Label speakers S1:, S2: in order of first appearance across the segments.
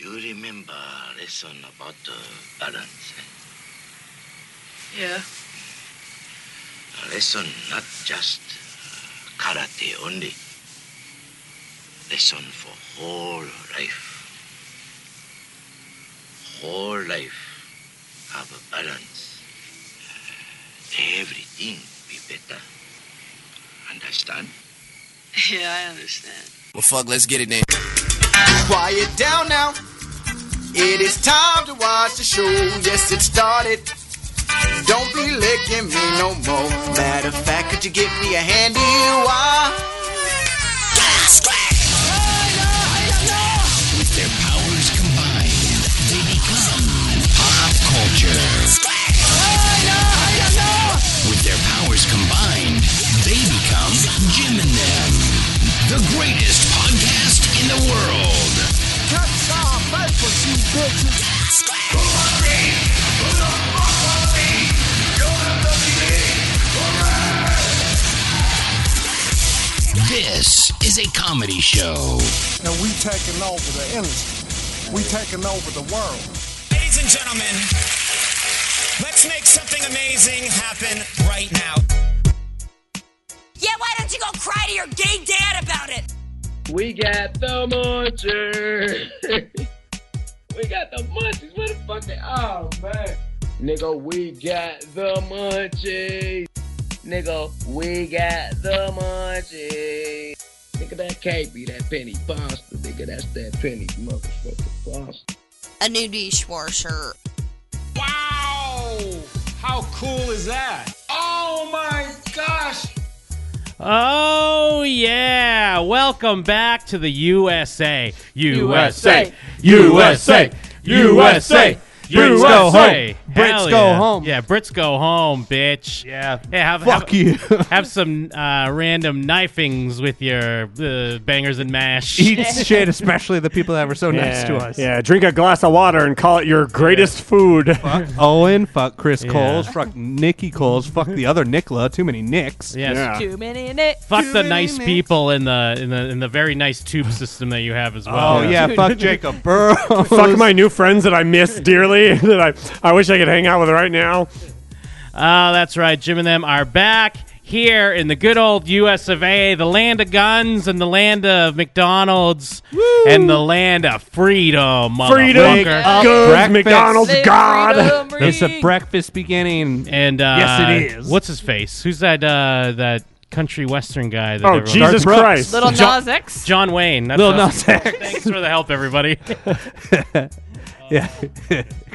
S1: You remember lesson about the balance? eh?
S2: Yeah.
S1: A lesson not just uh, karate only. Lesson for whole life. Whole life have a balance. Uh, everything be better. Understand?
S2: Yeah, I understand.
S3: Well, fuck, let's get it then.
S4: Quiet down now. It is time to watch the show. Yes, it started. Don't be licking me no more. Matter of fact, could you give me a handy why?
S5: With their powers combined, they become Jim and them, the greatest podcast in the world. This is a comedy show.
S6: and we taking over the industry. We taking over the world.
S7: Ladies and gentlemen, let's make something amazing happen right now.
S8: Yeah, why don't you go cry to your gay dad about it?
S9: We got the munchers. we got the munchies. What the fuck they? Oh man, nigga, we got the munchies. Nigga, we got the munchies. Nigga, that can't be that penny pasta. Nigga, that's that penny motherfucker pasta.
S8: A new dishwasher.
S7: Wow! How cool is that? Oh my gosh!
S10: Oh yeah! Welcome back to the USA,
S9: USA,
S10: USA,
S9: USA,
S10: Brits go home.
S9: Brits go home.
S10: Yeah, Brits go home, bitch.
S9: Yeah.
S10: Hey, have,
S9: Fuck
S10: have,
S9: you.
S10: have some uh, random knifings with your uh, bangers and mash.
S9: Eat shit, especially the people that were so nice to us.
S11: Yeah, drink a glass of water and call it your greatest food.
S9: Owen, fuck Chris
S10: Yeah.
S9: Coles, fuck Nikki Coles, fuck the other Nicola. Too many Nicks.
S10: Yes.
S11: Yeah.
S8: Too many in it.
S10: Fuck the
S9: Too
S10: nice
S9: many-
S10: people in the in the in the very nice tube system that you have as well.
S9: Oh yeah, fuck Jacob Burrows.
S11: Fuck my new friends that I miss dearly. that I, I wish I could hang out with right now.
S10: Ah, that's right. Jim and them are back here in the good old U.S. of A., the land of guns and the land of McDonald's and the land of freedom,
S11: Freedom,
S10: motherfucker.
S9: Uh,
S11: good
S9: Breakfast.
S11: McDonald's, God.
S9: It's a breakfast beginning.
S10: And uh,
S9: Yes, it is.
S10: What's his face? Who's that? Uh, that country western guy. That
S11: Oh
S10: everyone-
S11: Jesus
S9: Brooks.
S11: Christ!
S2: Little Nas X.
S10: John Wayne. That's
S9: Lil
S10: what-
S9: Nas X.
S10: Thanks for the help, everybody.
S9: yeah,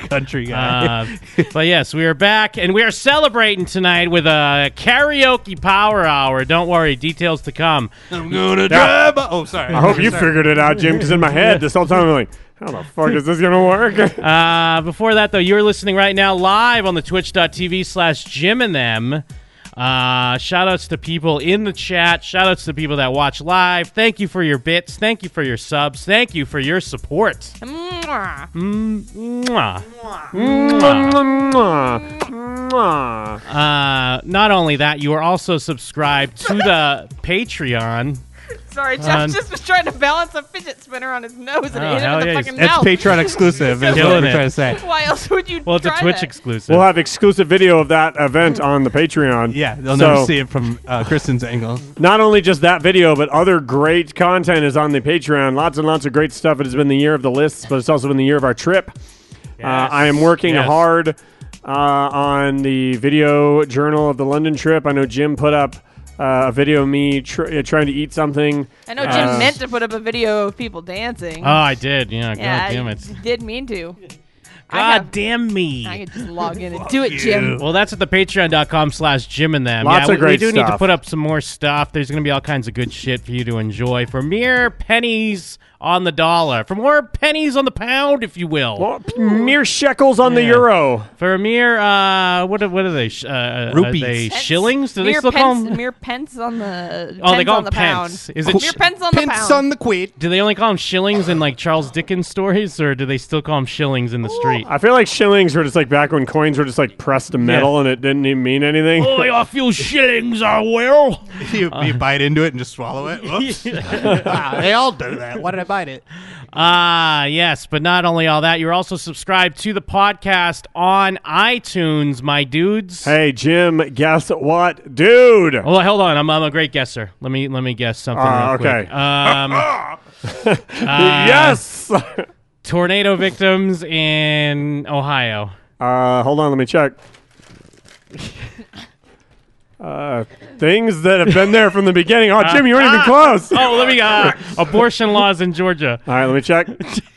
S9: country guy.
S10: Uh, but yes, we are back and we are celebrating tonight with a karaoke power hour. Don't worry, details to come.
S9: I'm gonna drive. by- Oh, sorry.
S11: I hope you figured it out, Jim. Because in my head, this whole time I'm like, how the fuck is this gonna work?
S10: Uh, before that, though, you're listening right now live on the twitch.tv slash Jim and them. Uh, shout outs to people in the chat. Shout outs to people that watch live. Thank you for your bits. Thank you for your subs. Thank you for your support. Mwah. Uh, not only that, you are also subscribed to the Patreon.
S2: Sorry, Jeff
S10: Um,
S2: just was trying to balance a fidget spinner on his nose and
S10: Oh,
S2: it hit him in
S10: hell
S2: the
S10: yeah,
S2: fucking
S9: It's
S2: mouth.
S9: Patreon exclusive. is
S10: Killing
S9: what we're
S10: it.
S9: trying to say.
S2: Why else would you
S10: Well, it's a
S2: try
S10: Twitch
S2: that?
S10: exclusive.
S11: We'll have exclusive video of that event on the Patreon.
S9: Yeah, they'll
S11: So-
S9: never see it from uh, Kristen's angle.
S11: Not only just that video, but other great content is on the Patreon. Lots and lots of great stuff. It has been the year of the lists, but it's also been the year of our trip. Uh, I am working
S10: Yes.
S11: hard uh, on the video journal of the London trip. I know Jim put up uh, a video of me tr- uh, trying to eat something.
S2: I know Jim
S11: Uh,
S2: meant to put up a video of people dancing.
S10: oh, I did. Yeah,
S2: yeah,
S10: god damn it.
S2: I did mean to. I
S10: God
S2: have-
S10: damn me.
S2: I could just log in and do it, Jim.
S10: Well, that's at the patreon.com slash Jim and them.
S11: Lots
S10: yeah,
S11: of
S10: we- we,
S11: great
S10: do need to
S11: stuff.
S10: put up some more stuff. There's going to be all kinds of good shit for you to enjoy for mere pennies on the dollar, for more pennies on the pound, if you will,
S11: well, p- mere shekels on the
S10: Yeah.
S11: euro.
S10: for a mere uh, what are, what are they? Sh- Uh,
S9: Rupees.
S10: Are they
S2: Pence.
S10: shillings? Do they
S2: mere
S10: still
S2: pence,
S10: call 'em-
S2: mere pence on the?
S10: Oh, they
S2: pence
S10: call
S2: on
S10: 'em
S2: the
S10: pence.
S2: Pound.
S10: Is it-
S2: mere pence on the
S9: Pints
S2: pound?
S9: on the quid.
S10: Do they only call them shillings in like Charles Dickens stories, or do they still call them shillings in the street?
S11: I feel like shillings were just like back when coins were just like pressed to metal
S10: Yeah.
S11: and it didn't even mean anything.
S10: Oh, I feel shillings are well.
S9: you, you bite into it and just swallow it. Whoops. Wow, they all do that. What a
S12: bite it.
S10: Ah, yes. But not only all that, you're also subscribed to the podcast on iTunes, my dudes.
S11: Hey, Jim, guess what, dude?
S10: Well, hold on. I'm, I'm a great guesser. Let me let me guess something.
S11: Ah,
S10: Oh, real quick.
S11: okay.
S10: Um, uh,
S11: yes.
S10: tornado victims in Ohio.
S11: Uh, hold on, let me check. Uh, things that have been there from the beginning. Oh,
S10: Uh,
S11: Jim, you weren't even
S10: ah!
S11: close.
S10: Oh, let me. Uh, abortion laws in Georgia.
S11: All right, let me check.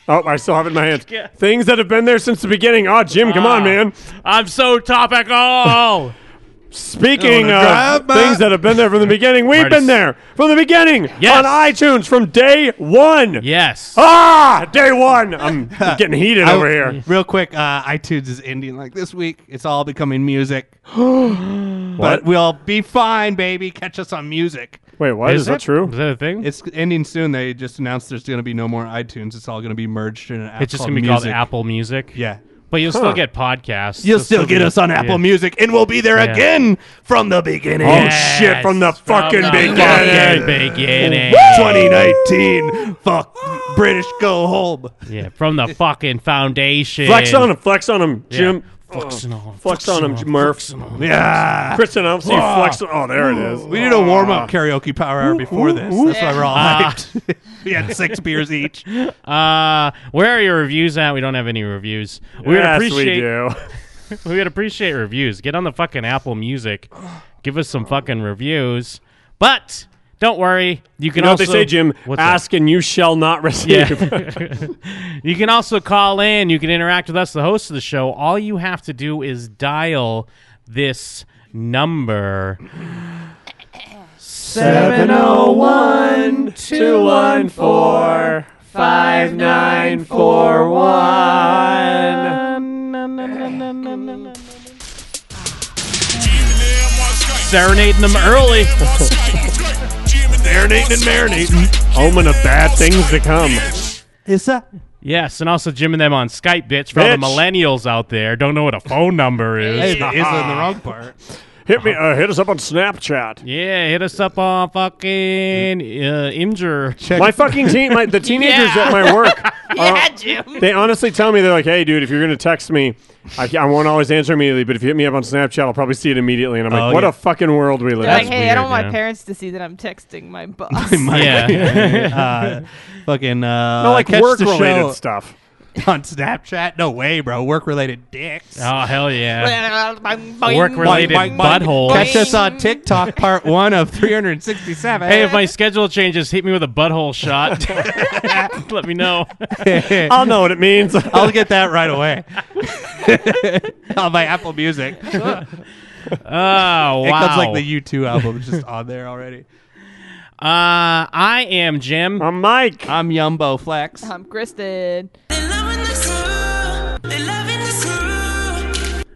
S11: Oh, I still have it in my hand.
S10: Yeah.
S11: Things that have been there since the beginning. Oh, Jim, come on,
S10: Ah.
S11: man.
S10: I'm so topical.
S11: Speaking
S10: Gonna
S11: of
S10: grab my-
S11: things that have been there from the beginning, we've
S10: Marty's-
S11: been there from the beginning on
S10: Yes.
S11: iTunes from day one.
S10: yes.
S11: Ah, day one. I'm getting heated
S12: I-
S11: over here.
S12: Real quick, uh, iTunes is ending like this week. It's all becoming music.
S11: What?
S12: But we'll be fine, baby. Catch us on music.
S11: Wait, what? Is, that true?
S10: Is that a thing?
S12: It's ending soon. They just announced there's going to be no more iTunes. It's all going to be merged in an app.
S10: It's just
S12: going
S10: gonna
S12: to
S10: be called Apple Music.
S12: Yeah.
S10: But you'll
S11: Huh.
S10: still get podcasts.
S12: You'll
S10: You'll
S12: still get
S10: be-
S12: us on Apple
S10: yeah.
S12: Music, and we'll be there
S10: Yeah.
S12: again from the beginning.
S11: Oh, shit, from the fucking beginning.
S10: fucking beginning.
S12: 2019. Fuck British, go home.
S10: yeah, from the fucking foundation.
S11: Flex on him. Flex on him,
S10: Yeah.
S11: Jim.
S10: Flex on him.
S11: Flex on him, Murph.
S12: Yeah.
S11: Kristen, I'm see flex. Oh, there it is.
S12: We did a warm up karaoke power hour before this. That's why we're all hyped. we had six beers each.
S10: Uh, where are your reviews at? We don't have any reviews. We would
S11: Yes,
S10: appreciate.
S11: we do.
S10: we would appreciate reviews. Get on the fucking Apple Music. Give us some fucking reviews. But don't worry, you
S11: You
S10: can
S11: know what
S10: also
S11: they say, Jim?
S10: What's that?
S11: Ask and you shall not receive.
S10: Yeah. you can also call in. You can interact with us, the host of the show. All you have to do is dial this number
S11: 701 214 5941.
S10: Serenading them early.
S11: Marinating and marinating. Omen of bad things to come.
S12: Is that?
S10: Yes, and also Jim and them on Skype, bitch. For all the
S11: Bitch.
S10: millennials out there, don't know what a phone number is.
S12: Hey, is in the wrong part.
S11: Hit me. Uh, hit us up on Snapchat.
S10: Yeah, hit us up on fucking uh, Imgur.
S11: My fucking teen, my, the teenagers at my work. uh,
S2: Jim.
S11: They honestly tell me they're like, "Hey, dude, if you're gonna text me, I, I won't always answer immediately. But if you hit me up on Snapchat, I'll probably see it immediately." And I'm like,
S12: Oh,
S11: "What
S12: yeah.
S11: a fucking world we live
S2: Like,
S11: in!"
S2: hey, I
S10: weird,
S2: don't want
S10: yeah.
S2: my parents to see that I'm texting my boss.
S10: Yeah.
S12: uh, fucking uh,
S11: No, like
S12: catch the
S11: work related
S12: show
S11: stuff.
S12: on Snapchat. No way, bro. Work related dicks.
S10: oh hell yeah!
S2: Work
S10: Work-related
S12: Mike, Mike,
S10: butthole.
S12: Catch us on TikTok, part one of 367.
S10: Hey, if my schedule changes, hit me with a butthole shot. Let me know.
S11: I'll know what it means.
S12: I'll get that right away on my Apple Music.
S10: Oh wow!
S12: It comes like the U2 album is just on there already.
S10: uh, I am Jim.
S11: I'm Mike.
S12: I'm Yumbo Flex.
S2: I'm Kristen.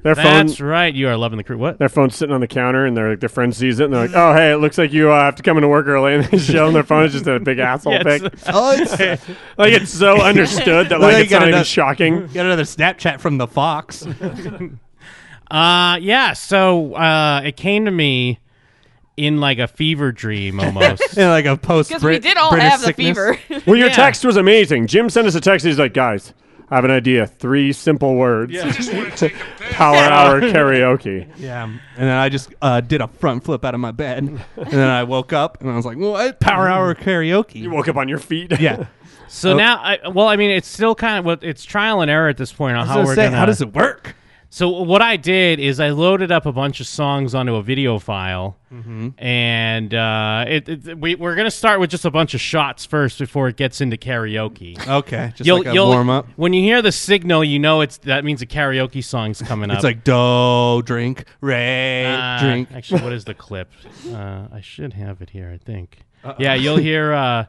S11: Their phone.
S10: That's right. You are loving the crew. What?
S11: Their phone's sitting on the counter, and their their friend sees it, and they're like, "Oh, hey, it looks like you uh, have to come into work early." And they show them their phone is just a big asshole
S10: Yeah,
S11: pic.
S10: it's-
S12: Oh, it's, got
S11: Like it's so understood that
S12: Well,
S11: like
S12: they
S11: it's not
S12: got
S11: even
S12: enough-
S11: shocking.
S12: another Snapchat from the Fox.
S10: Uh, yeah. So uh, it came to me in like a fever dream almost.
S12: Yeah, like a post.
S2: Because we did all
S12: British
S2: have the
S12: sickness.
S2: fever.
S11: Well, your
S10: Yeah.
S11: text was amazing. Jim sent us a text. He's like, "Guys, I have an idea. Three simple words. Power hour karaoke."
S12: Yeah, and then I just uh, did a front flip out of my bed, and then I woke up and I was like, "What? Power hour
S11: You
S12: karaoke?"
S11: woke up on your feet.
S12: Yeah.
S10: so
S12: Oh.
S10: now, I, well, I mean, it's still kind of what it's trial and error at this point on
S12: I was
S10: how
S12: gonna
S10: we're
S12: say,
S10: gonna.
S12: how does it work?
S10: So what I did is I loaded up a bunch of songs onto a video file,
S12: Mm-hmm.
S10: and uh, it, it, we, we're gonna start with just a bunch of shots first before it gets into karaoke.
S12: Okay, Uh, just like a warm up.
S10: When you hear the signal, you know it's that means a karaoke song's coming up.
S12: It's like do drink ray
S10: Uh,
S12: drink.
S10: Actually, what is the clip? Uh, I should have it here. I think. Yeah, you'll hear. Uh,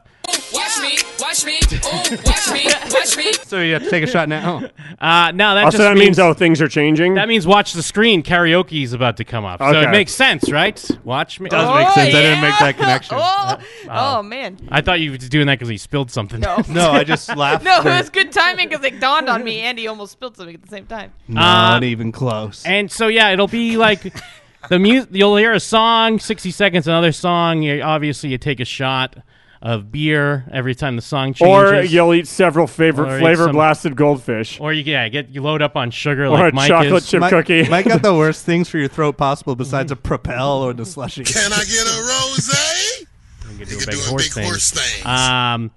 S8: Watch me, watch me, oh, watch me, watch me.
S12: So you have to take a shot now.
S10: uh, no, that
S11: Also,
S10: just
S11: that means, oh, things are changing.
S10: that means watch the screen. Karaoke's about to come up, so
S11: Okay.
S10: it makes sense, right? Watch me.
S12: Does
S10: Oh,
S12: make
S2: Oh,
S12: sense. I didn't make
S2: yeah.
S12: that connection.
S2: Oh, oh, man.
S10: I thought you were just doing that because he spilled something. Uh,
S2: No.
S12: No, Uh, I just laughed.
S2: No, it
S12: during-
S2: was good timing because it dawned on me. Andy almost spilled something at the same time.
S12: not even close.
S10: And so yeah, it'll be like the music. You'll hear a song, sixty seconds, another song. You, obviously, you take a shot. of beer every time the song changes.
S11: Or you'll eat several
S10: Or
S11: favorite
S10: eat
S11: flavor
S10: some-
S11: blasted goldfish.
S10: Or you yeah, get you load up on sugar
S11: Or
S10: like
S11: a
S10: Mike
S11: chocolate
S10: is.
S11: chip
S12: Mike,
S11: cookie.
S12: Mike got the worst things for your throat possible besides a propel or the slushy.
S13: Can I get a rose?
S10: You
S13: could do a big horse things.
S10: Um,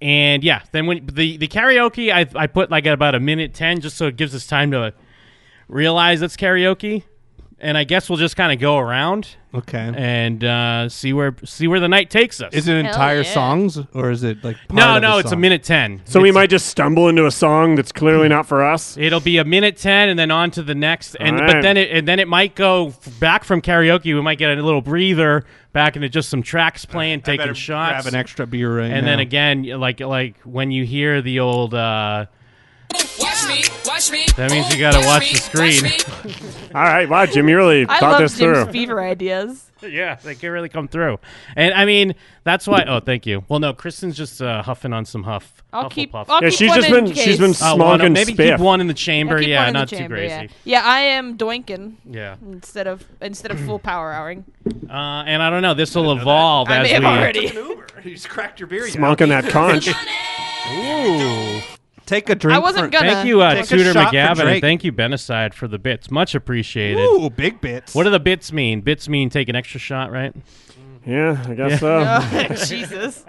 S10: and yeah, then when the the karaoke, I I put like at about a minute ten, just so it gives us time to realize it's karaoke. And I guess we'll just kind of go around,
S12: Okay.
S10: and uh, see where see where the night takes us.
S12: Is it entire songs or is it like? Part
S10: No,
S12: of
S10: no, it's a
S12: song?
S10: minute ten.
S11: So we might just stumble into a song that's clearly not for us.
S10: It'll be a minute ten, and then on to the next. And
S11: All
S10: but
S11: right.
S10: then it and then it might go f- back from karaoke. We might get a little breather back into just some tracks playing, taking shots,
S12: Grab an extra beer right
S10: and then
S12: now.
S10: again, y- like like when you hear the old. Uh,
S14: Watch me, watch me.
S10: That means you gotta watch the screen.
S11: All right, wow, Jim, you really
S2: I
S11: thought
S2: love
S11: this
S2: Jim's
S11: through.
S2: fever ideas.
S10: yeah, they can really come through. And I mean, that's why. Oh, thank you. Well, no, Kristen's just uh, huffing on some huff.
S2: I'll keep.
S10: Hufflepuff.
S2: I'll
S11: Yeah,
S2: keep
S11: she's
S2: one
S11: just
S2: in
S11: been-
S2: case.
S11: she's been
S10: Uh, one-
S11: smoking
S10: maybe
S11: spiff.
S10: keep one in the chamber.
S2: I'll keep
S10: Yeah,
S2: one in the
S10: not
S2: chamber,
S10: too
S2: Yeah.
S10: crazy.
S2: Yeah, I am doinking.
S10: Yeah.
S2: Instead of instead of full power houring.
S10: Uh, and I don't know. This will evolve
S2: I
S10: as
S2: may have
S10: we.
S2: already.
S12: cracked your beer.
S11: Smoking that conch.
S10: Ooh.
S12: Take a drink.
S2: I wasn't
S12: for-
S2: gonna-
S10: Thank you, uh,
S12: Take a
S10: Tutor
S12: shot for
S10: McGavin, and
S12: Drake.
S10: thank you, Benicide, for the bits. Much appreciated.
S12: Ooh, big bits.
S10: What do the bits mean? Bits mean take an extra shot, right?
S11: Yeah, I guess
S2: Oh, Jesus.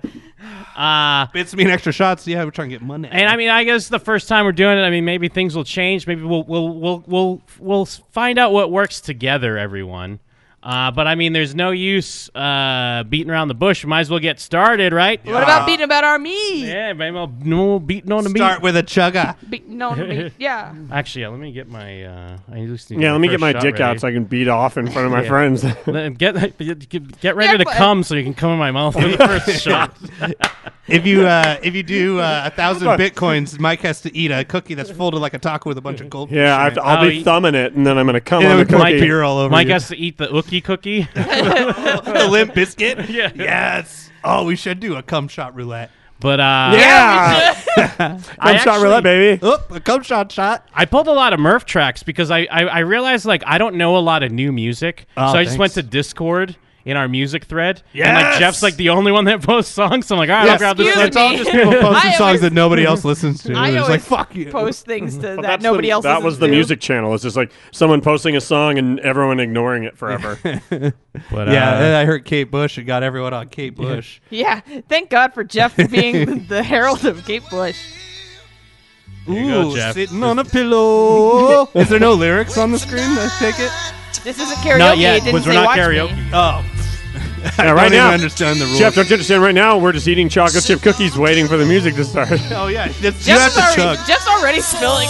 S10: Uh,
S12: bits mean extra shots. Yeah, we're trying to get money.
S10: And I mean, I guess the first time we're doing it, I mean, maybe things will change. Maybe we'll we'll we'll we'll we'll s- find out what works together, everyone. Uh, but I mean, there's no use uh, beating around the bush. Might as well get started, right?
S2: What about beating about our meat?
S10: Yeah, maybe I'll no beating on the meat.
S12: Start with a chugga.
S2: Beating on the meat. Yeah.
S10: Actually, yeah, let me get my. Uh, I just need
S11: Yeah, let me
S10: first
S11: get my
S10: shot
S11: dick
S10: ready.
S11: out so I can beat off in front of my
S10: Yeah.
S11: friends.
S10: Let- get get get ready to
S2: but-
S10: come so you can come in my mouth for the first shot.
S12: If you uh, if you do uh, a thousand bitcoins, Mike has to eat a cookie that's folded like a taco with a bunch of gold.
S11: Yeah, I have to, I'll
S10: Oh,
S11: be
S10: you-
S11: thumbing it, and then I'm going to come
S12: Yeah,
S11: on the
S12: we put
S11: cookie.
S12: beer all over
S10: Mike
S12: you.
S10: has to eat the ookie cookie.
S12: the limp biscuit.
S10: Yeah.
S12: Yes. Oh, we should do a cum shot roulette.
S10: But uh,
S12: Yeah.
S10: cum
S12: Cum shot roulette,
S11: baby.
S12: Oh, a cum shot shot.
S10: I pulled a lot of Murph tracks because I, I, I realized like I don't know a lot of new music,
S12: Oh,
S10: so I just went
S12: thanks.
S10: to Discord in our music thread, and like
S12: Yes!
S10: Jeff's like the only one that posts songs. So I'm like, all right, I'll
S12: Yes.
S10: grab this.
S2: Excuse
S12: It's
S10: one.
S12: all
S2: me.
S12: just people
S2: I
S12: posting
S2: always-
S12: songs that nobody else listens to.
S2: I
S12: They're
S2: always
S12: just like, fuck you.
S2: post things to
S11: But
S2: that
S11: that's the-
S2: nobody else
S11: That
S2: listens
S11: was the
S2: to.
S11: music channel. It's just like someone posting a song and everyone ignoring it forever.
S10: But,
S12: yeah,
S10: uh,
S12: and I heard Kate Bush. It got everyone on Kate Bush.
S2: Yeah. Thank God for Jeff being the herald of Kate Bush.
S10: you go,
S12: Ooh,
S10: Jeff.
S12: sitting on a pillow. Is there no lyrics on the screen? Let's take it.
S2: This isn't karaoke.
S10: Not yet,
S2: It didn't
S10: because we're
S2: say
S10: not
S2: watch me.
S10: karaoke.
S12: Oh,
S11: Yeah,
S12: I
S11: right
S12: don't
S11: now,
S12: even understand the rules.
S11: Jeff, don't you understand? Right now, we're just eating chocolate chip cookies, waiting for the music to start.
S12: oh yeah, That's- you have
S2: Jeff's
S12: to
S2: already,
S12: chug.
S2: Jeff's already spilling.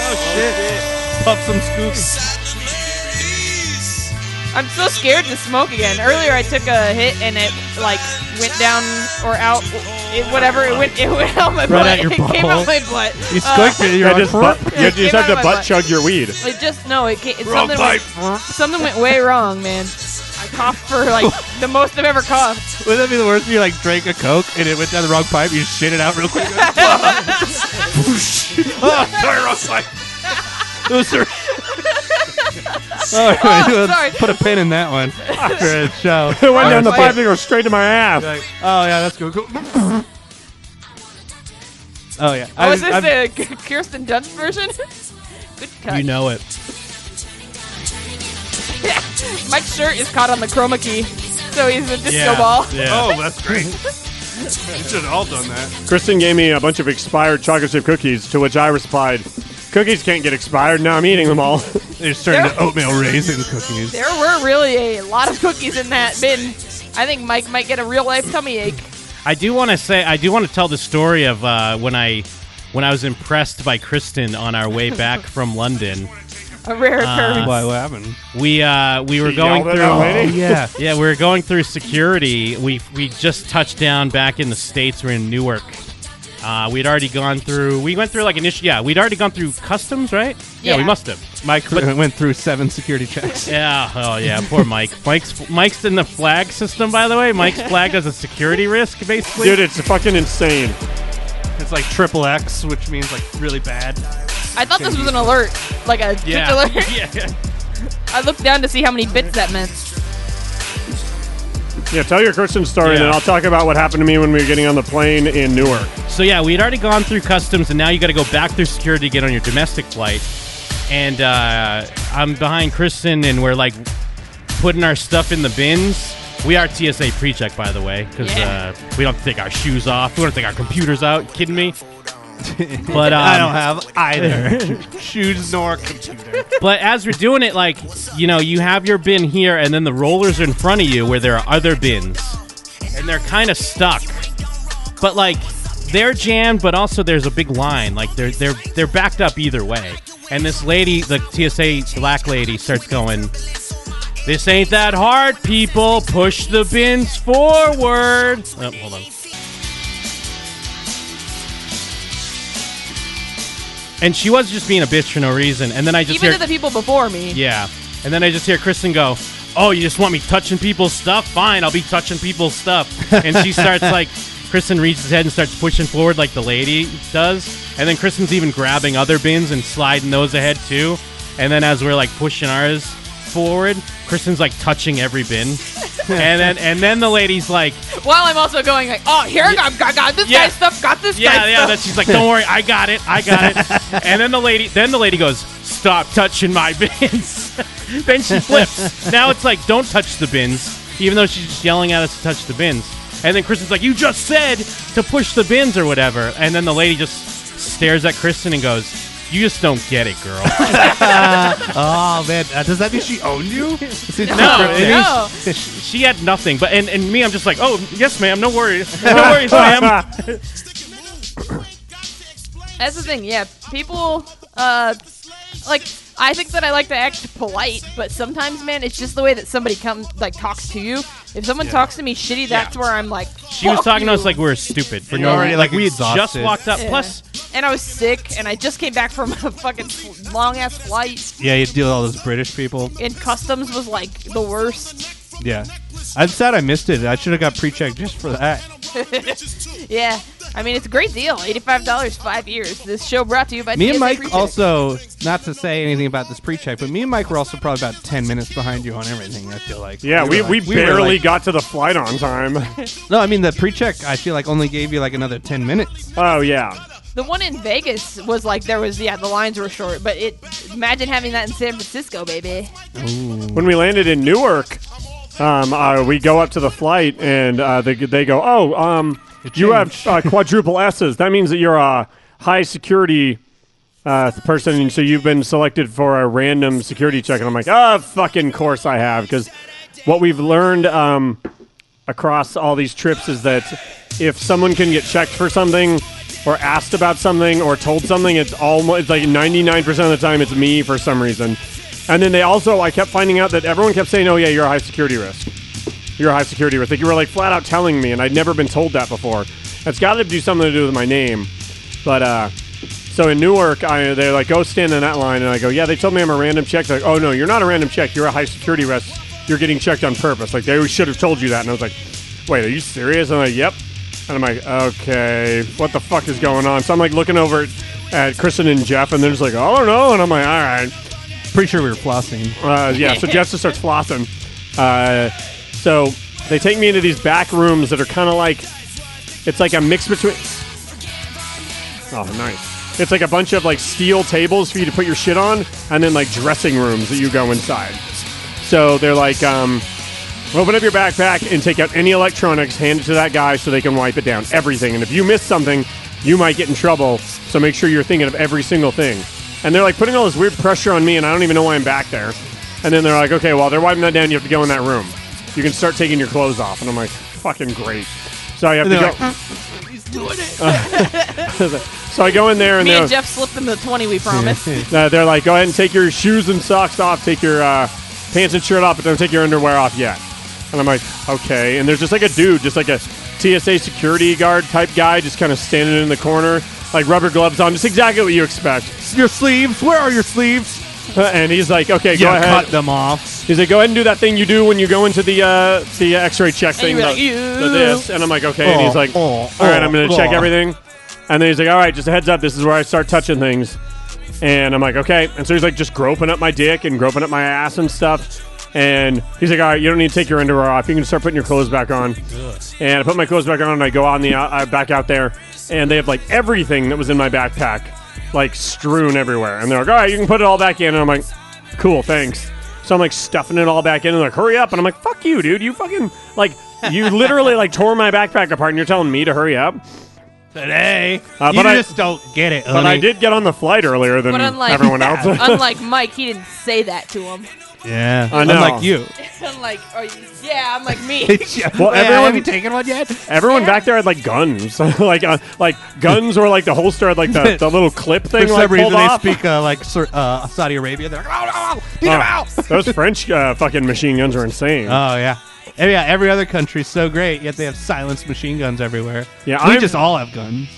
S12: Pop some scoops.
S2: I'm so scared to smoke again. Earlier I took a hit and it like went down or out, it, whatever. It went, it went out my butt.
S12: out your
S2: it came out
S12: butthole.
S2: my butt.
S12: You
S2: Uh,
S12: squeaked it. You're
S11: Yeah,
S12: like,
S11: just butt-
S2: Yeah,
S11: you
S2: it came
S11: just
S2: out
S11: have to
S2: of my
S11: butt,
S2: butt.
S11: chug your weed.
S2: It just no. It, ca- it
S11: Wrong
S2: something went, something went way wrong, man. I coughed for like the most I've ever coughed.
S12: Wouldn't that be the worst if you like drank a Coke and it went down the wrong pipe? You shit it out real quick. oh, sorry, wrong pipe. Oh, sorry. All right,
S2: Oh,
S12: let's
S2: sorry.
S12: Put a pin in that one. Great show.
S11: It went down the
S12: Honestly.
S11: pipe and go straight to my ass.
S12: Like, oh yeah, that's cool. cool. oh yeah.
S2: Oh, is
S12: I'm-
S2: this the Kirsten Dunst version? Good cut.
S10: you know it.
S2: My shirt is caught on the chroma key, so he's a disco
S10: Yeah,
S2: ball.
S10: yeah.
S12: Oh, that's great. we should have all done that.
S11: Kristen gave me a bunch of expired chocolate chip cookies, to which I replied, "Cookies can't get expired. Now I'm eating them all."
S12: They're starting to oatmeal raisin cookies.
S2: There were really a lot of cookies in that bin. I think Mike might get a real life tummy ache.
S10: I do want to say I do want to tell the story of uh, when I when I was impressed by Kristen on our way back from London.
S2: A rare
S10: Uh,
S2: occurrence.
S12: Why? What happened?
S10: We uh, we were
S11: She
S10: going
S11: yelled at
S10: through
S3: Oh,
S11: that lady?
S12: yeah.
S10: yeah we were going through security. We we just touched down back in the states. We're in Newark. Uh, we'd already gone through. We went through like initial. Yeah, we'd already gone through customs, right? we
S2: Yeah.
S10: must have.
S12: Mike went through seven security checks.
S10: Yeah. Oh yeah. Poor Mike. Mike's Mike's in the flag system, by the way. Mike's flagged as a security risk, basically.
S11: Dude, it's fucking insane.
S12: It's like triple X, which means like really bad.
S2: I thought this was an alert, like a twitch
S10: yeah.
S2: alert.
S10: yeah.
S2: I looked down to see how many bits that meant.
S11: Yeah, tell your Christian story, and then
S10: Yeah.
S11: I'll talk about what happened to me when we were getting on the plane in Newark.
S10: So yeah, we had already gone through customs, and now you got to go back through security to get on your domestic flight. And uh, I'm behind Kristen, and we're like putting our stuff in the bins. We are TSA pre-check, by the way, because uh, we don't have to take our shoes off. We don't have to take our computers out. kidding me? But um,
S3: I don't have either shoes nor computer.
S10: but as we're doing it, like you know, you have your bin here, and then the rollers are in front of you where there are other bins, and they're kind of stuck. But like they're jammed, but also there's a big line. Like they're they're they're backed up either way. And this lady, the TSA black lady, starts going. This ain't that hard, people. Push the bins forward. Oh, hold on. And she was just being a bitch for no reason. And then I just
S2: Even to
S10: hear
S2: the people before me.
S10: yeah. And then I just hear Kristen go, Oh, you just want me touching people's stuff? Fine, I'll be touching people's stuff. And she starts like, Kristen reaches his head and starts pushing forward like the lady does. And then Kristen's even grabbing other bins and sliding those ahead too. And then as we're like pushing ours forward, Kristen's like touching every bin. and then and then the lady's like,
S2: While I'm also going like, oh, here I got, got, got this
S10: Yeah.
S2: guy's stuff, got this
S10: yeah,
S2: guy's
S10: yeah.
S2: stuff.
S10: That she's like, don't worry, I got it, I got it. and then the lady, then the lady goes, stop touching my bins. then she flips. now it's like, don't touch the bins, even though she's just yelling at us to touch the bins. And then Kristen's like, you just said to push the bins or whatever. And then the lady just stares at Kristen and goes, you just don't get it, girl.
S3: oh man, uh, does that mean she owned you?
S10: No, it is- she had nothing. But and, and me, I'm just like, oh yes, ma'am, no worries, no worries, ma'am.
S2: That's the thing, yeah. People, uh, like, I think that I like to act polite, but sometimes, man, it's just the way that somebody comes, like, talks to you. If someone
S10: Yeah.
S2: talks to me shitty, that's where I'm like,
S10: She was
S2: "Fuck
S10: talking to
S2: you."
S10: us like we were stupid for
S3: And
S10: no
S3: already,
S10: reason.
S3: like,
S10: Like we had just
S3: exhausted.
S10: walked up.
S2: Yeah.
S10: Plus,
S2: and I was sick, and I just came back from a fucking long ass flight,
S3: Yeah, you deal with all those British people.
S2: and customs was like the worst.
S3: Yeah, I'm sad I missed it. I should have got pre-checked just for that.
S2: yeah, I mean it's a great deal, eighty-five dollars, five years. This show brought to you by
S3: me and
S2: TSA
S3: Mike
S2: Pre-Check.
S3: also, not to say anything about this pre-check, but me and Mike were also probably about ten minutes behind you on everything. I feel like.
S11: Yeah, we,
S3: were
S11: we,
S3: like- were
S11: barely
S3: like-
S11: got to the flight on time.
S3: No, I mean the pre-check. I feel like only gave you like another ten minutes.
S11: Oh yeah.
S2: The one in Vegas was like there was yeah the lines were short, but it imagine having that in San Francisco, baby.
S11: When we landed in Newark, um, uh, we go up to the flight and uh, they, they go, "Oh, um, you have uh, quadruple S's. That means that you're a high security uh, person, and so you've been selected for a random security check." And I'm like, "Ah, fucking course I have," because what we've learned um, across all these trips is that if someone can get checked for something. Or asked about something, or told something. It's almost it's like 99% of the time it's me for some reason. And then they also, I kept finding out that everyone kept saying, "Oh yeah, you're a high security risk. You're a high security risk." Like you were like flat out telling me, and I'd never been told that before. That's got to do something to do with my name. But uh, so in Newark, I they're like, "Go stand in that line," and I go, "Yeah." They told me I'm a random check. They're like, "Oh no, you're not a random check. You're a high security risk. You're getting checked on purpose." Like they should have told you that. And I was like, "Wait, are you serious?" And I'm like, "Yep." And I'm like, "Okay, what the fuck is going on?" So I'm like looking over at Kristen and Jeff, and they're just like, "I don't know," and I'm like, "All right."
S3: Pretty sure we were flossing.
S11: Uh, yeah, so Jeff just starts flossing. Uh, so they take me into these back rooms that are kind of like, it's like a mix between. Oh, nice. It's like a bunch of like steel tables for you to put your shit on, and then like dressing rooms that you go inside. So they're like, um, open up your backpack and take out any electronics, hand it to that guy so they can wipe it down, everything. And if you miss something, you might get in trouble. So make sure you're thinking of every single thing. And they're like putting all this weird pressure on me, and I don't even know why I'm back there. And then they're like, okay, while they're wiping that down, you have to go in that room. You can start taking your clothes off. And I'm like, fucking great. So I have
S3: And
S11: to go.
S3: they're "Mm,
S2: He's doing it.
S11: so I go in there, and
S2: Me
S11: they're
S2: and Jeff slipped them the twenty we promised.
S11: uh, they're like, go ahead and take your shoes and socks off, take your uh, pants and shirt off, but don't take your underwear off yet. And I'm like, okay. And there's just like a dude, just like a TSA security guard type guy, just kind of standing in the corner, like rubber gloves on, just exactly what you expect. Your sleeves, where are your sleeves? and he's like, okay, go
S3: Yeah,
S11: ahead.
S3: cut them off.
S11: He's like, go ahead and do that thing you do when you go into the uh, the uh, X-ray check thing.
S3: you were
S11: the-
S3: like,
S11: the this, and I'm like, okay. and he's
S3: Oh,
S11: like,
S3: oh,
S11: all right, I'm gonna
S3: oh,
S11: check
S3: oh."
S11: everything. And then he's like, all right, just a heads up, this is where I start touching things. And I'm like, okay. And so he's like, just groping up my dick and groping up my ass and stuff. And he's like, all right, you don't need to take your underwear off. You can start putting your clothes back on. And I put my clothes back on, and I go on the out, I back out there, and they have like everything that was in my backpack, like strewn everywhere. And they're like, all right, you can put it all back in. And I'm like, cool, thanks. So I'm like stuffing it all back in, and they're like, hurry up. And I'm like, fuck you, dude. You fucking like, you literally like tore my backpack apart, and you're telling me to hurry up.
S3: Today,
S11: Uh,
S3: you
S11: but I-
S3: just don't get it.
S11: But I did get on the flight earlier than
S2: But unlike
S11: everyone else.
S2: unlike Mike, he didn't say that to him.
S3: Yeah,
S11: I know.
S3: Unlike you.
S2: I'm like, are you, yeah, I'm like me.
S11: well, everyone,
S3: have you taken one yet?
S11: Everyone back there had like guns, like uh, like guns or like the holster had like the, the little clip thing.
S3: For some
S11: like, pulled
S3: reason, they
S11: off.
S3: speak uh, like Sur- uh, Saudi Arabia. They're like, oh no, beat
S11: Oh,
S3: him out.
S11: those French uh, fucking machine guns are insane.
S3: Oh yeah. And yeah, every other country's so great, yet they have silenced machine guns everywhere.
S11: Yeah,
S3: we
S11: I'm-
S3: just all have guns.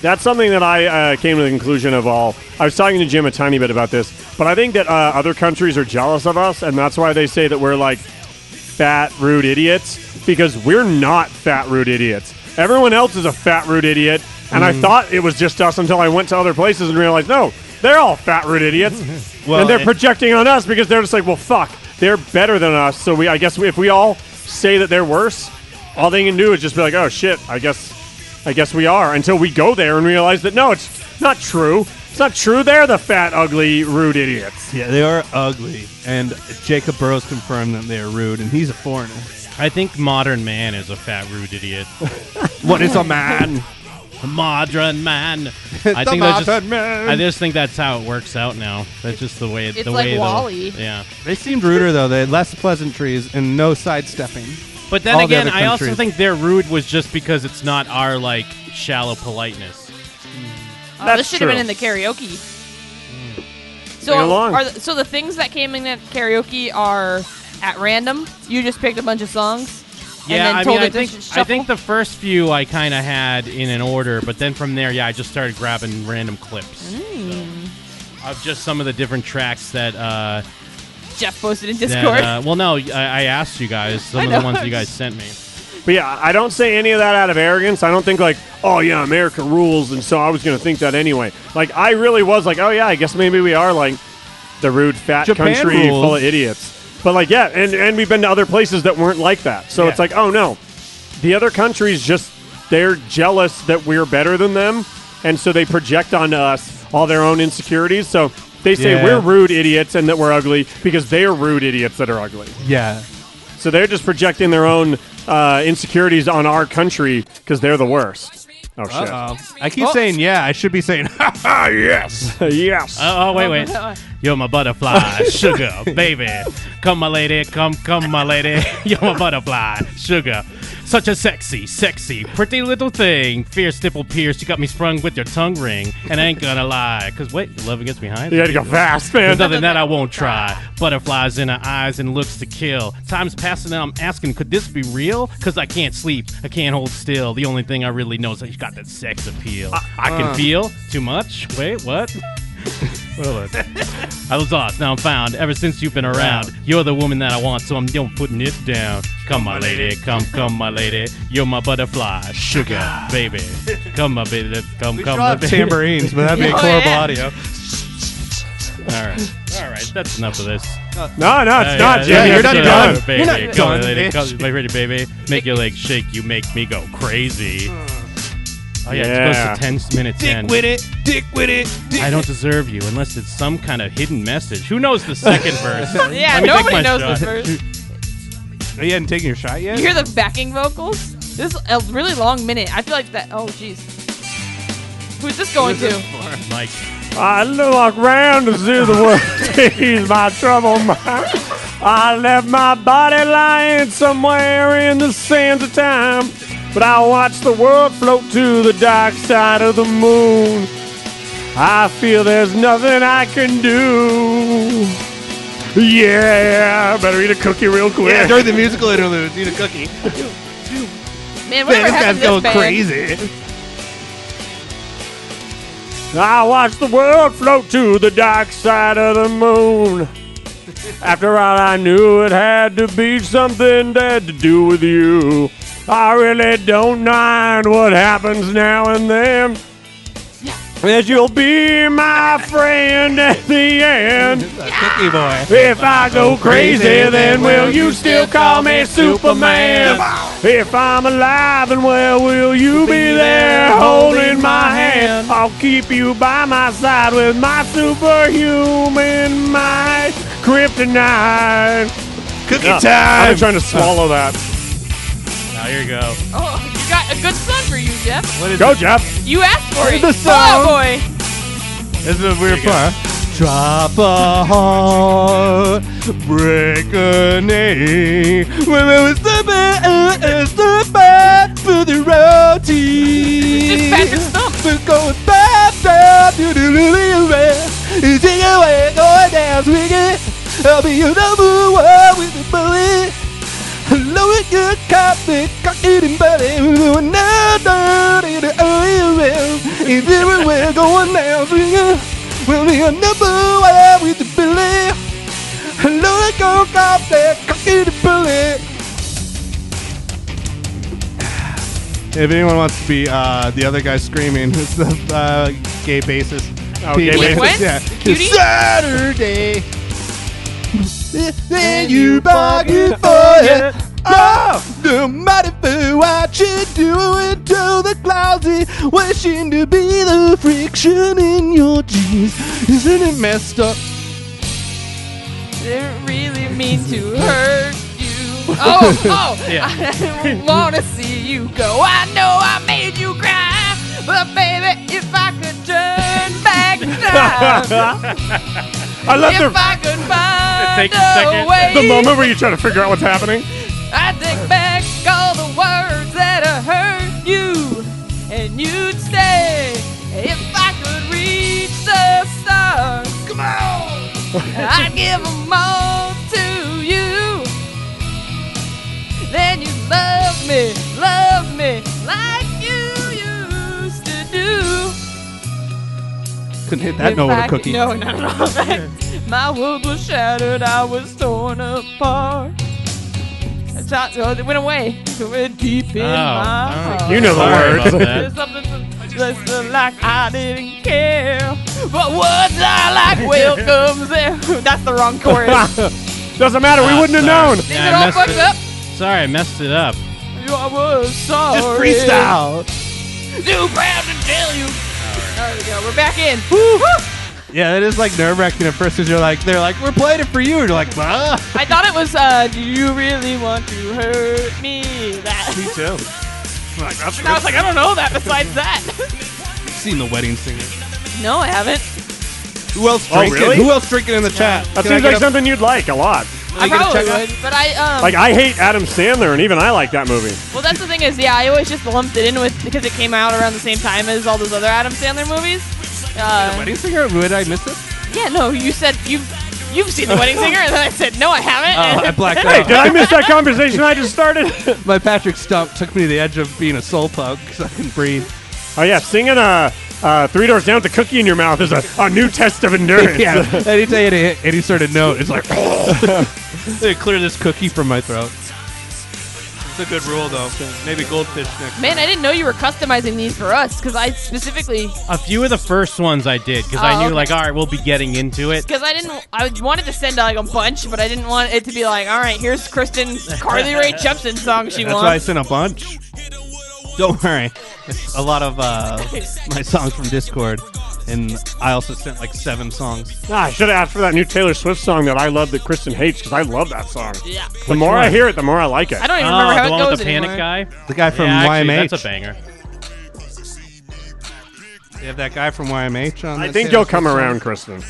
S11: That's something that I uh, came to the conclusion of all. I was talking to Jim a tiny bit about this, but I think that uh, other countries are jealous of us, and that's why they say that we're like fat, rude idiots, because we're not fat, rude idiots. Everyone else is a fat, rude idiot, and I
S3: Mm.
S11: thought it was just us until I went to other places and realized, no, they're all fat, rude idiots.
S3: Well,
S11: and they're
S3: it-
S11: projecting on us because they're just like, well, fuck, they're better than us. So we, I guess if we all say that they're worse, all they can do is just be like, oh shit, I guess, I guess we are. Until we go there and realize that no, it's not true. It's not true. They're the fat, ugly, rude idiots.
S3: Yeah, they are ugly. And Jacob Burrows confirmed that they are rude, and he's a foreigner.
S10: I think modern man is a fat, rude idiot.
S3: What is a man?
S10: A modern man.
S3: The
S10: I think that's just,
S3: modern man.
S10: I just think that's how it works out now. That's just the way.
S2: It's
S10: the
S2: like
S10: way the-
S2: Wall-E.
S10: Yeah.
S3: They seemed ruder though. They had less pleasantries and no sidestepping.
S10: But then
S3: All the
S10: again,
S3: other
S10: I also
S3: countries-
S10: think their rude was just because it's not our like shallow politeness.
S2: Oh,
S10: That's
S2: this should have been
S10: true.
S2: in the karaoke. So,
S10: Sing along.
S2: are the, so the things that came in at karaoke are at random. You just picked a bunch of songs.
S10: Yeah,
S2: and then
S10: I
S2: told
S10: mean, I
S2: it to
S10: think
S2: sh-
S10: I
S2: shuffle.
S10: think the first few I kind of had in an order, but then from there, yeah, I just started grabbing random clips
S2: Mm.
S10: of just some of the different tracks that. Uh,
S2: Jeff posted in
S10: that,
S2: Discord.
S10: uh, well, no, I, I asked you guys
S2: I
S10: some of the
S2: know.
S10: ones you guys sent me.
S11: But yeah, I don't say any of that out of arrogance. I don't think like, oh yeah, America rules, and so I was gonna think that anyway. Like I really was like, oh yeah, I guess maybe we are like the rude fat
S3: Japan
S11: country
S3: rules.
S11: full of idiots. But like yeah, and and we've been to other places that weren't like that. So it's
S3: Yeah.
S11: like, oh no, the other countries just they're jealous that we're better than them, and so they project onto us all their own insecurities. So. They say
S3: Yeah.
S11: we're rude idiots and that we're ugly because they're rude idiots that are ugly.
S3: Yeah.
S11: So they're just projecting their own uh, insecurities on our country because they're the worst. Oh shit!
S3: Uh-oh. I keep saying yeah. I should be saying
S11: Ah, yes, yes.
S10: Oh, oh, wait, wait. You're my butterfly, sugar, baby. Come, my lady. Come, come, my lady. You're my butterfly, sugar. Such a sexy, sexy, pretty little thing. Fierce, dimple, pierced. You got me sprung with your tongue ring. And I ain't gonna lie. Cause wait, love gets behind.
S11: You had to go fast, man.
S10: There's nothing that I won't try. Butterflies in her eyes and looks to kill. Time's passing and I'm asking, could this be real? Cause I can't sleep. I can't hold still. The only thing I really know is that you got that sex appeal. I, I can
S3: uh.
S10: feel too much. Wait, what? Well, uh, I was lost, now I'm found. Ever since you've been around, you're the woman that I want, so I'm done putting it down. Come, my lady, come, come, my lady. You're my butterfly, sugar, baby. Come, my baby, come,
S3: We
S10: come,
S3: should
S10: my
S3: have
S10: baby.
S3: tambourines, but that'd be
S10: Oh,
S3: horrible
S10: yeah.
S3: audio.
S10: All right, all right, that's enough of this.
S3: No,
S11: no, it's not, Jimmy,
S10: yeah,
S11: you're not
S10: yeah,
S11: done.
S10: Baby,
S11: You're not
S10: come, my
S11: done,
S10: lady,
S11: bitch.
S10: come, my pretty baby. Make your legs shake, you make me go crazy. Oh yeah,
S3: Yeah.
S10: it goes to ten minutes in.
S3: it, dick with it.
S10: I don't deserve you unless it's some kind of hidden message. Who knows the second verse?
S2: Yeah,
S10: Let me take
S2: nobody
S10: my
S2: knows
S10: shot.
S2: the verse.
S3: You hadn't taken your shot
S2: You
S3: yet.
S2: hear the backing vocals? This is a really long minute. I feel like that. Oh, jeez. Who's this going to?
S10: Mike.
S11: I look around to see the world. He's my trouble. My, I left my body lying somewhere in the sands of time, but I watch the world float to the dark side of the moon. I feel there's nothing I can do. Yeah, better eat a cookie real quick.
S3: Yeah, during the musical interlude, eat a cookie.
S2: Man,
S3: Man, this
S2: whatever happened
S3: guy's
S2: to this
S3: going
S2: band?
S3: crazy.
S11: I watch the world float to the dark side of the moon. After all, I knew it had to be something that had to do with you. I really don't mind what happens now and then. That you'll be my friend at the end.
S12: Cookie boy.
S11: If I go crazy, then will you still call me Superman? If I'm alive and well, will you be there holding my hand? I'll keep you by my side with my superhuman might, kryptonite.
S12: Cookie
S11: Yeah,
S12: time.
S11: I'm trying to swallow that.
S10: Now here you go.
S2: Oh, you got a good son for you, Jeff.
S10: What is
S11: Go,
S10: it?
S11: Jeff.
S2: You asked for it.
S12: The
S2: Fall Out
S12: song.
S2: boy.
S12: This is a weird part. Drop a heart, break a knee. When it was the bad, it's the bad for the routine.
S2: Just pass the
S12: We're going bad, bad, do do do do You take it away, go and dance with it. I'll be your number one with the bullet. Hello, a good cop, big cock eating buddy. We're doing now, down in the IRL. If everywhere going now, swinger. We'll be a number one with the bullet. Hello, a good cop, big cock eating bully. If anyone wants to be uh, the other guy screaming, it's the uh, gay bassist.
S11: Oh, gay
S12: Pete
S11: bassist.
S12: Wentz.
S11: Yeah.
S12: It's Saturday. Then you bargain for it. Oh, no matter for what you do into the clouds, wishing to be the friction in your jeans. Isn't it messed up?
S2: Didn't really mean to hurt you. Oh, oh!
S12: Yeah.
S2: I didn't wanna see you go. I know I made you cry, but baby, if I could turn back time,
S11: I love
S2: if
S11: the-
S2: I could find
S11: Take
S2: a way,
S11: The moment where you try to figure out what's happening.
S2: I take back all the words that I hurt you, and you'd say if I could reach the stars. Come on! I'd give 'em all to you. Then you love me, love me like you used to do.
S12: Couldn't hit
S2: If I could- No, not at all. Thanks. My world was shattered. I was torn apart. It's not- oh, It went away. It went deep in
S11: Oh,
S2: my
S11: oh.
S2: heart.
S11: You know the Sorry words. about that.
S2: There's something that's just like I didn't care. But what's I like welcomes there. That's the wrong chorus.
S11: Doesn't matter. we
S10: Ah,
S11: wouldn't have known.
S10: sorry. Yeah,
S2: These are
S10: I
S2: all
S10: messed
S2: fucked
S10: it.
S2: up.
S10: Sorry, I messed it up.
S2: You I was sorry.
S12: Oh,
S2: Too proud to tell you. There we go. We're back in. Woo!
S12: Yeah, that is like nerve wracking at first because you're like, they're like, we're playing it for you. And you're like, ah.
S2: I thought it was, uh, do you really want to hurt me? That.
S12: Me too. Like, I've
S2: And I was like, I don't know that besides that.
S12: seen the wedding singer.
S2: no, I haven't.
S12: Who else
S11: Oh,
S12: drinking?
S11: really?
S12: Who else drinking in the chat?
S11: That
S12: Can I
S11: seems
S12: get
S11: like
S12: a-
S11: something you'd like a lot.
S2: I probably would, but I, um.
S11: Like I hate Adam Sandler, and even I like that movie.
S2: Well, that's the thing is, yeah, I always just lumped it in with, because it came out around the same time as all those other Adam Sandler movies.
S12: The
S2: Uh,
S12: wedding singer? Would I miss it?
S2: yeah, no, you said you've, you've seen The Wedding Singer, and then I said, no, I haven't.
S12: Oh, I blacked
S11: Hey,
S12: out.
S11: did I miss that conversation I just started?
S12: My Patrick Stump took me to the edge of being a soul punk because I couldn't breathe.
S11: Oh yeah, singing uh, uh, Three Doors Down with a cookie in your mouth is a, a new test of endurance.
S12: yeah, anytime you hit any sort of note, it's like, They clear this cookie from my throat. It's a good rule, though. Maybe goldfish next.
S2: Man, I didn't know you were customizing these for us, because I specifically
S10: A few of the first ones I did because
S2: Oh,
S10: I knew
S2: okay.
S10: like, all right, we'll be getting into it.
S2: Because I didn't, I wanted to send like a bunch, but I didn't want it to be like, all right, here's Kristen's Carly Rae Jepsen song she
S12: That's why I
S2: wants.
S12: sent a bunch. Don't worry, it's a lot of uh, my songs from Discord, and I also sent like seven songs.
S11: Ah, I should have asked for that new Taylor Swift song that I love that Kristen hates because I love that song.
S2: Yeah.
S11: The more I hear it, the more I like it.
S2: I don't even remember
S10: Oh,
S2: how
S10: the
S2: it
S10: one
S2: goes
S10: with the panic
S2: anymore.
S10: guy.
S12: The guy from
S10: yeah, actually,
S12: YMH.
S10: That's a banger.
S12: They have that guy from YMH on.
S11: I
S12: the
S11: think
S12: Taylor
S11: you'll come
S12: Swift
S11: around,
S12: song.
S11: Kristen.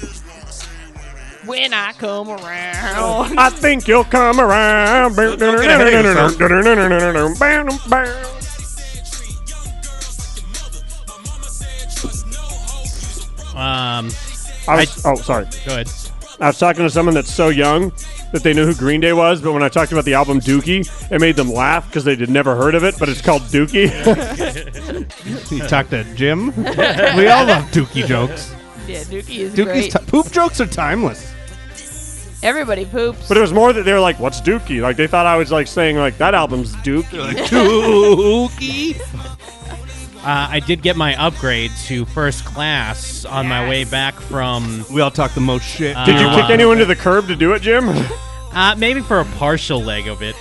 S2: When I come around.
S11: I think you'll come around.
S10: Um,
S11: I was, oh, sorry.
S10: Go ahead.
S11: I was talking to someone that's so young that they knew who Green Day was, but when I talked about the album Dookie, it made them laugh because they had never heard of it, but it's called Dookie.
S12: You talked to Jim. we all love Dookie jokes.
S2: Yeah, Dookie is
S12: Dookie's
S2: great.
S12: ti- poop jokes are timeless.
S2: Everybody poops.
S11: but it was more that they were like, what's Dookie? Like, they thought I was like saying, like, that album's Dookie.
S12: Dookie.
S10: Uh, I did get my upgrade to first class on my way back from.
S12: We all talk the most shit.
S11: Did you kick anyone to the curb to do it, Jim?
S10: Uh, maybe for a partial leg of it,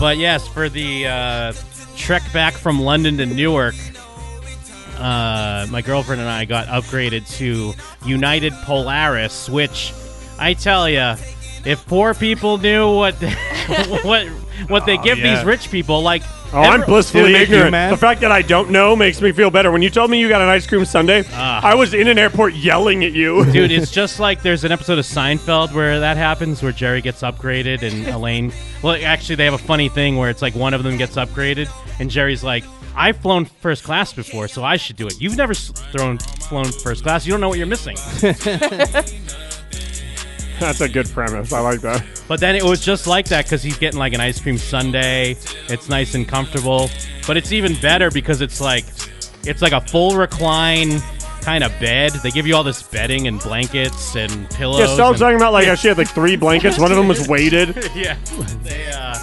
S10: but yes, for the uh, trek back from London to Newark, uh, my girlfriend and I got upgraded to United Polaris, which I tell you, if poor people knew what what what they
S11: Oh,
S10: give
S11: yeah.
S10: these rich people, like
S11: Oh, I'm
S10: every-
S11: blissfully ignorant. The fact that I don't know makes me feel better. When you told me you got an ice cream sundae, I was in an airport yelling at you.
S10: Ah. Dude, it's just like there's an episode of Seinfeld where that happens, where Jerry gets upgraded and Elaine. Well, actually, they have a funny thing where it's like one of them gets upgraded, and Jerry's like, "I've flown first class before, so I should do it. You've never s- thrown flown first class. You don't know what you're missing."
S11: That's a good premise. I like that.
S10: But then it was just like that because he's getting like an ice cream sundae. It's nice and comfortable, but it's even better because it's like it's like a full recline kind of bed. They give you all this bedding and blankets and pillows.
S11: Yeah, Stel's
S10: and-
S11: talking about like how she had like three blankets. One of them was weighted.
S10: yeah. They, uh,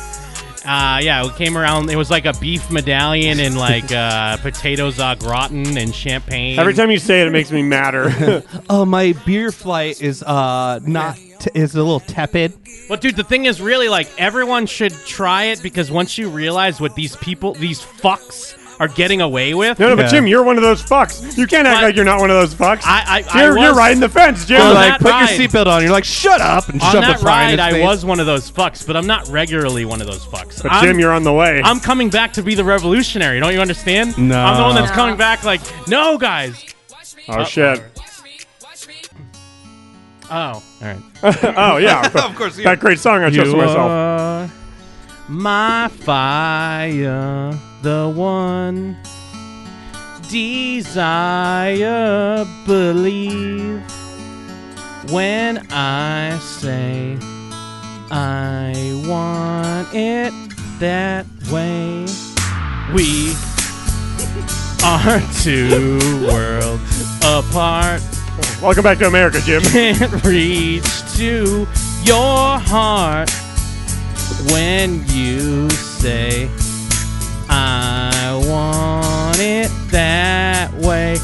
S10: uh, yeah, it came around. It was like a beef medallion and like uh, potatoes au gratin and champagne.
S11: Every time you say it, it makes me madder.
S12: oh, my beer flight is uh not t- is a little tepid.
S10: But dude, the thing is really like everyone should try it because once you realize what these people, these fucks, are getting away with.
S11: No, no, but Jim, you're one of those fucks. You can't act like you're not one of those fucks.
S10: I, I,
S11: you're,
S10: I
S11: you're
S10: was-
S11: riding the fence, Jim.
S10: On that ride-
S12: on. You're like, shut up and
S10: on
S12: shove
S10: that
S12: the fry in
S10: ride,
S12: his
S10: I
S12: face.
S10: was one of those fucks, but I'm not regularly one of those fucks.
S11: But
S10: I'm-
S11: Jim, you're on the way.
S10: I'm coming back to be the revolutionary. Don't you understand?
S11: No.
S10: I'm the one that's coming back. Like, no, guys.
S11: oh shit.
S10: Oh. All right.
S11: oh yeah. That great song I chose for myself.
S10: are my fire, the one desire, believe. When I say I want it that way, we are two worlds apart.
S11: Welcome back to America, Jim.
S10: Can't reach to your heart when you say, I want it that way.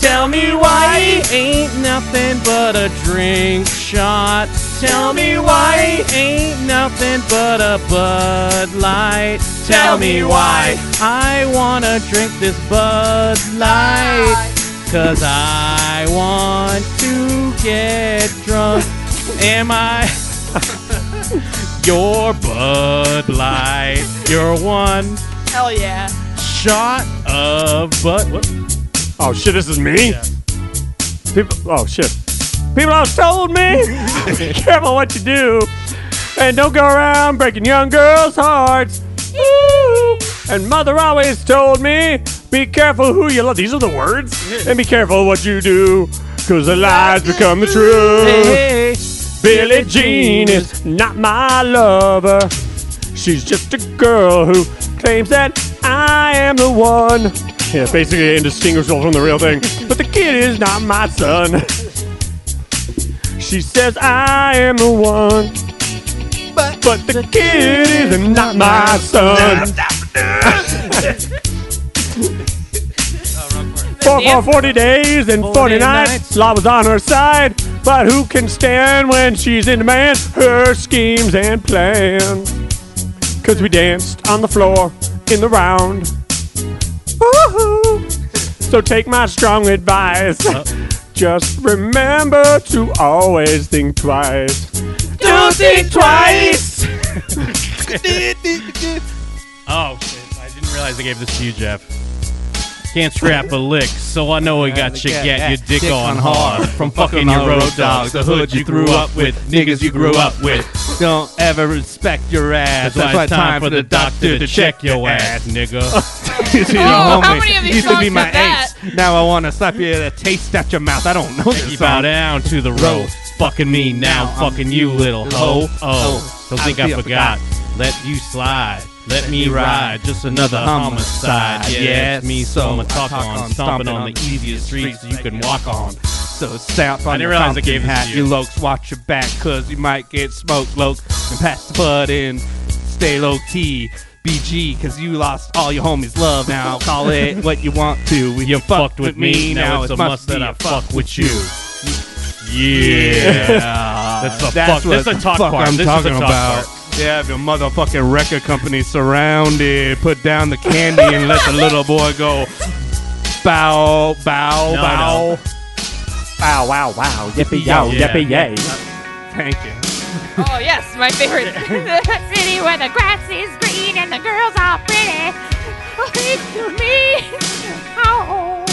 S10: Tell me why it ain't nothing but a drink shot. Tell me why it ain't nothing but a Bud Light. Tell me why I wanna drink this Bud Light. Cause I want to get drunk. Am I your Bud Light? Your one
S2: Hell yeah.
S10: shot of Bud. What?
S11: Oh shit, this is me. People, oh shit. People have told me. Be careful what you do, and don't go around breaking young girls' hearts. Ooh. And mother always told me, be careful who you love. These are the words. And be careful what you do, cause the lies become the truth.
S10: Hey,
S11: Billie Jean is not my lover. She's just a girl who claims that I am the one. Yeah, basically indistinguishable from the real thing. But the kid is not my son. She says I am the one. But, the kid is not my son. For, for 40 days and 40 nights, law was on her side. But who can stand when she's in demand? Her schemes and plans. Cause we danced on the floor in the round. Woohoo! So take my strong advice.
S10: Uh-huh.
S11: Just remember to always think twice.
S10: Don't think twice. Oh, shit. I didn't realize I gave this to you, Jeff. Can't scrap a lick, so I know we got you get your dick on hard from fucking your road dogs, the hood you grew up with, niggas you grew up with.
S12: Don't ever respect your ass.
S10: That's why it's time for the doctor to check your ass, nigga.
S12: You see,
S2: Oh,
S12: you
S2: how
S12: homie.
S2: many of these
S12: Used to
S2: songs
S12: be my
S2: have that?
S12: ace. Now I want to slap you a taste out your mouth. I don't know this
S10: You bow
S12: song.
S10: down to the road, fucking me now, fucking you, little hoe. Oh, don't think I forgot. Let you slide. Let me ride, just another homicide. Yeah, it's me, so I'ma talk on, stomping on the easiest streets you can walk on.
S12: So stamp
S10: I
S12: on
S10: didn't
S12: your
S10: realize I
S12: pumpkin
S10: gave this
S12: hat,
S10: to
S12: you
S10: you.
S12: lokes. Watch your back, cause you might get smoked, lokes. And pass the bud in, stay low key. BG, because you lost all your homies' love. Now call it what you want to. When
S10: You fucked with me, now it's a must that
S12: be
S10: I
S12: a
S10: fuck with you.
S12: Yeah.
S10: That's the fuck- that's
S12: what
S10: the talk
S12: fuck
S10: part.
S12: I'm
S10: This is
S12: talking
S10: the talk
S12: about. Yeah, the motherfucking record company surrounded. Put down the candy and let the little boy go. Bow, bow,
S10: No,
S12: bow.
S10: no.
S12: Bow, wow, wow. Yippee
S11: Yeah.
S12: yay. Thank you.
S2: Oh yes, my favorite. the city where the grass is green and the girls are pretty. Oh, it's to me. Oh.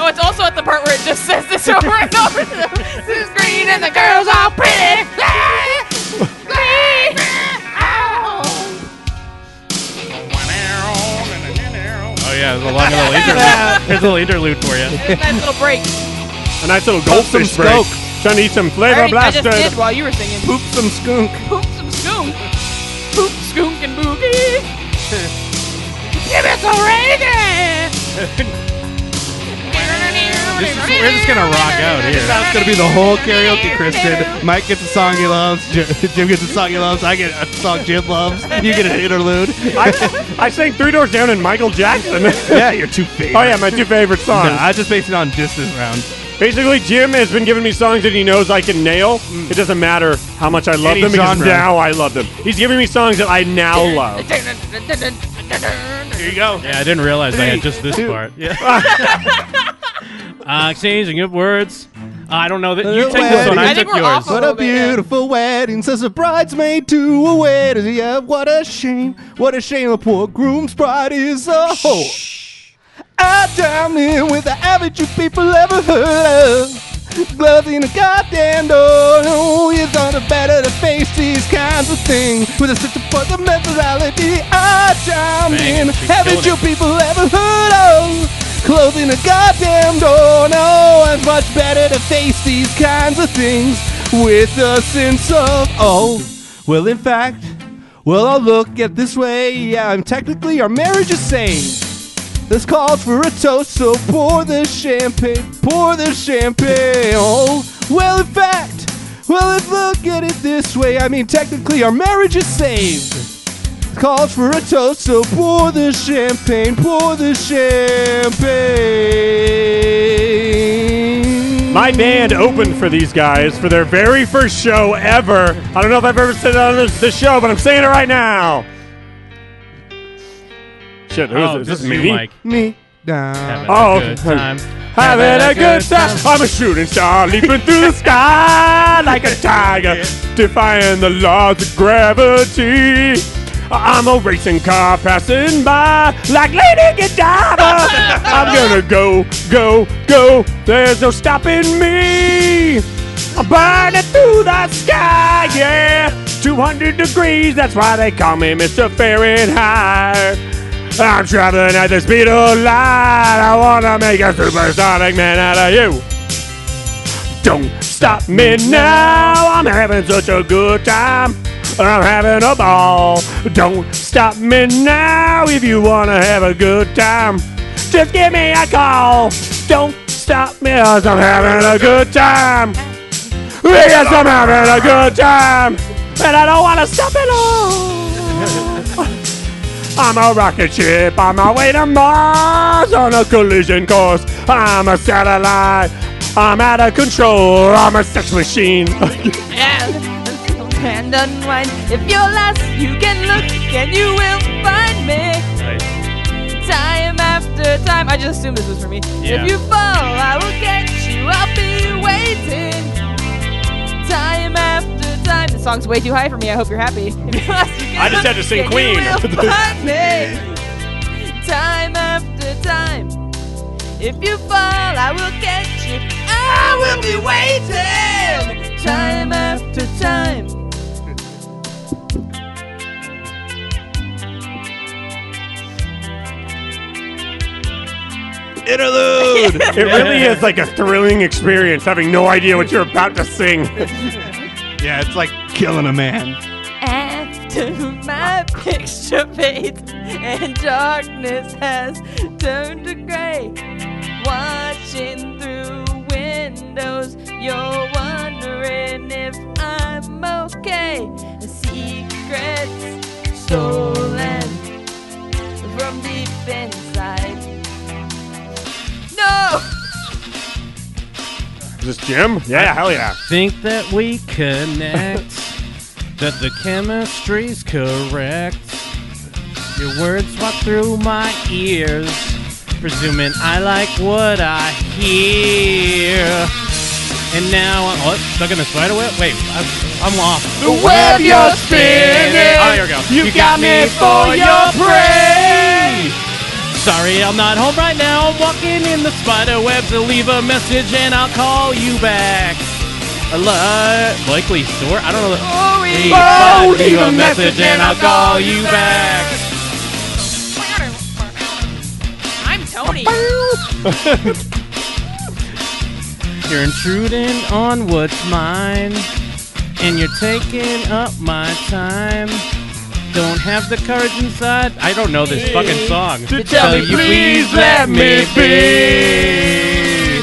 S2: Oh, it's also at the part where it just says this over and over. It's green and the girls are pretty. Ah, green. Oh.
S10: Oh yeah, there's a lot of little interlude. There's a little interlude for you.
S2: Nice little break.
S11: A nice little
S10: Poke some
S11: goldfish break.
S10: skunk.
S11: Trying to eat some
S2: I,
S11: flavor
S2: already, I just
S11: blaster.
S2: did while you were singing.
S12: Poop some skunk.
S2: Poop some skunk. Poop skunk and boogie. Give us a reggae.
S12: we're just gonna rock out here. That's gonna be the whole karaoke, Kristen. Mike gets a song he loves. Jim Jim gets a song he loves. I get a song Jim loves. You get an interlude.
S11: I, I sang Three Doors Down and Michael Jackson.
S12: yeah, your two favorites.
S11: Oh yeah, my two favorite songs.
S12: No, I just based it on distance round.
S11: Basically, Jim has been giving me songs that he knows I can nail. It doesn't matter how much I love
S12: Any
S11: them because
S12: genre.
S11: now I love them. He's giving me songs that I now love.
S12: Here you go.
S10: Yeah, I didn't realize I had just this part. Yeah. uh, exchanging of words. Uh, I don't know that you take this one. I, took yours.
S12: What
S2: Oh,
S12: a beautiful wedding, says a bridesmaid to a wedding. Yeah, what a shame. What a shame the poor groom's bride is a whore. I down in with the average you people ever heard of. Gloves in a goddamn door. Oh, it's not a better to face these kinds of things with a such a for the methodology. I down
S3: Bang,
S12: in.
S3: she's
S12: Haven't
S3: killing
S12: you
S3: it.
S12: people ever heard of? Closing a goddamn door. No, it's much better to face these kinds of things with a sense of oh. Well, in fact, well, I'll look at this way. Yeah, I'm technically our marriage is sane. This calls for a toast, so pour the champagne, pour the champagne. Oh, well, in fact, well, if look at it this way, I mean, technically, our marriage is saved. This calls for a toast, so pour the champagne, pour the champagne.
S11: My band opened for these guys for their very first show ever. I don't know if I've ever said that on this, this show, but I'm saying it right now. Shit, who is
S10: Oh,
S11: this?
S10: this
S11: Is
S10: is
S11: this
S10: you,
S11: me?
S10: Mike.
S12: Me down.
S10: Having
S11: Oh,
S10: a good time.
S11: Having, a, good time. I'm a shooting star leaping through the sky like a tiger, defying the laws of gravity. I'm a racing car passing by like Lady Godiva. I'm gonna go, go, go. There's no stopping me. I'm burning through the sky, yeah. 200 degrees, that's why they call me Mr. Fahrenheit. I'm traveling at the speed of light. I wanna make a supersonic man out of you. Don't stop me now. I'm having such a good time. I'm having a ball. Don't stop me now if you wanna have a good time. Just give me a call. Don't stop me i I'm having a good time. Yes, I'm having a good time. And I don't wanna stop at all. I'm a rocket ship on my way to Mars on a collision course. I'm a satellite. I'm out of control. I'm a sex machine.
S2: And unwind. If you're lost, you can look and you will find me. Time after time. I just assumed this was for me.
S10: Yeah.
S2: If you fall, I will get you. I'll be waiting. Time after time. The song's way too high for me. I hope you're happy. If you're lost, you can
S11: I just had to
S2: look
S11: sing
S2: and
S11: Queen.
S2: You will find me. Time after time. If you fall, I will get you. I will be waiting. Time after time.
S11: Interlude. it really is like a thrilling experience having no idea what you're about to sing.
S12: Yeah, it's like killing a man.
S2: After my picture fades and darkness has turned to gray, watching through windows, you're wondering if I'm okay. The secrets.
S12: So
S11: Just Jim? Yeah, hell yeah.
S10: Think that we connect. that the chemistry's correct. Your words walk through my ears. Presuming I like what I hear. And now I'm oh, stuck in the spider web? Wait, I'm, I'm off.
S2: The web you're spinning.
S10: Oh, here we go.
S2: You got me for your prey.
S10: Sorry, I'm not home right now. I'm walking in the spider web to leave a message and I'll call you back. I love likely store. I don't know.
S2: Oh, we-
S10: Leave-
S2: Oh,
S10: leave a message and I'll call you back.
S2: I'm Tony.
S10: You're intruding on what's mine, and you're taking up my time. Don't have the courage inside. I don't know this fucking song.
S2: To tell me,
S10: you
S2: please let me
S10: be.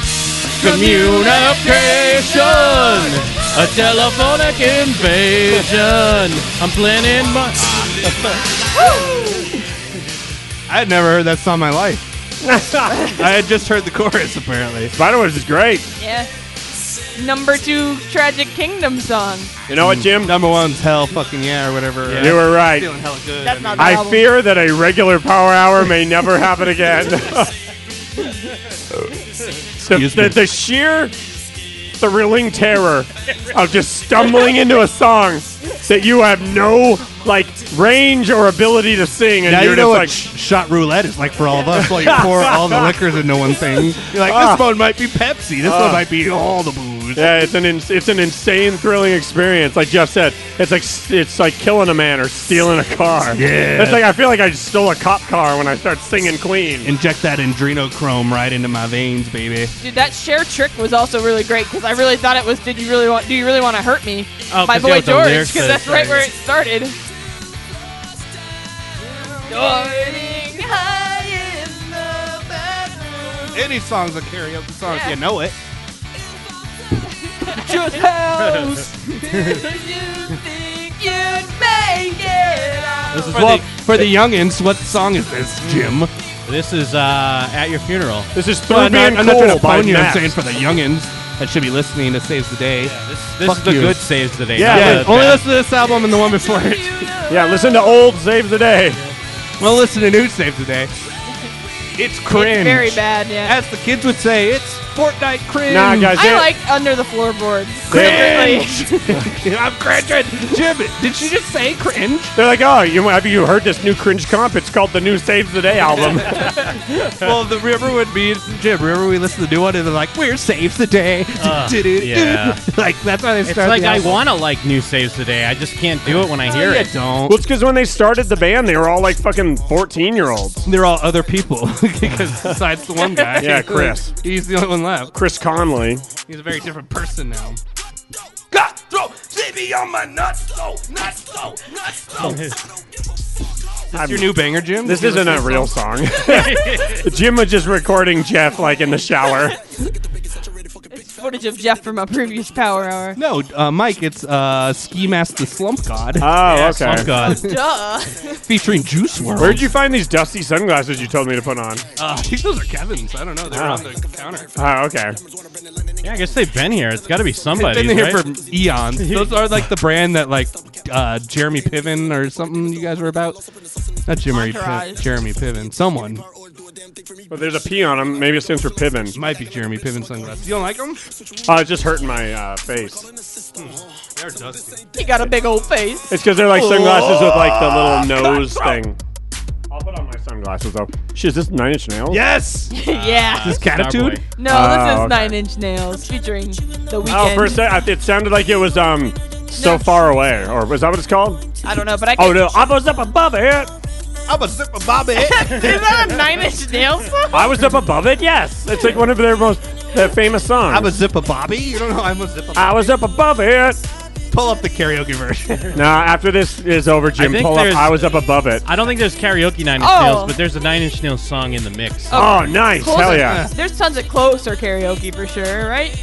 S10: Communication, a telephonic invasion. I'm planning my.
S12: I had never heard that song in my life. I had just heard the chorus, apparently.
S11: Spider Webs is great.
S2: Yeah. Eh, Number two Tragic Kingdom song.
S11: You know what, Jim?
S12: Hmm. Number one's hell fucking yeah or whatever.
S11: You were right.
S12: Feeling hella good.
S2: That's not the
S11: I
S2: album.
S11: fear that a regular power hour may never happen again. the,
S12: Excuse
S11: the-
S12: me.
S11: the sheer thrilling terror of just stumbling into a song that you have no like range or ability to sing, and
S12: now
S11: you're
S12: you
S11: just
S12: know what
S11: like,
S12: sh- shot roulette is like for all of us. While you pour all the liquors into one thing, you're like,
S11: Ah.
S12: this one might be Pepsi. This
S11: Ah.
S12: one might be all the booze.
S11: Yeah, it's an ins it's an insane, thrilling experience. Like Jeff said, it's like s- it's like killing a man or stealing a car.
S12: Yeah.
S11: it's like I feel like I stole a cop car when I start singing Queen.
S12: Inject that adrenochrome right into my veins, baby.
S2: Dude, that share trick was also really great because I really thought it was "Did you really want? Do you really want to hurt me?"
S10: Oh,
S2: My
S10: 'cause yeah,
S2: boy
S10: with the
S2: George,
S10: lyrics
S2: because
S10: that
S2: that's
S10: it
S2: right where it
S10: says.
S2: started.
S12: Any song's a karaoke song if
S2: Yeah.
S12: you know it.
S2: Just house. you think you'd make it out?
S12: This is well, for the youngins, what song is this, Jim?
S10: This is uh, at your funeral.
S11: This is through
S12: No, I'm not,
S11: being
S12: I'm not trying
S11: cool
S12: to
S11: by
S12: phone you. I'm
S11: Max.
S12: saying for the youngins that should be listening to Saves the Day.
S10: This
S12: Fuck
S10: is the
S12: you.
S10: good saves the day.
S12: Yeah,
S10: not
S12: yeah,
S10: the
S12: only
S10: bad.
S12: listen to this album and the one before it.
S11: Yeah, listen to old Save the Day.
S12: Well, listen to new Saves the Day. It's cringe.
S2: It's very bad. Yeah.
S12: As the kids would say, it's Fortnite cringe.
S11: Nah, guys,
S2: I
S11: they're-
S2: like under the floorboards.
S12: cringe. I'm cringing. Jim, did you just say cringe?
S11: They're like, oh, you, have you heard this new cringe comp? It's called the new Save the Day album.
S12: well, the river would be Jim. Remember we listened to the new one and they're like, "We're saves the day."
S10: Uh,
S12: Du-du-du-du.
S10: yeah.
S12: like that's how they
S10: It's
S12: start.
S10: like
S12: the
S10: I
S12: album.
S10: want to like new saves today. I just can't do it when
S2: Oh,
S10: I hear
S12: Yeah,
S10: it.
S12: don't.
S11: well, it's because when they started the band, they were all like fucking 14 year olds.
S12: They're all other people because besides the one guy,
S11: Yeah, Chris.
S12: he's the only one left.
S11: Chris Conley.
S12: He's a very different person now.
S4: God, throw Jimmy on my nuts, though, nuts, though, nuts, though.
S12: That's your new banger, Jim.
S11: This
S12: Did you
S11: isn't a
S12: listen to
S11: real
S12: this
S11: song. Jim was just recording Jeff like in the shower.
S2: It's footage of Jeff from a previous Power Hour.
S12: No, uh, Mike, it's uh, Ski Mask the Slump God
S11: Oh, okay.
S10: Oh God.
S2: Duh.
S12: featuring Juice World.
S11: Where'd you find these dusty sunglasses you told me to put on?
S12: I think those are Kevin's. I don't know. They're
S11: Ah.
S12: on the counter.
S11: Oh, okay.
S10: Yeah, I guess they've been here. It's got to be somebody.
S12: They've been here
S10: right?
S12: for eons. Those are like the brand that like uh, Jeremy Piven or something you guys were about. Not Jeremy Piven.
S2: Entourage.
S12: Jeremy Piven. Someone
S11: Well, there's a P on them. Maybe it stands for Piven.
S12: might be Jeremy Piven sunglasses. You don't like them?
S11: Oh, it's just hurting my uh, face.
S12: They're dusty.
S2: He got a big old face.
S11: It's because they're like sunglasses with like the little nose thing. I'll put on my sunglasses though. Shit, is this Nine Inch Nails?
S12: Yes.
S2: yeah.
S12: This catitude.
S10: Starboy.
S2: No,
S11: Oh,
S2: this is
S11: okay.
S2: Nine Inch Nails featuring The Weeknd.
S11: Oh, for a sec, I- it sounded like it was um so
S2: No.
S11: far away, or was that what it's called?
S2: I don't know, but I
S11: Oh
S2: could.
S11: no, I was up above it.
S12: I'm a zipper bobby.
S2: Is that a Nine Inch Nails song?
S11: I was up above it. Yes, it's like one of their most their famous songs.
S12: I'm a zipper bobby. You don't know I'm a zipper.
S11: I was up above it.
S12: Pull up the karaoke version.
S11: Nah, after this is over, Jim,
S10: think
S11: pull up.
S10: there's-
S11: I was up above it.
S10: I don't think there's karaoke Nine Inch
S2: Oh.
S10: Nails, but there's a Nine Inch Nails song in the mix.
S2: Oh.
S11: Oh, nice.
S2: Closer.
S11: Hell yeah.
S2: There's tons of closer karaoke for sure, right?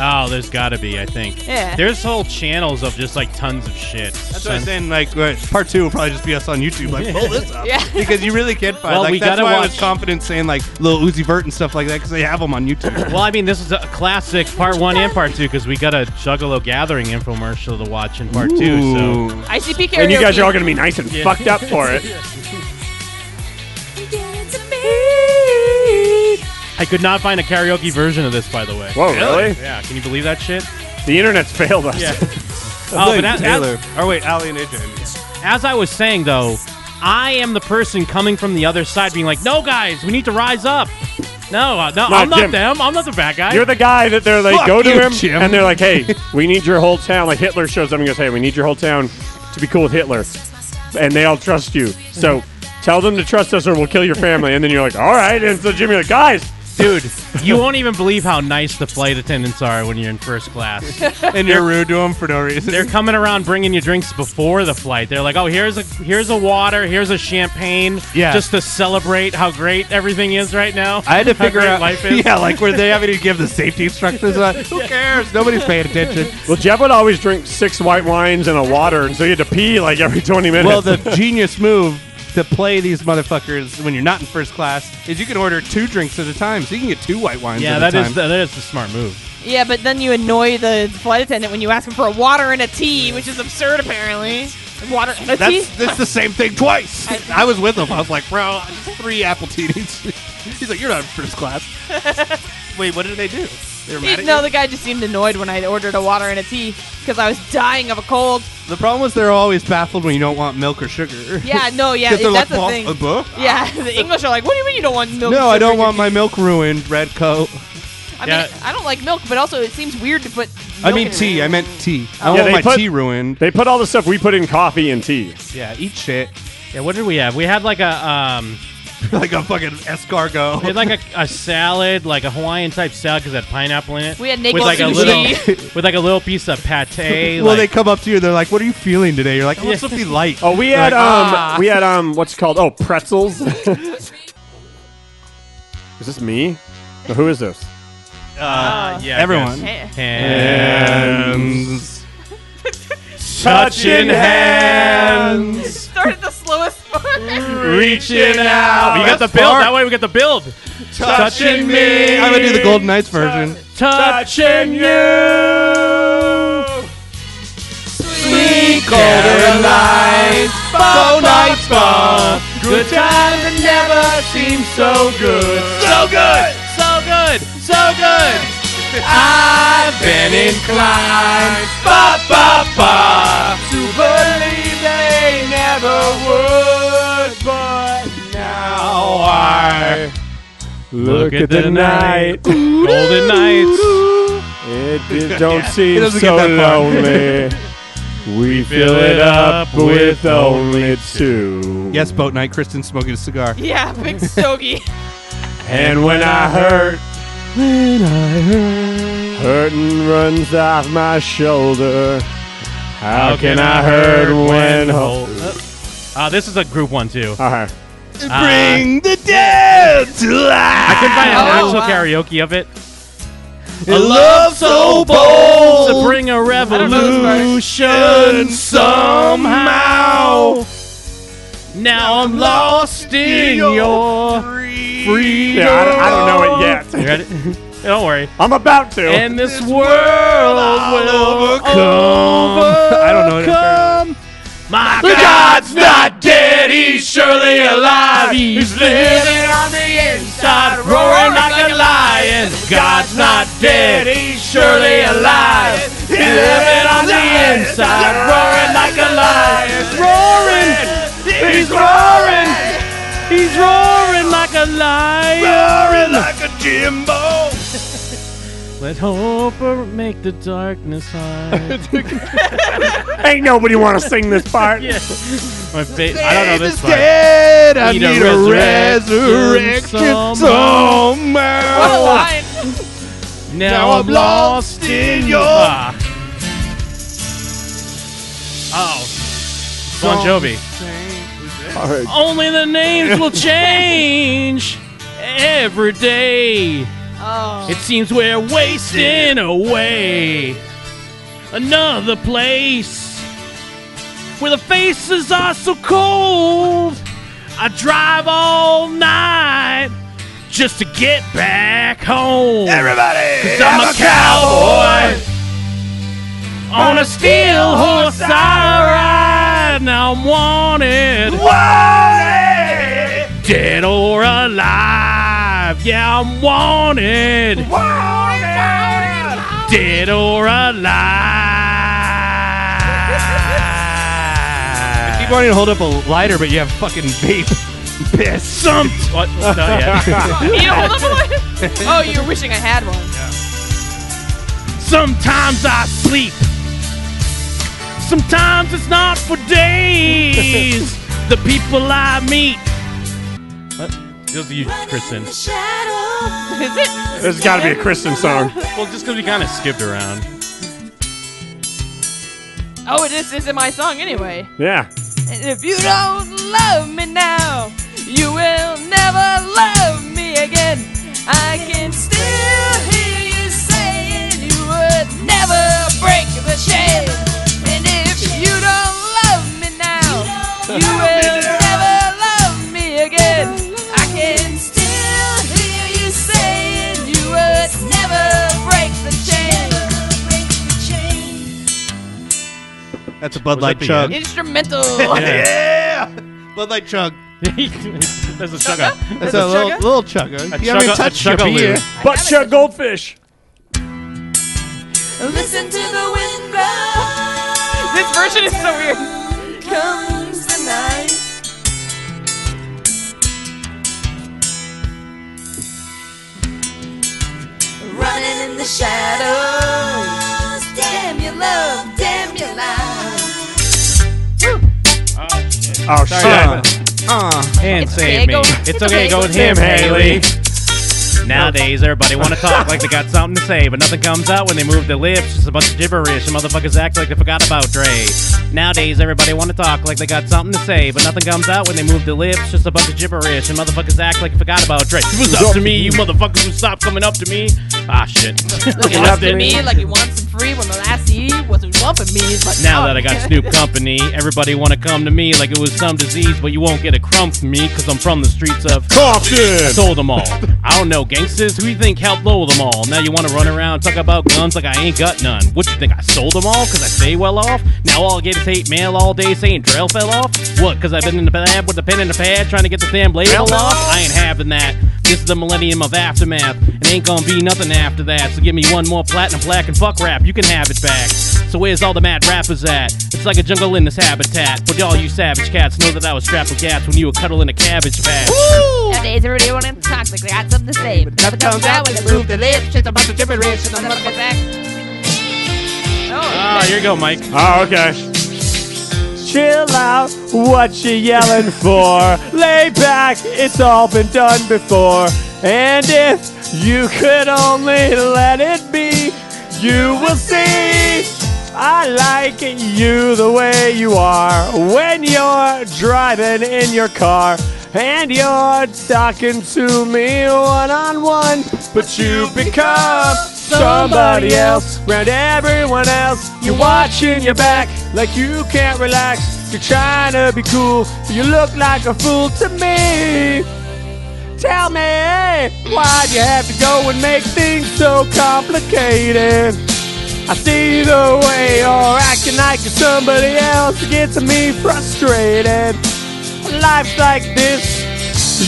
S10: Oh, there's got to be. I think.
S2: Yeah.
S10: There's whole channels of just like tons of shit.
S12: That's what I'm saying. Like uh, part two will probably just be us on YouTube. Like pull this up
S2: Yeah.
S12: because you really can't find.
S10: Well,
S12: like,
S10: we
S12: that's
S10: gotta
S12: why I was
S10: watch-
S12: confident saying like little Uzi Vert and stuff like that because they have them on YouTube.
S10: Well, I mean, this is a classic part one and part two because we got a Juggalo Gathering infomercial to watch in part two. So
S2: ICP karaoke.
S11: And you guys are all going to be nice and
S10: Yeah.
S11: fucked up for it.
S10: I could not find a karaoke version of this, by the way.
S11: Whoa, really?
S10: Yeah, can you believe that shit?
S11: The internet's failed us.
S10: Yeah.
S12: Oh,
S10: but that-
S12: Taylor.
S10: that-
S12: Or wait, Ali and AJ.
S10: As I was saying, though, I am the person coming from the other side being like, no, guys, we need to rise up. No, uh, no,
S11: No,
S10: I'm not
S11: Jim.
S10: them. I'm not the bad guy.
S11: You're the guy that they're like,
S10: Fuck
S11: go to
S10: you,
S11: him,
S10: Jim.
S11: and they're like, hey, we need your whole town. Like Hitler shows up and goes, hey, we need your whole town to be cool with Hitler, and they all trust you. So tell them to trust us, or we'll kill your family. And then you're like, all right. And so Jimmy, like, guys,
S10: dude, you won't even believe how nice the flight attendants are when you're in first class.
S12: And you're rude to them for no reason.
S10: They're coming around bringing you drinks before the flight. They're like, "Oh, here's a here's a water, here's a champagne,
S12: Yeah.
S10: just to celebrate how great everything is right now."
S12: I had to
S10: how
S12: figure
S10: great
S12: out.
S10: life is.
S12: Yeah, like were they having to give the safety instructions? on Who cares? Nobody's paying attention.
S11: Well, Jeff would always drink six white wines and a water, and so you had to pee like every 20 minutes.
S12: Well, the genius move to play these motherfuckers when you're not in first class is you can order two drinks at a time, so you can get two white wines.
S10: yeah,
S12: at
S10: that
S12: a time.
S10: is the, that is the smart move.
S2: Yeah, but then you annoy the flight attendant when you ask him for a water and a tea, which is absurd apparently. Water and a tea?
S12: That's, that's the same thing twice. I was with him. I was like, bro, just three apple teenies. He's like, you're not in first class. Wait, what did they do? They were mad at
S2: no,
S12: you?
S2: the guy just seemed annoyed when I ordered a water and a tea because I was dying of a cold.
S12: The problem is they're always baffled when you don't want milk or sugar.
S2: Yeah, no, yeah,
S12: 'Cause they're
S2: that's
S12: like,
S2: the
S12: "Well,
S2: thing.
S12: uh, buh?"
S2: Yeah, the English are like, what do you mean you don't want milk?
S12: No, I
S2: sugar
S12: don't
S2: in your
S12: want
S2: tea?"
S12: my milk ruined, red coat.
S2: I
S10: Yeah.
S2: mean, I don't like milk, but also it seems weird to put.
S12: I
S2: milk
S12: mean
S2: in it.
S12: tea. I meant tea. I
S11: Yeah,
S12: don't
S11: they
S12: want my
S11: put-
S12: tea ruined.
S11: they put all the stuff we put in coffee and tea.
S12: Yeah, eat shit.
S10: Yeah, what did we have? We had like a um,
S12: like a fucking escargot.
S10: we had like a, a salad, like a Hawaiian type salad because it had pineapple in it.
S2: We had
S10: with
S2: naked
S10: like a
S2: sushi.
S10: little with like a little piece of pate.
S12: well,
S10: like,
S12: they come up to you. They're like, "What are you feeling today?" You're like, "I want
S10: Yeah.
S12: something light."
S11: Oh, we
S12: They're
S11: had
S12: like,
S11: um,
S12: "Ah."
S11: we had um, what's it called? Oh, pretzels. is this me? Or who is this?
S10: uh, yeah, I
S12: everyone.
S10: guess.
S12: Hands.
S11: Touching hands.
S2: started the slowest part.
S11: Reaching out.
S10: We got the build. That way we got the build. Touching me.
S12: I'm gonna do the Golden Knights version.
S11: Touching you.
S12: Sweet Golden Lights, Bow Nights Bar. Good times that never seem so good. So good, so good, so good. I've been inclined, ba ba ba, to believe they never would, but now I
S11: Look at the night.
S10: Golden Knights.
S11: It, it don't
S12: It
S11: seem
S12: doesn't get
S11: so
S12: that far.
S11: lonely. We fill it up with only two.
S12: Yes, boat night. Kristen smoking a cigar.
S2: Yeah, big stogie.
S11: And when I hurt,
S12: When I heard
S11: hurting runs off my shoulder. How, can, I hurt when whole?
S10: Uh, this is a group one too. Uh,
S11: Uh-huh.
S12: Bring the dead to
S10: I
S12: life.
S10: couldn't find an
S2: Oh,
S10: actual
S2: wow.
S10: karaoke of it.
S12: A love
S10: Oh,
S12: so bold
S10: To bring a revolution
S12: and somehow
S10: Now I'm lost in your freedom.
S11: Yeah, I don't, I don't know it yet.
S10: You ready? don't worry.
S11: I'm about to.
S10: And this world will
S11: Um,
S10: overcome.
S12: I don't know that
S10: My
S11: the
S10: God,
S11: God's not dead. He's surely alive. He's living on the inside, roaring like a lion. God's not dead. He's surely alive. He's living on the inside, roaring like a lion. Roaring. He's roaring.
S10: He's roaring like a lion.
S11: Roaring like a Jimbo.
S10: Let hope er- make the darkness hide.
S11: Ain't nobody want to sing this part.
S10: Yeah. My fa- I don't know this part.
S12: dead. I
S10: Need
S12: need,
S10: a
S12: a
S10: resurrection
S12: resurrection
S10: somehow.
S2: What a
S12: somehow.
S2: line.
S10: Now I'm lost in your. Ah. Oh, Bon Jovi. Only the names will change every day.
S2: Oh.
S10: It seems we're wasting away. Another place where the faces are so cold. I drive all night just to get back home.
S5: Everybody,
S10: Cause I'm,
S5: I'm
S10: a,
S5: a
S10: cowboy, on a steel horse I ride. Now I'm wanted. Dead or alive. Yeah, I'm wanted. Dead or alive.
S12: Keep wanting to hold up a lighter, but you have fucking vape piss.
S10: Some. What? Not yet.
S2: You don't hold up one? Oh, you're wishing I had one.
S10: Sometimes I sleep. Sometimes it's not for days. the people I meet. What? Those are you, Kristen.
S2: Is it?
S11: This has got to be a Kristen song.
S10: Well, just because we kind of skipped around.
S2: Oh, it is. Isn't my song anyway?
S11: Yeah.
S2: And if you don't love me now, you will never love me again. I can still hear you saying you would never break the chain. And if you don't love me now, you will never love me again. I can still hear you saying you would never break the chain.
S12: That's a Bud
S10: Was that
S12: Light
S10: the
S12: chug.
S10: end?
S2: Instrumental.
S12: Bud Light chug.
S10: There's a chugga.
S12: That's a little, little chugger.
S10: A
S12: you haven't
S10: chugga- a
S12: touched your
S10: chugga-loo.
S12: beer.
S11: But your goldfish.
S2: Listen to the wind blow. This version is so weird. Comes the night.
S8: Running in the shadows. Damn your love, damn your life.
S11: Oh,
S10: Sorry.
S11: shit.
S10: and
S11: It's
S10: save me.
S11: okay, go-
S10: It's okay, go with him,
S11: Tim Haley.
S10: Haley. Nowadays, everybody want to talk like they got something to say, but nothing comes out when they move their lips. Just a bunch of gibberish, and motherfuckers act like they forgot about Dre. Nowadays, everybody want to talk like they got something to say, but nothing comes out when they move their lips. Just a bunch of gibberish, and motherfuckers act like they forgot about Dre. You was up to me, you motherfuckers who stopped coming up to me. Ah, shit.
S2: Look
S10: Lost
S2: after
S10: it.
S2: me like he wants him free when the last he wasn't bumping me. It's like,
S10: Now
S2: oh.
S10: that I got Snoop Company, everybody wanna come to me like it was some disease, but you won't get a crumb from me, cause I'm from the streets of
S11: Compton.
S10: I told them all. I don't know, gangsters, who you think helped lower them all? Now you wanna run around, talk about guns like I ain't got none. What you think, I sold them all, cause I stay well off? Now all I get is hate mail all day saying Drell fell off? What, cause I've been in the lab with a pen and a pad trying to get the damn label off? I ain't having that. This is the millennium of aftermath, and ain't gonna be nothing after that. So give me one more platinum black and fuck rap, you can have it back. So where's all the mad rappers at? It's like a jungle in this habitat. But all you savage cats know that I was strapped with cats when you were cuddling a cabbage patch.
S2: Nowadays, everybody want to talk like they got something to say, but nothing comes out when they move their lips. Just a bunch of gibberish, and the motherfuckers act.
S10: Ah, here you go, Mike.
S11: Oh, okay. Chill out, what you yelling for? Lay back, it's all been done before. And if you could only let it be, you will see. I like you the way you are when you're driving in your car and you're talking to me one on one, but you become somebody else round everyone else. You're watching your back like you can't relax. You're trying to be cool, but you look like a fool to me. Tell me why'd you have to go and make things so complicated? I see the way you're acting like you're somebody else. It gets me frustrated. Life's like this.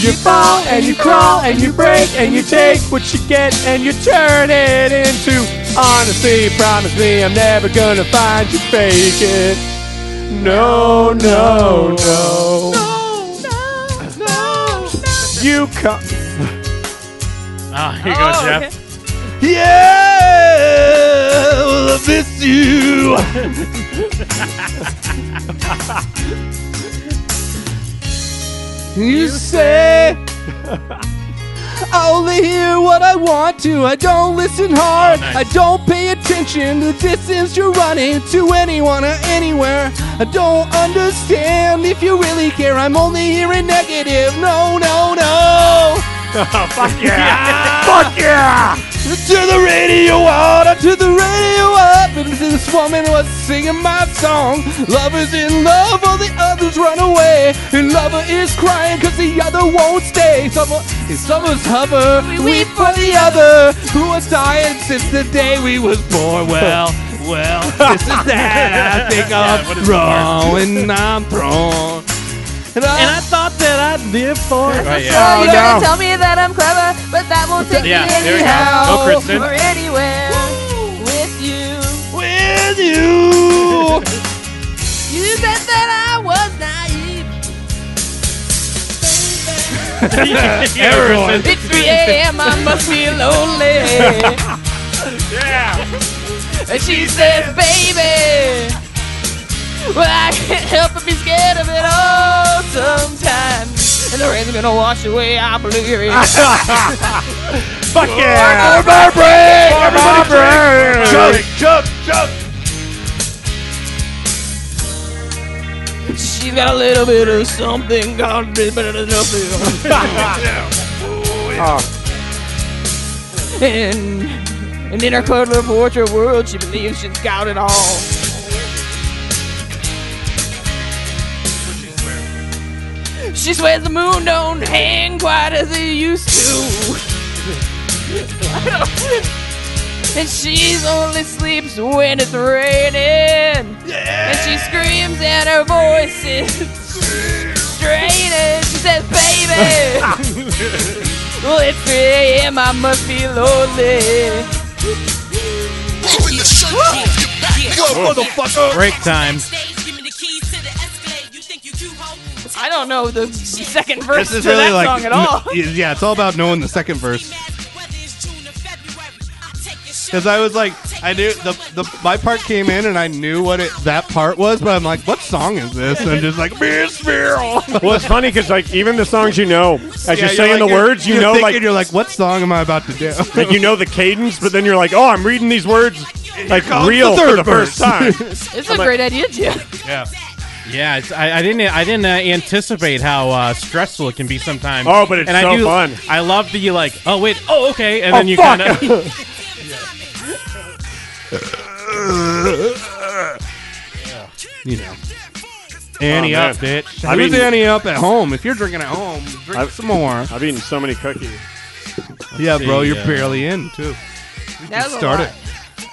S11: You fall and you crawl and you break and you take what you get and you turn it into honesty. Promise me I'm never gonna find you fake it. No, no, no. You come.
S10: Ah, here you go,
S11: Oh,
S10: Jeff.
S12: Yeah, well, I miss you. you say I only hear what I want to. I don't listen hard. I don't pay attention to the distance you're running to anyone or anywhere. I don't understand if you really care. I'm only hearing negative. No, no, no.
S11: fuck yeah! fuck yeah!
S3: To the radio out, up to the radio up, and this woman was singing my song. Lovers in love, all the others run away, and lover is crying cause the other won't stay. Summer, summer's hover, we weep for the other, who was dying since the day we was born. Well, well, this is that I think
S12: what
S3: I'm
S12: is the
S3: wrong,
S12: word?
S3: and I'm wrong. And I, thought that I'd live for it.
S12: Right,
S8: So
S2: Oh,
S12: yeah.
S8: you're gonna Oh, tell me that I'm clever, but that won't take
S3: Yeah,
S8: me
S3: there we go. Go,
S8: anyhow
S3: Kristen.
S8: or anywhere with you.
S3: With you.
S8: You said that I was naive.
S3: Everyone.
S2: It's 3 a.m. I must feel lonely. yeah. And she says, baby, well, I can't help but be scared of it all sometimes. And the rain's gonna wash away our blue
S11: Fuck
S3: yeah! For my brain! For my brain!
S11: Everybody
S3: Jump, jump, jump!
S2: She's got a little bit of something called bit of nothing.
S11: Oh,
S2: and, and in her cuddler portrait world, she believes she's got it all. She swears the moon don't hang quite as it used to. and she's only sleeps when it's raining. And she screams and her voice is straining. She says, baby. well, it's 3 a.m. I must be lonely.
S10: Whoa. Break time.
S2: I don't know the second verse
S12: This is
S2: to
S12: really
S2: that
S12: like,
S2: song at
S12: n-
S2: all.
S12: y- yeah, it's all about knowing the second verse. Because I was like, I knew the, the my part came in and I knew what it that part was, but I'm like, what song is this? And I'm just like, Miss Merrill.
S11: well, it's funny because like even the songs you know, as
S12: Yeah,
S11: you're
S12: you're
S11: saying
S12: like-
S11: the
S12: you're-
S11: words, you
S12: you're
S11: know
S12: thinking,
S11: like
S12: you're like, what song am I about to do?
S11: like you know the cadence, but then you're like, oh, I'm reading these words like
S12: comes
S11: real
S12: the
S11: for
S12: third
S11: the first time.
S12: verse.
S2: It's a great idea, Jim.
S10: Yeah. Yeah, it's, I, I didn't. I didn't uh, anticipate how uh, stressful it can be sometimes.
S11: Oh, but it's
S10: and
S11: so
S10: I do,
S11: fun.
S10: I love that you like. Oh wait. Oh okay. And
S11: Oh,
S10: then you
S11: fuck.
S10: kind of.
S12: you know. Annie
S11: Oh,
S12: up,
S11: man.
S12: bitch.
S11: I've
S12: Who's
S11: eaten-
S12: Annie up at home? If you're drinking at home, drink
S11: I've-
S12: some more.
S11: I've eaten so many cookies.
S12: Yeah, bro,
S10: see,
S12: you're
S10: uh,
S12: barely in too.
S2: That was a
S12: start
S2: lot.
S12: it.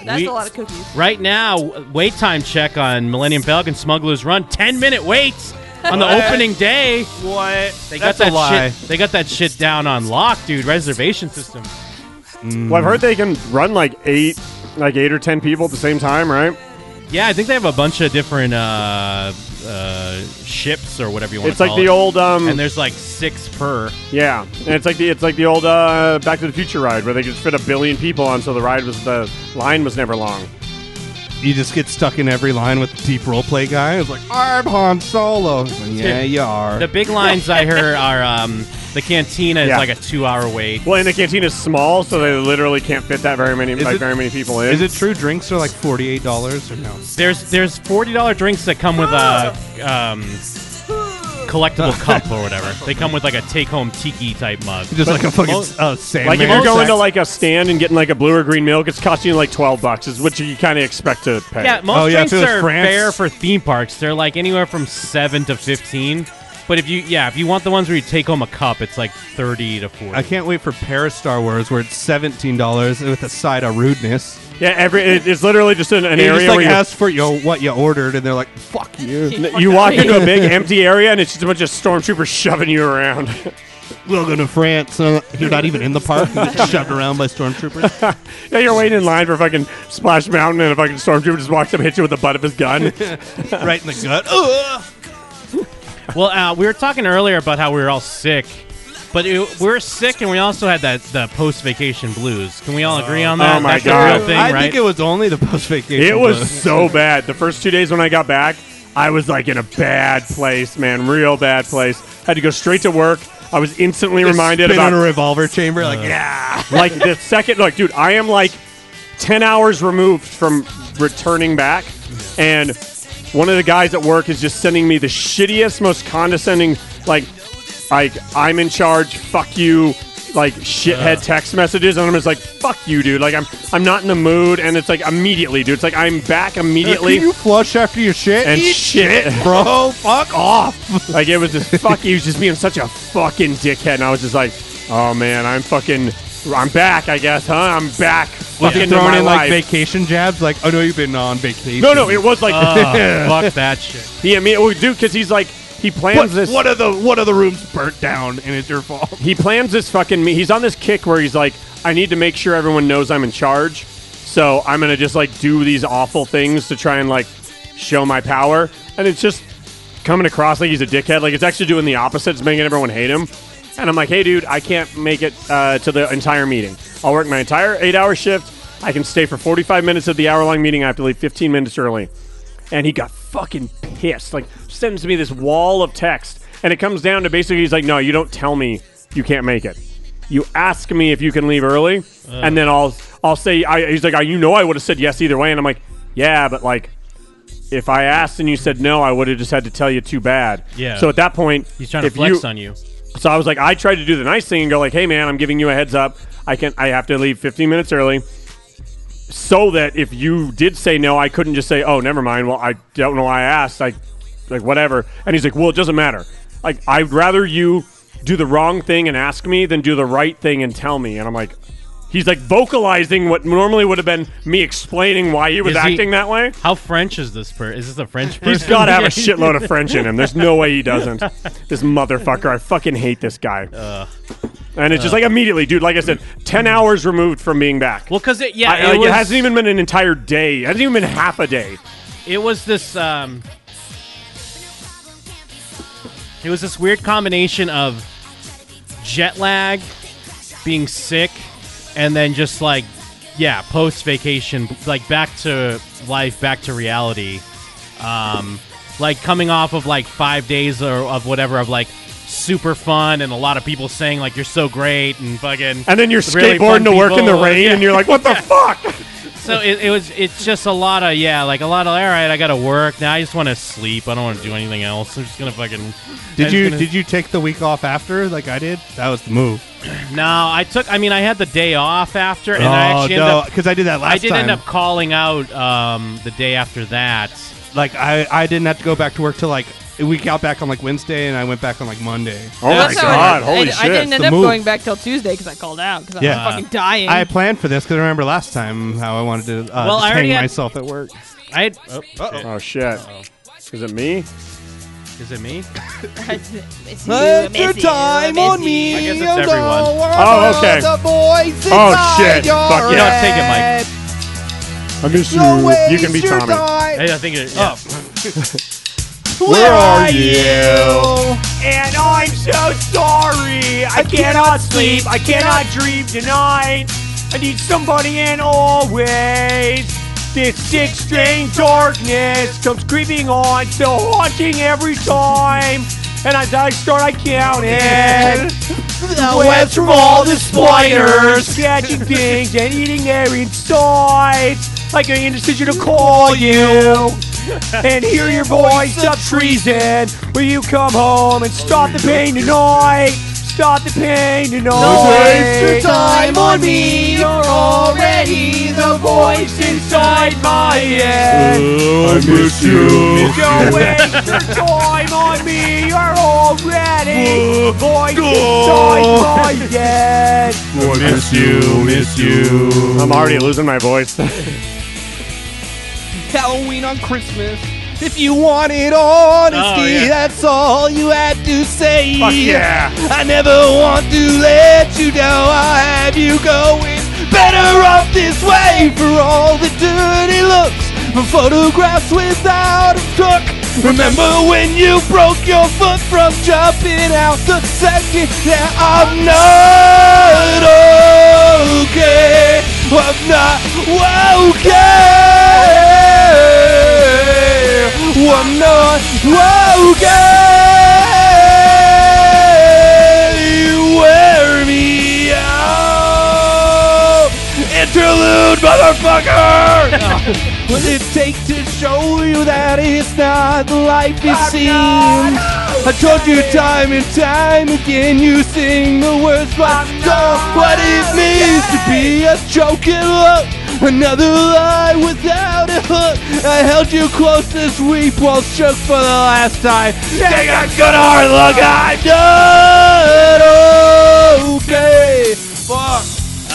S2: That's
S10: We-
S2: a lot of cookies.
S10: Right now, w- wait time check on Millennium Falcon Smuggler's Run. Ten minute waits on the opening day.
S12: What?
S10: They
S12: That's
S10: got that
S12: a lie.
S10: shit. They got that shit down on lock, dude. Reservation system.
S11: Well, I've heard they can run like eight, like eight or ten people at the same time, right?
S10: Yeah, I think they have a bunch of different uh, uh, ships or whatever you want.
S11: It's like the old, um,
S10: and there's like six per.
S11: Yeah, and it's like the it's like the old uh, Back to the Future ride where they could fit a billion people on, so the ride was the line was never long.
S12: You just get stuck in every line with the deep role play guy. It's like, I'm Han Solo. It's like, yeah, you are.
S10: The big lines I heard are um, the cantina is
S11: Yeah.
S10: like a two-hour wait.
S11: Well, and the canteen is small, so they literally can't fit that very many
S12: Is
S11: like
S12: it-
S11: very many people in.
S12: Is it true drinks are like forty eight dollars or no?
S10: There's there's forty dollar drinks that come with a um, collectible cup or whatever. They come with like a take-home tiki type mug.
S12: Just like a fucking
S10: Most-
S12: uh, sand.
S11: like if you're going to like a stand and getting like a blue or green milk, it's costing you like twelve bucks, is what you kind of expect to pay.
S10: Yeah, most
S12: Oh, yeah, if
S10: drinks
S12: it was
S10: are
S12: France-
S10: fair for theme parks. They're like anywhere from seven to fifteen. But if you yeah, if you want the ones where you take home a cup, it's like thirty to forty.
S12: I can't wait for Paris Star Wars where it's seventeen dollars with a side of rudeness.
S11: yeah. Every it, it's literally just an, an
S12: And you
S11: area
S12: just like
S11: where
S12: ask for your what you ordered, and they're like, "Fuck you."
S11: you, you walk into a big empty area and it's just a bunch of stormtroopers shoving you around.
S12: Welcome to France. Uh, you're not even in the park. You get shoved around by stormtroopers.
S11: yeah, you're waiting in line for fucking Splash Mountain, and a fucking stormtrooper just walks up and hits you with the butt of his gun.
S12: right in the gut. Ugh.
S10: Well, uh, we were talking earlier about how we were all sick, but it, we were sick and we also had that the post vacation blues. Can we all agree on that?
S11: Oh my
S10: That's
S11: God.
S10: the real thing,
S12: I
S10: right?
S12: think it was only the post vacation.
S11: It was so bad. The first two days when I got back, I was like in a bad place, man, real bad place. Had to go straight to work. I was instantly reminded
S12: spin
S11: about
S12: in a revolver chamber.
S10: Uh,
S12: Like, yeah,
S11: like the second like dude i am like 10 hours removed from returning back and one of the guys at work is just sending me the shittiest most condescending like like i'm in charge fuck you like shithead
S12: Ugh.
S11: text messages, and I'm just like, "Fuck you, dude!" Like I'm I'm not in the mood, and it's like immediately, dude. It's like I'm back immediately.
S12: Can you flush after your shit?
S11: and
S12: Eat
S11: shit,
S12: bro. Fuck off.
S11: like it was just fuck. He was just being such a fucking dickhead, and I was just like, "Oh man, I'm fucking, I'm back, I guess, huh? I'm back."
S12: Was
S11: fucking
S12: it
S11: to
S12: thrown
S11: my
S12: in
S11: life."
S12: like vacation Uh, jabs? Like, oh no, you've been on vacation.
S11: No, no, it was like
S10: Oh, fuck that shit.
S11: Yeah, I mean, oh, dude, because he's like he plans
S12: What-
S11: this.
S12: One of the one of the rooms burnt down, and it's your fault.
S11: He plans this fucking. me- He's on this kick where he's like, I need to make sure everyone knows I'm in charge, so I'm gonna just like do these awful things to try and like show my power, and it's just coming across like he's a dickhead. Like it's actually doing the opposite. It's making everyone hate him. And I'm like, hey, dude, I can't make it uh, to the entire meeting. I'll work my entire eight-hour shift. I can stay for 45 minutes of the hour-long meeting. I have to leave 15 minutes early. And he got fucking pissed. Like sends me this wall of text, and it comes down to basically he's like, no, you don't tell me you can't make it. You ask me if you can leave early,
S10: Uh.
S11: and then I'll I'll say I, he's like, "Oh, you know, I would have said yes either way, and I'm like, yeah, but like. If I asked and you said no, I would have just had to tell you too bad.
S10: Yeah.
S11: So at that point,
S10: He's trying to
S11: if
S10: flex on you.
S11: so I was like, I tried to do the nice thing and go like, "Hey man, I'm giving you a heads up. I can I have to leave 15 minutes early." So that if you did say no, I couldn't just say, "Oh, never mind. Well, I don't know why I asked." Like like whatever. And he's like, "Well, it doesn't matter. Like I'd rather you do the wrong thing and ask me than do the right thing and tell me." And I'm like, he's like vocalizing what normally would have been me explaining why he was
S10: Is he-
S11: acting that way.
S10: How French is this person? Is this a French person?
S11: He's got to have a shitload of French in him. There's no way he doesn't. This motherfucker. I fucking hate this guy. and it's just
S10: Uh.
S11: like immediately, dude. Like I said, ten hours removed from being back.
S10: Well, because it yeah,
S11: I-
S10: it,
S11: like, it
S10: was,
S11: hasn't even been an entire day. It hasn't even been half a day.
S10: It was this. Um, it was this weird combination of jet lag, being sick, and then just like, yeah, post vacation, like back to life, back to reality. Um, like coming off of like five days or of whatever of like super fun and a lot of people saying like you're so great and fucking
S11: And then you're
S10: really fun
S11: skateboarding to work in the
S10: people.
S11: rain,
S10: Yeah.
S11: and you're like, "What the fuck?"
S10: So it, it was. It's just a lot of yeah, like a lot of all right. I got to work now. I just want to sleep. I don't want to do anything else. I'm just gonna fucking.
S12: Did you did you take the week off after like I did? That was the move.
S10: you? No, I took. I mean, I had the day off after, and I
S12: Oh,
S10: actually
S12: no,
S10: ended up
S12: 'cause I did that
S10: I
S12: last
S10: did end
S12: time.
S10: up calling out um, the day after that.
S12: Like I I didn't have to go back to work till like we got back on like Wednesday, and I went back on like Monday.
S11: Oh
S2: That's how I- I, I didn't end up going back till Tuesday because I called out because I was fucking dying.
S12: I had planned for this because I remember last time how I wanted to uh,
S2: Well,
S12: just
S2: I already
S12: hang
S2: had-
S12: myself at work.
S10: I had, oh,
S11: Oh shit. Is it me?
S10: Is it me?
S2: it's
S12: Let your time on me.
S10: I guess it's
S12: you know,
S10: everyone.
S12: we're
S11: Oh,
S12: all
S11: okay.
S12: the boys
S11: Oh,
S12: inside
S11: shit.
S12: your
S11: Fuck yeah.
S12: head.
S11: Take I miss you.
S12: Don't waste
S11: You can be
S12: your
S11: Tommy.
S12: time.
S10: Hey, I think it. Yeah.
S11: Where are you?
S5: And I'm so sorry. I,
S11: cannot sleep. I cannot
S5: dream tonight. I need somebody in always.
S11: This sick, strange darkness comes creeping on, still haunting every time. And as I start, I count it.
S5: The webs from all the spiders.
S11: Catching things and eating their insides. Like an indecision to call you. And hear your voice of treason. Will you come home and stop the pain tonight? Stop the pain tonight.
S5: waste your time on me. You're
S11: already the voice inside my head.
S5: I miss you.
S11: Don't waste your time on me. You're already voice inside my head.
S5: miss you, miss you.
S11: I'm already losing my voice.
S12: Halloween on Christmas. If you wanted honesty,
S11: Oh, yeah.
S12: that's all you had to say.
S5: Fuck yeah.
S12: I never want to let you down. I have you going better off this way for all the dirty looks, for photographs without a crook. Remember when you broke your foot from jumping out the second? Yeah, I'm not okay. I'm not okay. I'm not okay. You wear me out. Interlude, motherfucker. Will it take to show you that it's not the life you seem?
S15: I told you time and time again, you sing the words, but I know what it means to be a choking look. Another lie without a hook. I held you close this week while shook for the last time. Take a good hard look, I'm not okay. Fuck.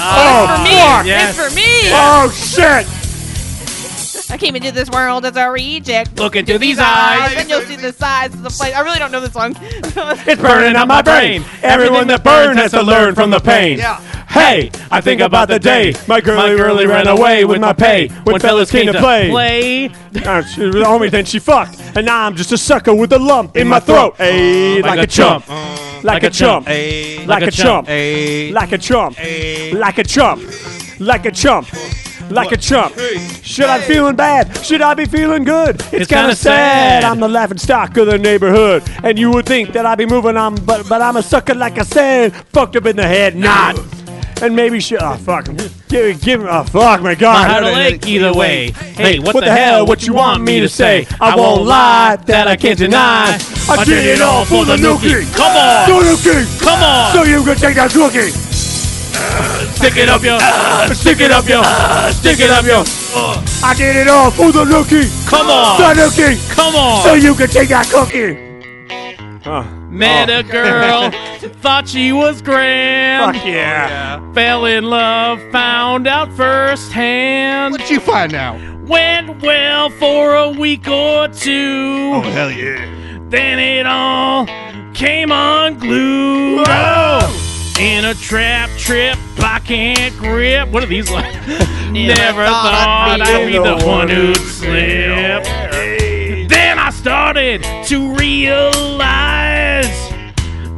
S12: Oh, for me. It's for me.
S11: shit!
S12: I came into this world as a reject.
S10: Look into these eyes.
S12: and you'll see the size of the place. I really don't know this song.
S11: It's burning up my brain. Everyone that burns has to learn from the pain.
S12: Yeah.
S11: Hey, I think about the day my girlie really ran away with my pay when fellas came to play. Uh, she was the homie, then she fucked, and now I'm just a sucker with a lump in my throat. Hey, like, a chump, like a chump, like a chump, like a chump, like a chump, like a chump. Like a chump. Should I be feeling bad? Should I be feeling good? It's,
S10: It's
S11: kind
S10: kinda
S11: of sad.
S10: sad.
S11: I'm the laughing stock of the neighborhood, and you would think that I'd be moving on, but but I'm a sucker, like I said, fucked up in the head, not. And maybe she. Oh fuck! Give, give me. Oh fuck! My God!
S10: My heart will ache either way. Hey, what the hell, what you want me to say?
S11: I won't lie, that I can't deny. I did it all for the nookie. Come on, the nookie. Come on, so you can take that cookie. Stick it up your, stick it up your, Ah, stick it up your. I did it all for the nookie. Come
S10: on.
S11: the nookie.
S10: Come on.
S11: so you can take that cookie.
S10: Met
S15: Oh.
S10: a girl, thought she was grand.
S11: Fuck yeah.
S10: Fell in love, found out firsthand. What'd
S15: you find out?
S10: Went well for a week or two.
S16: Oh, hell yeah.
S10: Then it all came unglued. Oh! In a trap trip I can't grip. What are these like? Never, thought, I'd be the one who'd slip. Then I started to realize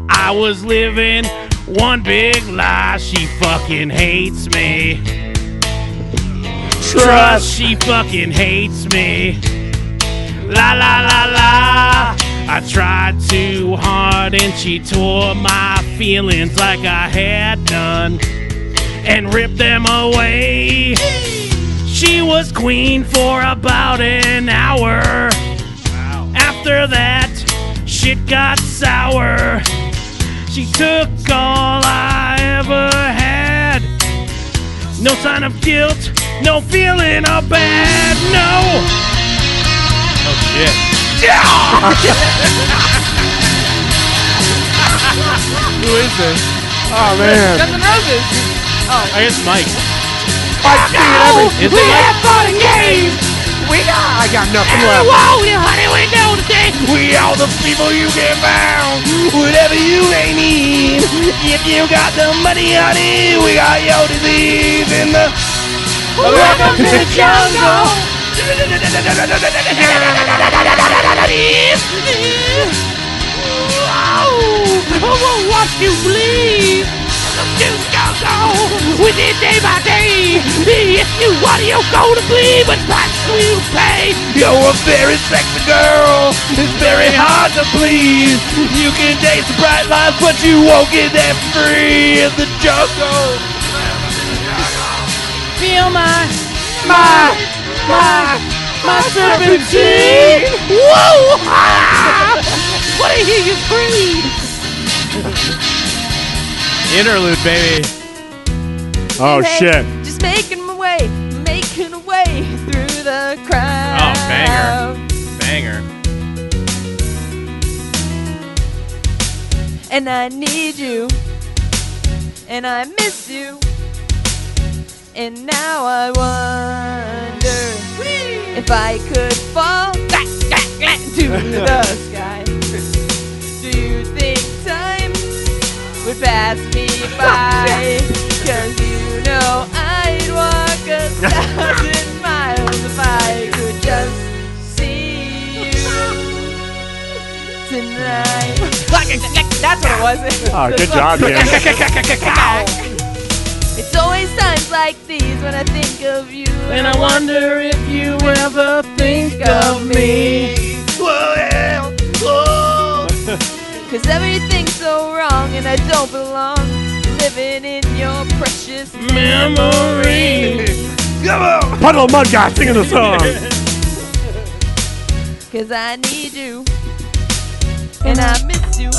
S10: I was living one big lie. She fucking hates me. Trust, she fucking hates me. La la la la. I tried too hard and she tore my feelings like I had done and ripped them away. She was queen for about an hour. After that, shit got sour. She took all I ever had. No sign of guilt, no feeling of bad, no.
S16: Oh,
S15: Who is this?
S11: Oh
S12: Guns N' Roses. Oh.
S10: I guess Mike.
S11: I
S12: no!
S10: Is
S12: we
S10: it Mike?
S12: have fun and games. We are.
S11: I got nothing
S12: left. Whoa, honey, we know today.
S16: We are the people you can bound.
S12: Whatever you may need, if you got the money, honey, we got your disease in the. Welcome to the jungle. Oh, oh, watch you bleed. You go, go with it day by day. If you want, it, you're going to bleed, but price will pay.
S16: You're a very sexy girl. It's very hard to please. You can taste the bright lights, but you won't get that free in the jungle.
S12: Feel my, my, my, my serpentine. Whoa! Ah! What I hear you breathe.
S10: Interlude, baby.
S11: Oh shit.
S12: Just making my way, making my way through the crowd.
S10: Oh, banger. Banger.
S12: And I need you. And I miss you. And now I wonder if I could fall back, back, back to the sky. Do you think time would pass me by? Cause you know I'd walk a thousand miles if I could just see you tonight. That's what it was.
S11: Oh, good job, Dan.
S12: It's always times like these when I think of you.
S10: And I wonder if you ever think of me.
S12: Cause everything's so wrong and I don't belong living in your precious memory.
S11: Come on. Puddle of mud guy singing the song.
S12: Cause I need you.
S2: and I miss you.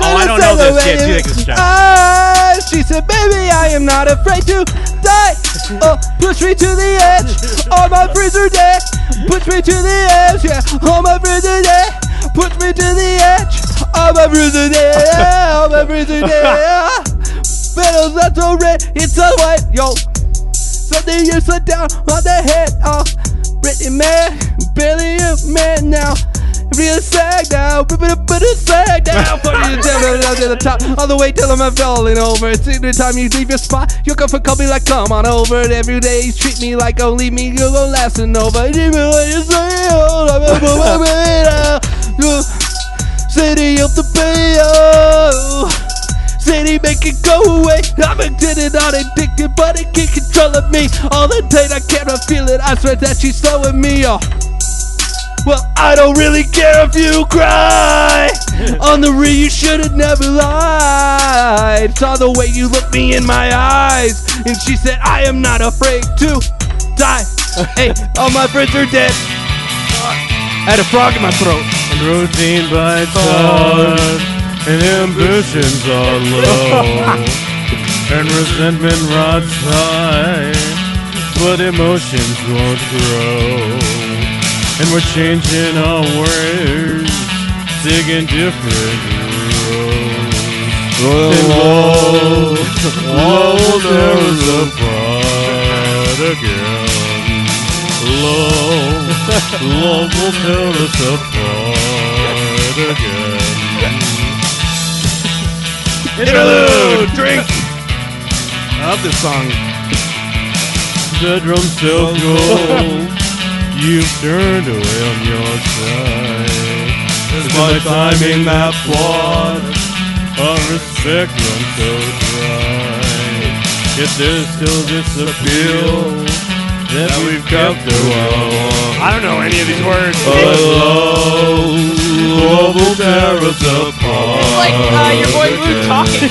S10: Oh, I don't know this. Yeah, do this job.
S12: Ah, she said, baby, I am not afraid to die. Oh, push me to the edge on my freezer deck. Push me to the edge, yeah, on my freezer deck. Push me to the edge on my freezer deck, on my freezer deck. Metal's not so red, it's so white, yo. Something you slid down on the head, oh. Brittany man, barely a man now. Real sag now, ripping up in a sag now. For you to tell me to the top, all the way till I'm falling over. It's every time you leave your spot, you're going for company like come on over. And every day you treat me like only me, you're gonna last and over. Give me what you say, oh, I'm a woman now. You- City of the Bay, oh. City make it go away. I'm addicted, not addicted, but it can't control of me. All the day I can't feel it. I swear that she's slowing me off. Well, I don't really care if you cry. on the real, you should have never lied. Saw the way you looked me in my eyes, and she said, I am not afraid to die. hey, all my friends are dead. I had a frog in my throat.
S10: And routine bites us, and ambitions are low, and resentment rots high, but emotions won't grow. And we're changing our ways, digging different roads. And love, love will tear us apart again. Love, love will tear us apart again. Interlude, drink. I love this song. Bedroom so cold, you've turned away on your side. There's my time in that plot, a respect run so dry. Yet there's still this appeal that we've kept the wall.
S11: I don't know any of these words.
S10: Hello, love will tear us apart. It's like
S12: Oh,
S10: uh, your boy Luke talking.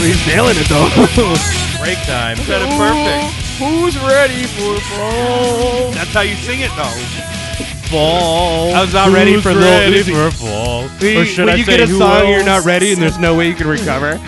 S11: He's nailing it though.
S10: Break time.
S17: Said it perfect. Who's ready for fall? That's how you sing it, though.
S10: Fall.
S12: I was not ready
S10: Who's
S12: for Lil
S10: ready
S12: Uzi.
S10: for fall?
S12: When-
S10: or should
S12: when
S10: I
S12: you
S10: say
S12: get a
S10: who
S12: song
S10: else?
S12: you're not ready and there's no way you can recover.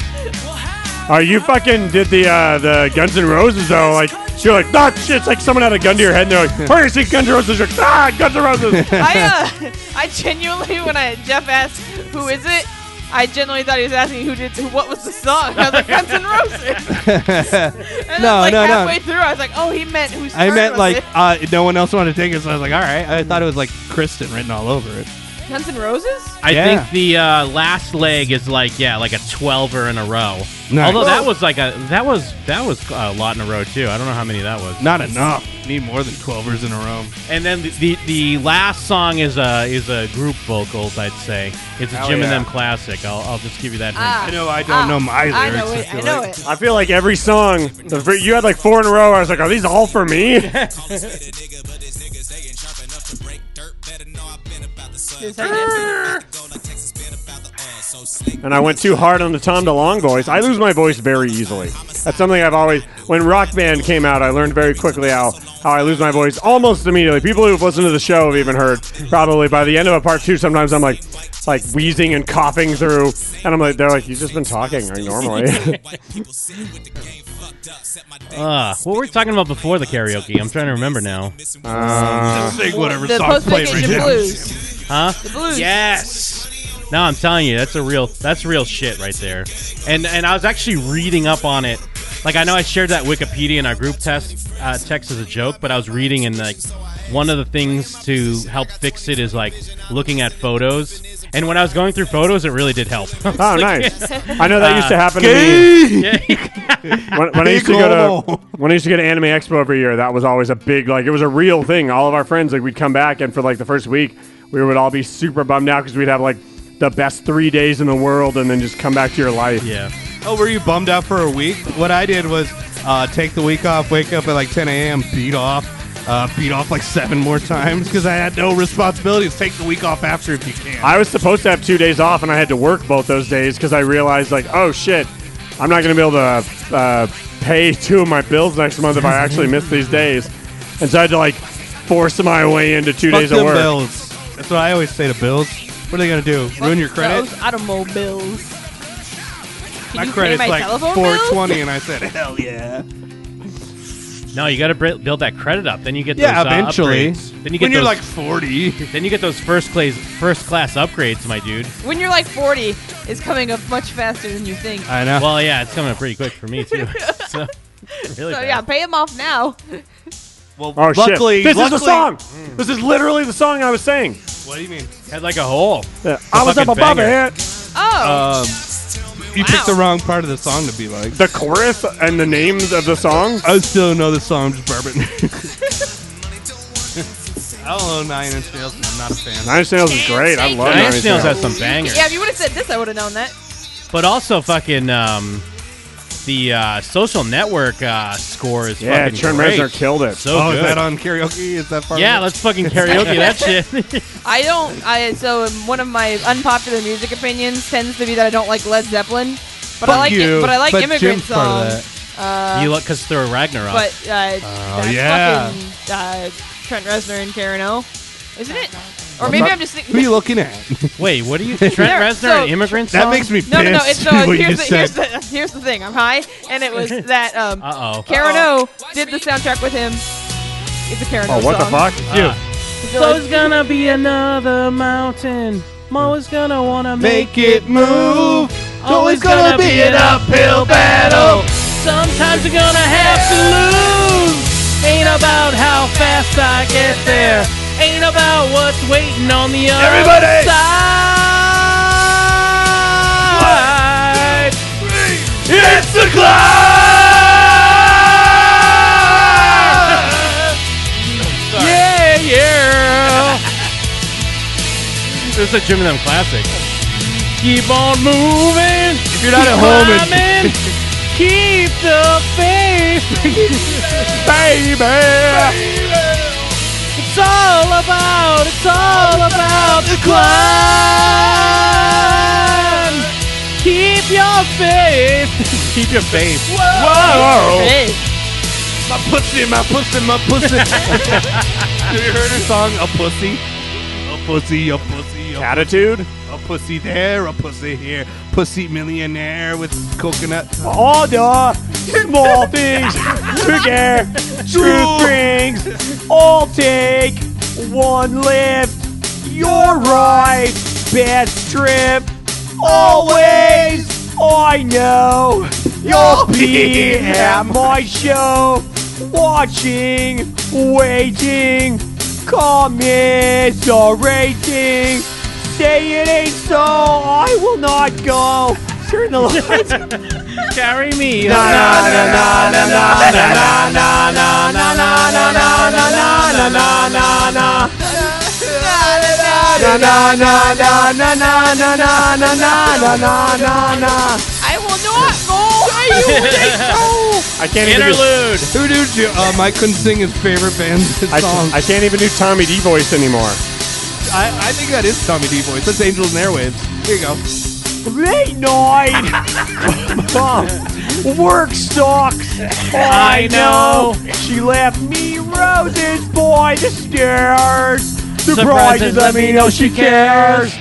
S11: Uh, you fucking did the uh, the Guns N' Roses though. Like you're like, ah, shit. It's like someone had a gun to your head and they're like, where you see Guns N' Roses? You're like, ah, Guns N' Roses.
S2: I, uh, I genuinely, when I Jeff asked who is it, I genuinely thought he was asking who did who, what was the song. I was like Guns N' Roses. And
S12: no,
S2: then, like,
S12: no, no.
S2: halfway through, I was like, oh, he meant who.
S12: I
S2: started
S12: meant
S2: with
S12: like
S2: it.
S12: uh, no one else wanted to take it, so I was like, all right. I thought it was like Kristen written all over it.
S2: Guns N' Roses.
S10: I
S12: Yeah.
S10: think the uh, last leg is like yeah, like a twelver in a row.
S12: Nice.
S10: Although that
S12: Whoa.
S10: was like a that was that was a lot in a row too. I don't know how many that was.
S12: Not enough. Need more than twelvers in a row.
S10: And then the, the, the last song is a is a group vocals. I'd say it's a
S11: Hell
S10: Jim and
S11: yeah.
S10: them classic. I'll, I'll just give you that.
S11: Ah,
S10: hint.
S11: I know I don't ah, know my I know lyrics,
S2: I know it.
S11: I feel like every song, the, fir- you had like four in a row. I was like, are these all for me? and I went too hard on the Tom DeLonge voice. I lose my voice very easily. That's something I've always. When Rock Band came out, I learned very quickly how, how I lose my voice almost immediately. People who've listened to the show have even heard probably by the end of a part two. Sometimes I'm like like wheezing and coughing through, and I'm like, they're like, you've just been talking like normally.
S10: Uh, what were we talking about before the karaoke? I'm trying to remember now.
S11: Uh,
S12: Sing
S2: whatever The song's playing right post-vacation now. blues.
S10: Huh?
S2: The blues.
S10: Yes. No, I'm telling you, that's a real that's real shit right there. And and I was actually reading up on it. Like I know I shared that Wikipedia in our group test uh, text as a joke, but I was reading and like one of the things to help fix it is like looking at photos. And when I was going through photos, it really did help. oh,
S11: Oh, nice. I know that used to happen to me. when, when I used to go to when I used to go to Anime Expo every year, that was always a big like it was a real thing. All of our friends like we'd come back and for like the first week, we would all be super bummed out because we'd have like the best three days in the world and then just come back to your life.
S10: Yeah.
S12: Oh, were you bummed out for a week? What I did was uh, take the week off, wake up at like 10 a.m., beat off, uh, beat off like seven more times because I had no responsibilities. Take the week off after if you can.
S11: I was supposed to have two days off and I had to work both those days because I realized like oh shit, I'm not gonna be able to uh, pay two of my bills next month if I actually miss these days, and so I had to like force my way into two
S12: Fuck
S11: days of
S12: them
S11: work.
S12: bills. That's what I always say to Bills. What are they gonna do? Ruin your credit?
S2: Those automobiles. Can
S12: My
S2: you pay
S12: credit's
S2: my
S12: like
S2: telephone
S12: four
S2: bills?
S12: twenty, and I said, hell yeah.
S10: No, you got to br- build that credit up. Then you get
S12: Yeah,
S10: those, uh,
S12: eventually.
S10: upgrades. Then you get
S12: When you're
S10: those-
S12: like 40.
S10: Then you get those first class first class upgrades, my dude.
S2: When you're like 40, it's coming up much faster than you think.
S10: I know. Well, yeah, it's coming up pretty quick for me too. so,
S2: so
S10: really bad.
S2: yeah, pay them off now.
S12: Well,
S11: Oh
S12: luckily,
S11: shit! This
S12: luckily,
S11: is the song. Hmm. This is literally the song I was saying.
S12: What do you mean?
S10: Had like a hole.
S11: Yeah, I was up
S12: fucking
S11: above
S12: banger.
S11: it.
S12: Uh,
S2: Oh.
S12: you picked the wrong part of the song to be like.
S11: The chorus and the names of the song.
S12: I still don't know the song. I'm just bourbon. I don't know Nine Inch Nails. and I'm not a fan.
S11: Nine Inch Nails is great. I love
S10: Nine
S11: Nine
S10: Inch Nails has some bangers.
S2: yeah, if you would have said this, I would have known that.
S10: But also fucking um, the uh, social network uh, score is
S11: Yeah,
S10: fucking
S11: Trent
S10: great.
S11: Reznor killed it.
S10: So
S12: oh,
S10: good.
S12: is that on karaoke? Is that part?
S10: yeah,
S12: of it?
S10: let's fucking karaoke that
S2: Uh,
S10: shit.
S2: I don't. I so one of my unpopular music opinions tends to be that I don't like Led Zeppelin, but I
S10: Fuck
S2: like
S10: you.
S2: but I like
S10: But
S2: immigrant
S10: Jim's part of
S2: songs. Uh,
S10: you look because they're Ragnarok.
S2: but uh,
S12: Oh,
S2: that's
S10: yeah.
S2: fucking uh, Trent Reznor and Karen O, isn't it? Or maybe
S12: not-
S2: I'm just thinking.
S12: Who are you looking at?
S10: Wait, what are you? Trent
S2: There-
S10: Reznor
S2: so-
S10: and immigrant.
S12: That
S10: Song?
S12: makes me
S2: No, no, no. It's,
S12: pissed.
S2: no,
S12: what you
S2: here's, the,
S12: just
S2: here's,
S12: said.
S2: the, here's the thing. I'm high, and it was that um,
S10: Uh-oh.
S2: Karen
S10: Uh-oh.
S2: O did the soundtrack with him. It's a Karen O
S11: Oh, what the
S2: song.
S11: fuck? You.
S10: So's gonna be another mountain. I'm always gonna wanna
S12: Make it move. It's
S10: Always
S12: always gonna,
S10: gonna
S12: be
S10: be
S12: an
S10: an
S12: uphill battle.
S10: Sometimes you're gonna have to lose. Ain't about how fast I get there. Ain't about what's waiting on the other
S18: Everybody!
S10: side.
S18: It's the cloud!
S10: Yeah, yeah. This is a Jim and Them classic. Keep on moving. If
S18: you're not at home and-
S10: keep the faith,
S18: Baby!
S10: It's all about. It's all about the climb. Keep your faith. keep your faith.
S12: Whoa.
S2: Hey.
S12: My pussy, my pussy, my pussy. Have you heard her song, A Pussy? A pussy, a pussy, a
S11: Attitude.
S12: A pussy there, a pussy here. Pussy millionaire with coconut.
S11: All the small things together, truth brings. All take one lift. You're right, best trip. Always, I know you'll be at my show. Watching, waiting, commiserating. Say it ain't so, I will not go. Turn the lights.
S10: Carry me.
S18: Na na na na na na na na na na
S2: I will not go. I
S11: I can't
S10: Interlude.
S12: Who did you? Um, I couldn't sing his favorite band's
S11: I,
S12: song.
S11: I can't even do Tommy D voice anymore.
S12: I, I think that is Tommy D voice. That's Angels and Airwaves. Here you go.
S11: Late night work sucks. I know. She left me roses by the stairs. Surprises let me know she cares.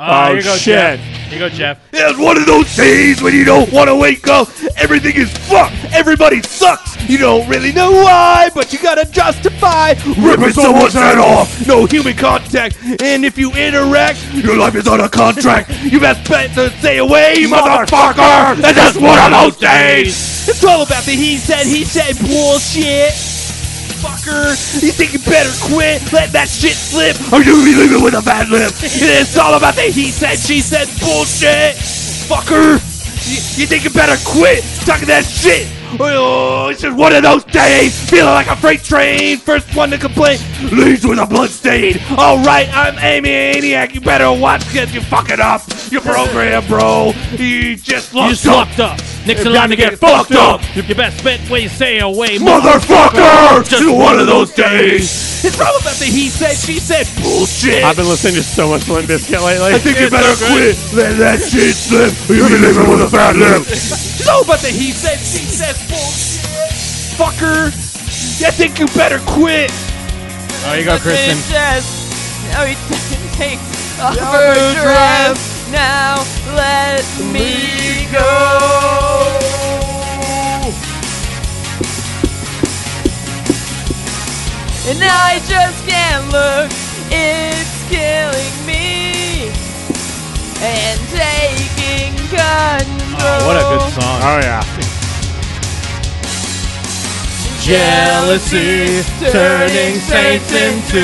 S10: Oh, here you go,
S11: shit.
S10: Jeff. Here you go, Jeff.
S18: It's one of those days when you don't want to wake up. Everything is fucked. Everybody sucks. You don't really know why, but you gotta justify ripping someone's head off. No human contact. And if you interact, your life is on a contract. you best bet to stay away, motherfucker. And that's one of those days. It's all about the he said, he said bullshit. Fucker, you think you better quit? Let that shit slip, or you'll be leaving with a bad lip. It's all about the he said, she said bullshit. Fucker, you, you think you better quit talking that shit? Oh, it's just one of those days, feeling like a freight train. First one to complain leaves with a blood stain. All right, I'm Amy Aniak. You better watch because you fucking up your program, bro. You just
S10: You
S18: locked
S10: just
S18: up.
S10: locked up.
S18: You're
S10: Next in line
S18: bound
S10: to get fucked up. You best bet when you stay away,
S18: Motherfucker!
S10: Just
S18: It's one of those days. It's all about the he said, she said bullshit.
S11: I've been listening to so much Limp Bizkit lately.
S18: I think you better quit. Let that shit slip. You'll be leaving with a fat lip. It's all about the he said, she said bullshit. Fucker. I think you better quit.
S10: Oh, you go, Kristen.
S2: Says, Now he takes off
S3: Your
S2: her
S3: dress.
S2: dress. Now let me go. And I just can't look, it's killing me. And taking control.
S10: Oh, what a good song.
S11: Oh, yeah.
S10: Jealousy, turning saints into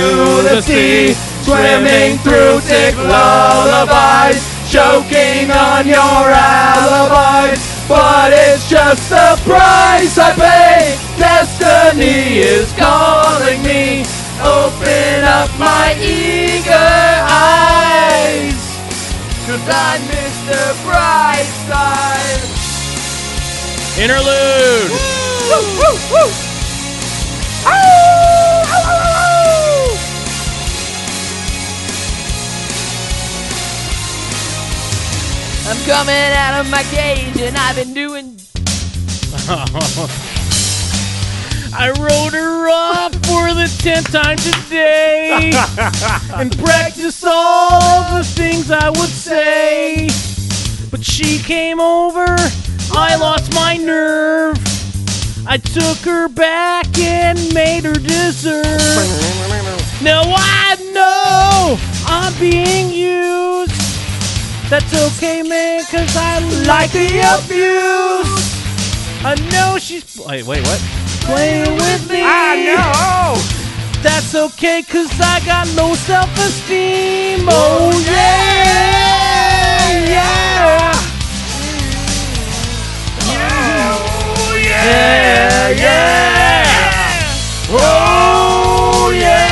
S10: the sea,
S3: swimming through thick lullabies, choking on your alibis. But it's just the price I pay. Destiny is calling me. Open up my eager eyes. Cause I'm Mr. Brightside.
S10: Interlude.
S2: I'm coming out of my cage and I've been doing.
S10: I wrote her up for the tenth time today and practiced all the things I would say. But she came over, I lost my nerve. I took her back and made her deserve. Now I know I'm being used. That's okay, man, cause I like the abuse. I know she's. Wait, wait, what? Playing with me.
S3: I
S10: know. That's okay, cause I got low self esteem. Oh, yeah. Yeah.
S3: Yeah, yeah. Oh, yeah.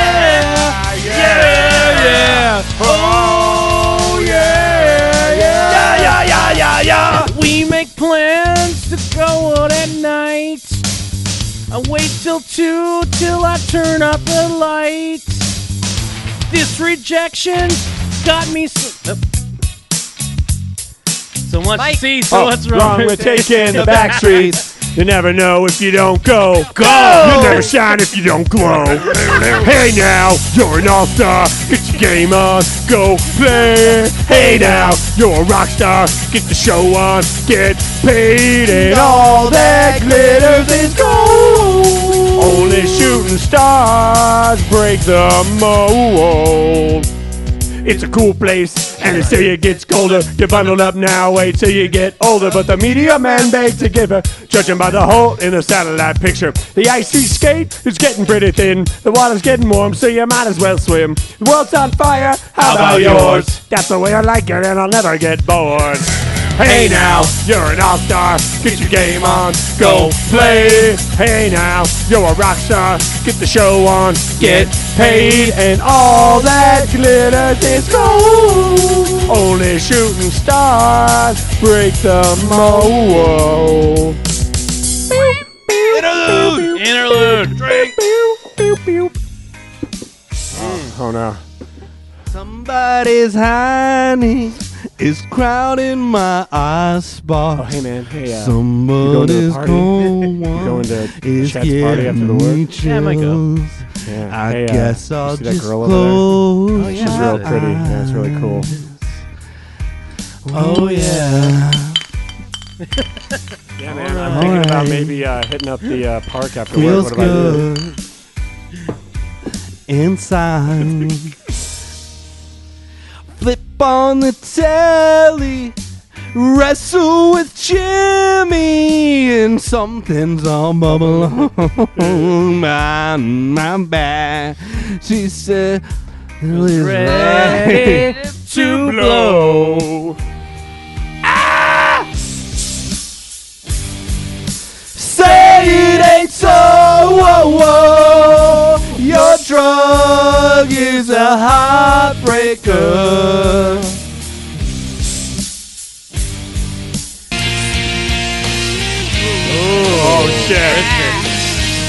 S3: Yeah, yeah. Oh, yeah, yeah. Yeah, yeah, yeah, yeah, yeah.
S10: We make plans to go out at night. I wait till two till I turn up the lights. This rejection got me. So, Nope. so much. See, so
S11: Oh,
S10: what's wrong,
S11: with taking the back streets? You never know if you don't go.
S10: Go!
S11: You never shine if you don't glow. hey now, you're an all star. Get your game on. Go play. Hey now, you're a rock star. Get the show on. Get paid and all that glitters is gold. Only shooting stars break the mold. It's a cool place, and it's till you gets colder. You're bundled up now, wait till you get older. But the media man baked a giver, judging by the hole in the satellite picture. The icy skate is getting pretty thin. The water's getting warm, so you might as well swim. The world's on fire, how about yours? That's the way I like it, and I'll never get bored. Hey now, you're an all star. Get your game on, go play. Hey now, you're a rock star. Get the show on, get paid, and all that glitters is gold. Only shooting stars break the mold.
S10: Interlude. Interlude. Drink.
S11: Oh no.
S12: Somebody's highness is crowding my ice box. Oh,
S11: hey man, hey.
S12: Uh,
S11: you going to the
S12: Somebody's
S11: party?
S12: going
S11: You going to
S12: is
S11: Chet's party after the work?
S12: getting
S11: Yeah, I might go.
S12: chills.
S11: Yeah.
S12: I
S11: Hey, uh,
S12: guess I'll
S11: you see that
S12: just
S11: girl over there?
S12: close.
S11: Oh, yeah. She's real pretty.
S19: Uh,
S11: Yeah, it's really cool.
S12: Oh yeah.
S11: Yeah, man. I'm thinking about maybe uh, hitting up the uh, park after
S12: Feels
S11: work. What about you?
S12: good inside. Flip on the telly, wrestle with Jimmy, and something's all bubble on my, my back. She said, "Really
S3: ready to blow.
S12: Ah! Say it ain't so. Whoa, whoa. Your drug is a heartbreaker.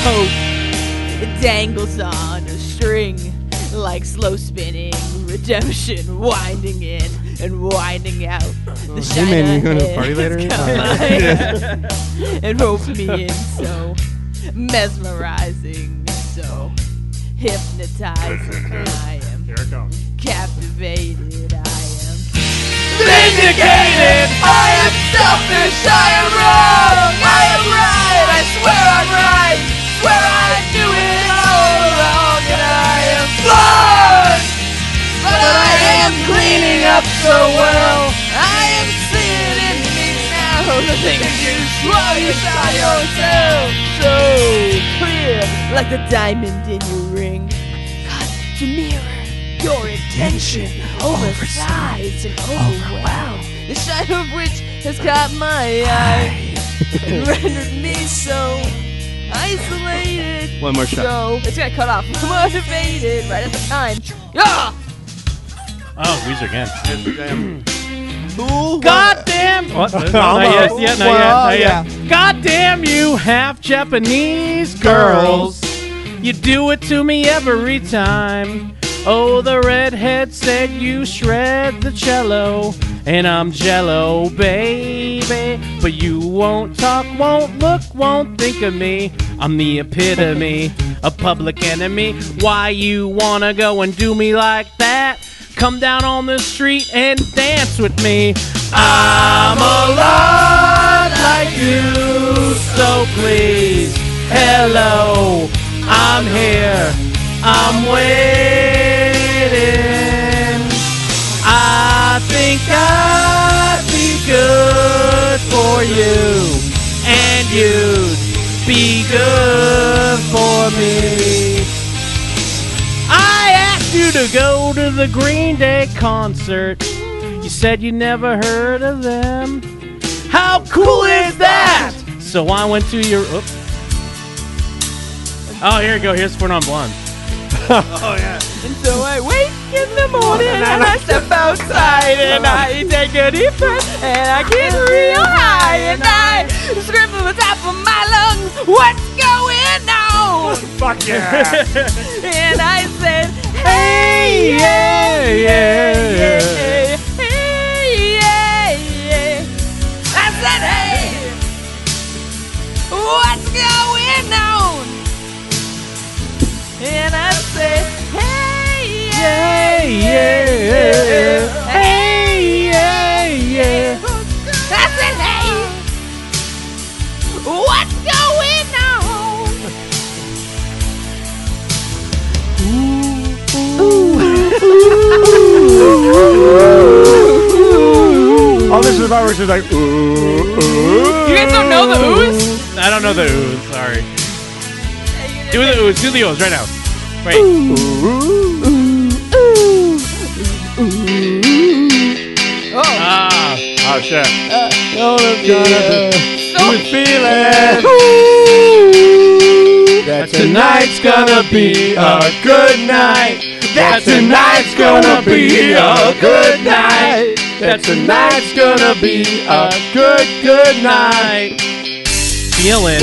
S11: Oh
S2: It dangles on a string like slow spinning redemption, winding in and winding out. The
S12: Hey, man, you going to the
S2: China
S12: party
S2: is
S12: later?
S2: coming and ropes me in so mesmerizing, so hypnotizing I am.
S19: Here it comes.
S12: Captivated I am.
S20: Vindicated!
S12: I am selfish! I am wrong! I am right! I swear I'm right! Swear I knew it all along and I am flawed! But I am cleaning up so well! I am seeing in me now Oh, the things you swore you saw yourself! So clear, like the diamond in your ring. Cut to mirror your attention oversized and overwhelmed. The shine of which has caught my eye and rendered me so isolated.
S21: One more shot.
S12: So it's gonna cut off. Motivated right at the time. Yeah.
S10: Oh, Weezer again.
S12: God damn.
S10: What? No, not yet. Yeah, not yet. Not yet.
S12: God
S10: damn you, half Japanese girls. You do it to me every time. Oh, the redhead said you shred the cello, and I'm jello, baby. But you won't talk, won't look, won't think of me. I'm the epitome, a public enemy. Why you wanna go and do me like that? Come down on the street and dance with me. I'm a lot like you, so please, hello, I'm here, I'm waiting. I think I'd be good for you, and you'd be good for me. I asked you to go to the Green Day concert. You said you never heard of them. How cool is that? So I went to your. oop. Oh, here we go. Here's for non blonde.
S12: Oh yeah. And so I wake in the morning and I step outside and I take a deep breath and I get real high and I scream from the top of my lungs, "What's going on?"
S19: Fuck yeah.
S12: and I said, "Hey yeah yeah yeah." yeah, yeah, yeah." I said, "Hey, what's going on?" And I said, "Hey, yeah, yeah, yeah, hey, yeah, yeah." I said, "Hey, what's going on?"
S19: All this is if I was just like, ooh, ooh.
S10: You guys don't know the ooze? I don't know the ooze. Sorry. Do the ooze. Do the ooze right now. Wait. Ah.
S19: Oh shit.
S20: That
S19: tonight's gonna be a
S20: good night.
S19: That tonight's gonna be a good night. That tonight's gonna be a good, good night.
S10: Feeling.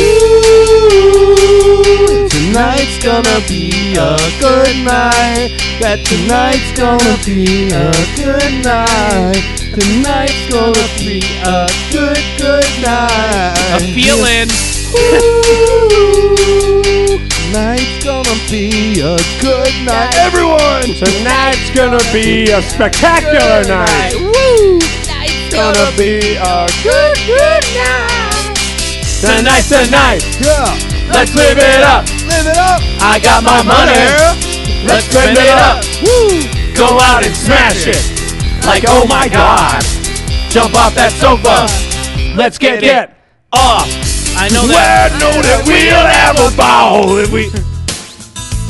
S21: Tonight's gonna be a good night. That tonight's gonna be a good night. Tonight's gonna be a good, good night.
S10: A feeling.
S21: Tonight's gonna be a good night.
S19: Everyone, tonight's gonna be a spectacular night.
S12: Woo! Night's
S19: Gonna be a
S12: good, good night.
S19: tonight's the night.
S21: Yeah.
S19: Let's live it up.
S21: Live it up.
S19: I got my money. Let's spend it up.
S21: Woo!
S19: Go out and smash it. Like, oh my god. Jump off that sofa. Let's get it off.
S10: I
S19: know that. know that we'll have a ball if we.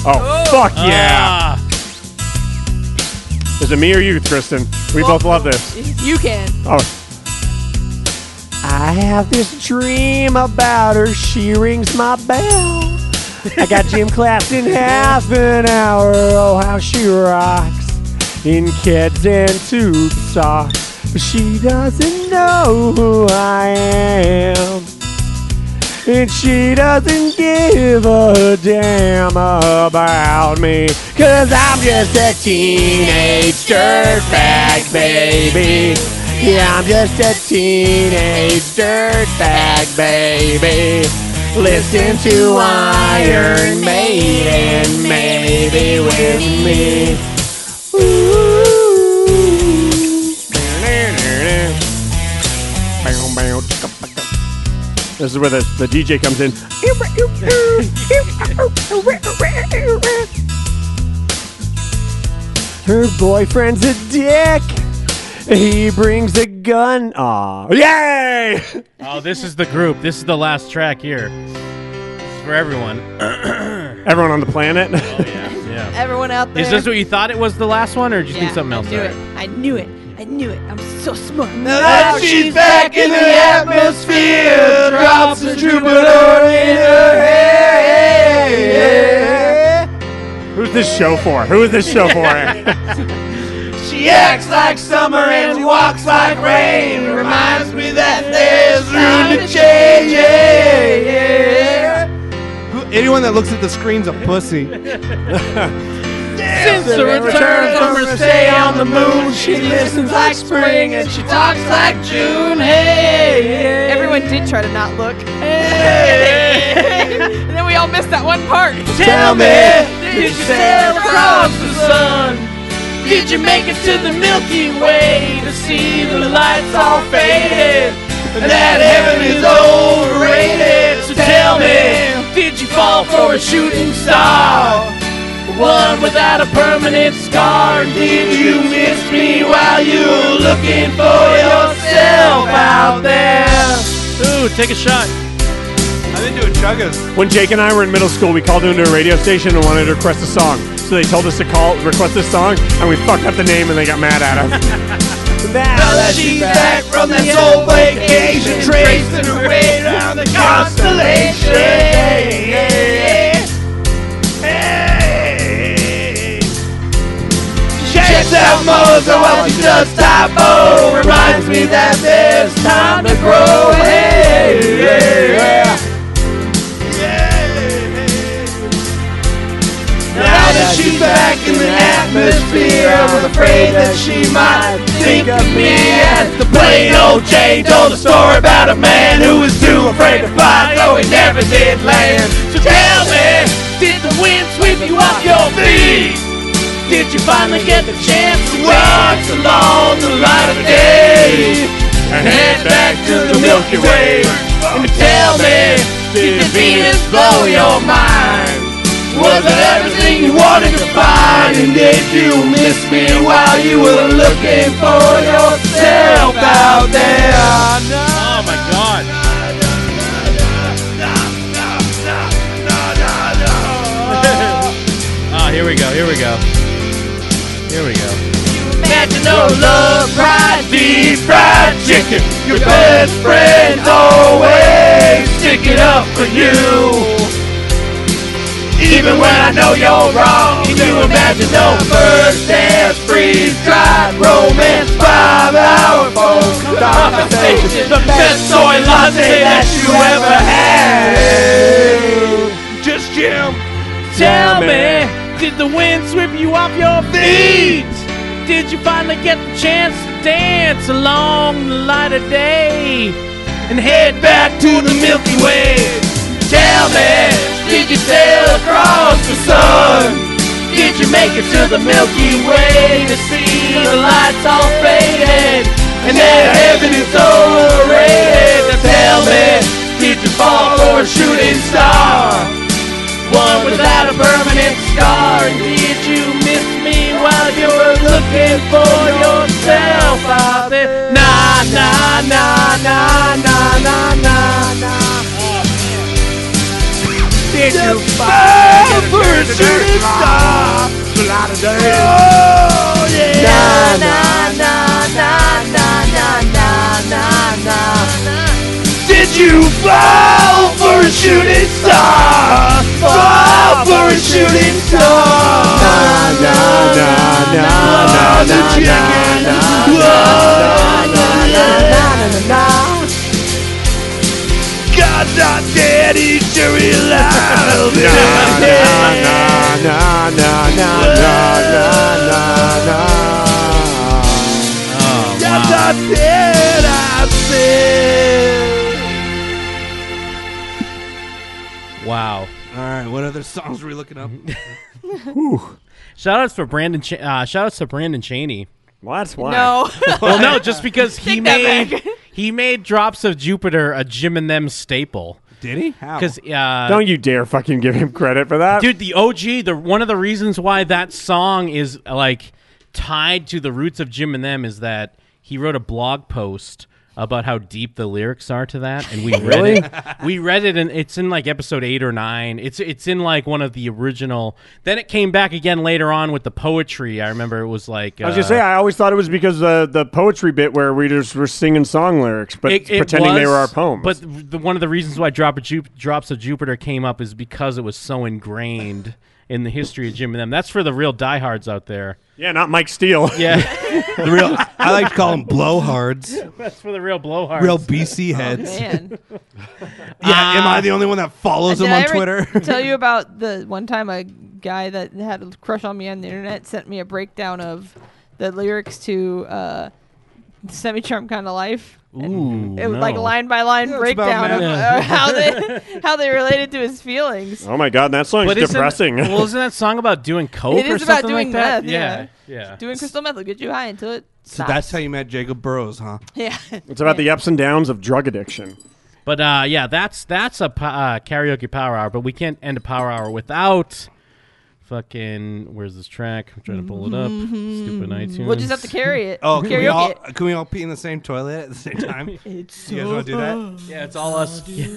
S19: Oh, fuck yeah.
S10: Ah.
S19: Is it me or you, Tristan? We both love this.
S12: You can.
S19: Oh,
S11: I have this dream about her. She rings my bell. I got Jim clapped in half an hour. Oh, how she rocks in kids and tube socks. But she doesn't know who I am. And she doesn't give a damn about me. Cause I'm just a teenage dirtbag, baby. Yeah, I'm just a teenage dirtbag, baby. Listen to Iron Maiden, maybe with me. This is where the, the DJ comes in. Her boyfriend's a dick. He brings a gun. Aw. Yay!
S10: Oh, this is the group. This is the last track here. This is for everyone.
S11: Everyone on the planet. Oh,
S10: yeah.
S2: Everyone out there.
S10: Is this what you thought it was the last one, or did you think something else?
S2: I knew
S10: there?
S2: it. I knew it. I knew it. I'm so smart.
S12: Now she's back in the atmosphere, drops of Jupiter in her hair.
S11: Who's this show for? Who is this show for?
S12: She acts like summer and walks like rain. Reminds me that there's room to change. Yeah, yeah.
S22: Who- Anyone that looks at the screen's a pussy.
S12: Since the return from her stay on the moon, she listens like spring and she talks like June. Hey, hey.
S2: Everyone did try to not look. and then we all missed that one part.
S12: Tell me, did you sail across the sun? Did you make it to the Milky Way to see the lights all faded? And that heaven is overrated. So tell me, did you fall for a shooting star? One without a permanent scar. Did you miss me while you were looking for yourself out there?
S10: Ooh, take a shot.
S23: I've been doing chuggers.
S11: When Jake and I were in middle school, we called into a radio station and wanted to request a song. So they told us to call, request this song, and we fucked up the name and they got mad at us.
S12: Now that she's back from that soul vacation, tracing her way around the constellation. Hey, Checks out Mozo while she does typo. Reminds me that there's time to grow. Hey, yeah, yeah. Now that she's back in the atmosphere, I'm afraid that she might think of me as the plain old Jane. Told a story about a man who was too afraid to fly, though he never did land. So tell me, did the wind sweep you off your feet? Did you finally get the chance to watch along the light of day and head back to the Milky Way? And tell me, did Venus blow your mind? Was it everything you wanted to find? And did you miss me while you were looking for yourself out there?
S10: Oh my god. Oh, here we go. Here we go. Here we go.
S12: Imagine no love, fried deep fried chicken. Your best friend's always sticking up for you. Even when I know you're wrong, can you imagine no first dance, freeze dried romance, five hour phone conversation, the best soy latte that you ever had. Just Jim, tell me, did the wind sweep you off your feet?
S10: Did you finally get the chance to dance along the light of day?
S12: and head back to the Milky Way. Tell me, did you sail across the sun? Did you make it to the Milky Way to see the lights all faded? And that heaven is overrated. Now tell me, did you fall for a shooting star? One without a permanent scar. And did you miss me while you were looking for yourself out there? Nah, nah, nah, nah, nah, nah, nah, nah. Did you fall for a shooting star? Oh, yeah. Nah, nah, nah, nah, nah, nah, nah, nah, nah. Did you fall for a shooting star? Fall for a shooting star. Nah, nah, nah, nah, nah, nah, nah, chicken. Nah, nah, nah, nah, nah, nah, nah. God's not dead, he's sure alive. nah, nah, nah.
S11: Na na na na na na na.
S10: Oh,
S12: That's not it, I said.
S10: wow. Wow.
S12: All right, what other songs were we looking up?
S10: Shout outs for Brandon. Ch- uh, shout outs to Brandon Cheney.
S11: What?
S10: Why?
S2: No.
S10: well, no, just because he
S2: Take that
S10: made
S2: back.
S10: he made Drops of Jupiter a Jim and Them staple.
S12: Did he?
S10: Because uh,
S11: Don't you dare fucking give him credit for that.
S10: dude the og the one of the reasons why that song is like tied to the roots of jim and them is that he wrote a blog post about how deep the lyrics are to that and we
S11: Really?
S10: read it we read it and it's in like episode 8 or 9 it's it's in like one of the original then it came back again later on with the poetry i remember it was like
S11: I was
S10: uh,
S11: gonna say I always thought it was because the the poetry bit where we just were singing song lyrics, but
S10: It- it
S11: pretending they
S10: was,
S11: were our poems.
S10: But the, one of the reasons why Drop of Ju- Drops of Jupiter came up is because it was so ingrained in the history of Jim and them. That's for the real diehards out there.
S11: yeah, not Mike Steele.
S10: Yeah,
S12: the real. I like to call them blowhards,
S10: That's for the real blowhards. Ah,
S12: real BC heads.
S2: Man.
S12: yeah, am I the only one that follows
S2: Did
S12: them
S2: I
S12: on
S2: ever
S12: Twitter?
S2: tell you about the one time a guy that had a crush on me on the internet sent me a breakdown of the lyrics to uh, "Semi Charm Kind of Life."
S10: Ooh,
S2: It was like
S10: no.
S2: line by line
S12: Yeah, it's about
S2: breakdown of
S12: math.
S2: uh, how they how they related to his feelings.
S11: oh my god, that song's
S10: But isn't-
S11: depressing.
S10: well, isn't that song about doing coke
S2: it
S10: or
S2: is about
S10: something
S2: doing
S10: like that?
S2: meth. Yeah.
S10: yeah.
S2: Doing crystal meth will get you high until it
S12: So
S2: stops.
S12: that's how you met Jacob Burrows, huh?
S2: yeah.
S11: it's about the ups and downs of drug addiction.
S10: But uh, yeah, that's that's a po- uh, karaoke power hour. But we can't end a power hour without fucking. Where's this track? I'm trying to pull it up. Stupid iTunes.
S2: Mm-hmm. We'll just have to carry it.
S12: Oh, can
S2: Karaoke
S12: we all
S2: it.
S12: can we all pee in the same toilet at the same time?
S2: It's
S12: you guys want to do that?
S10: Yeah, it's all us. Yeah.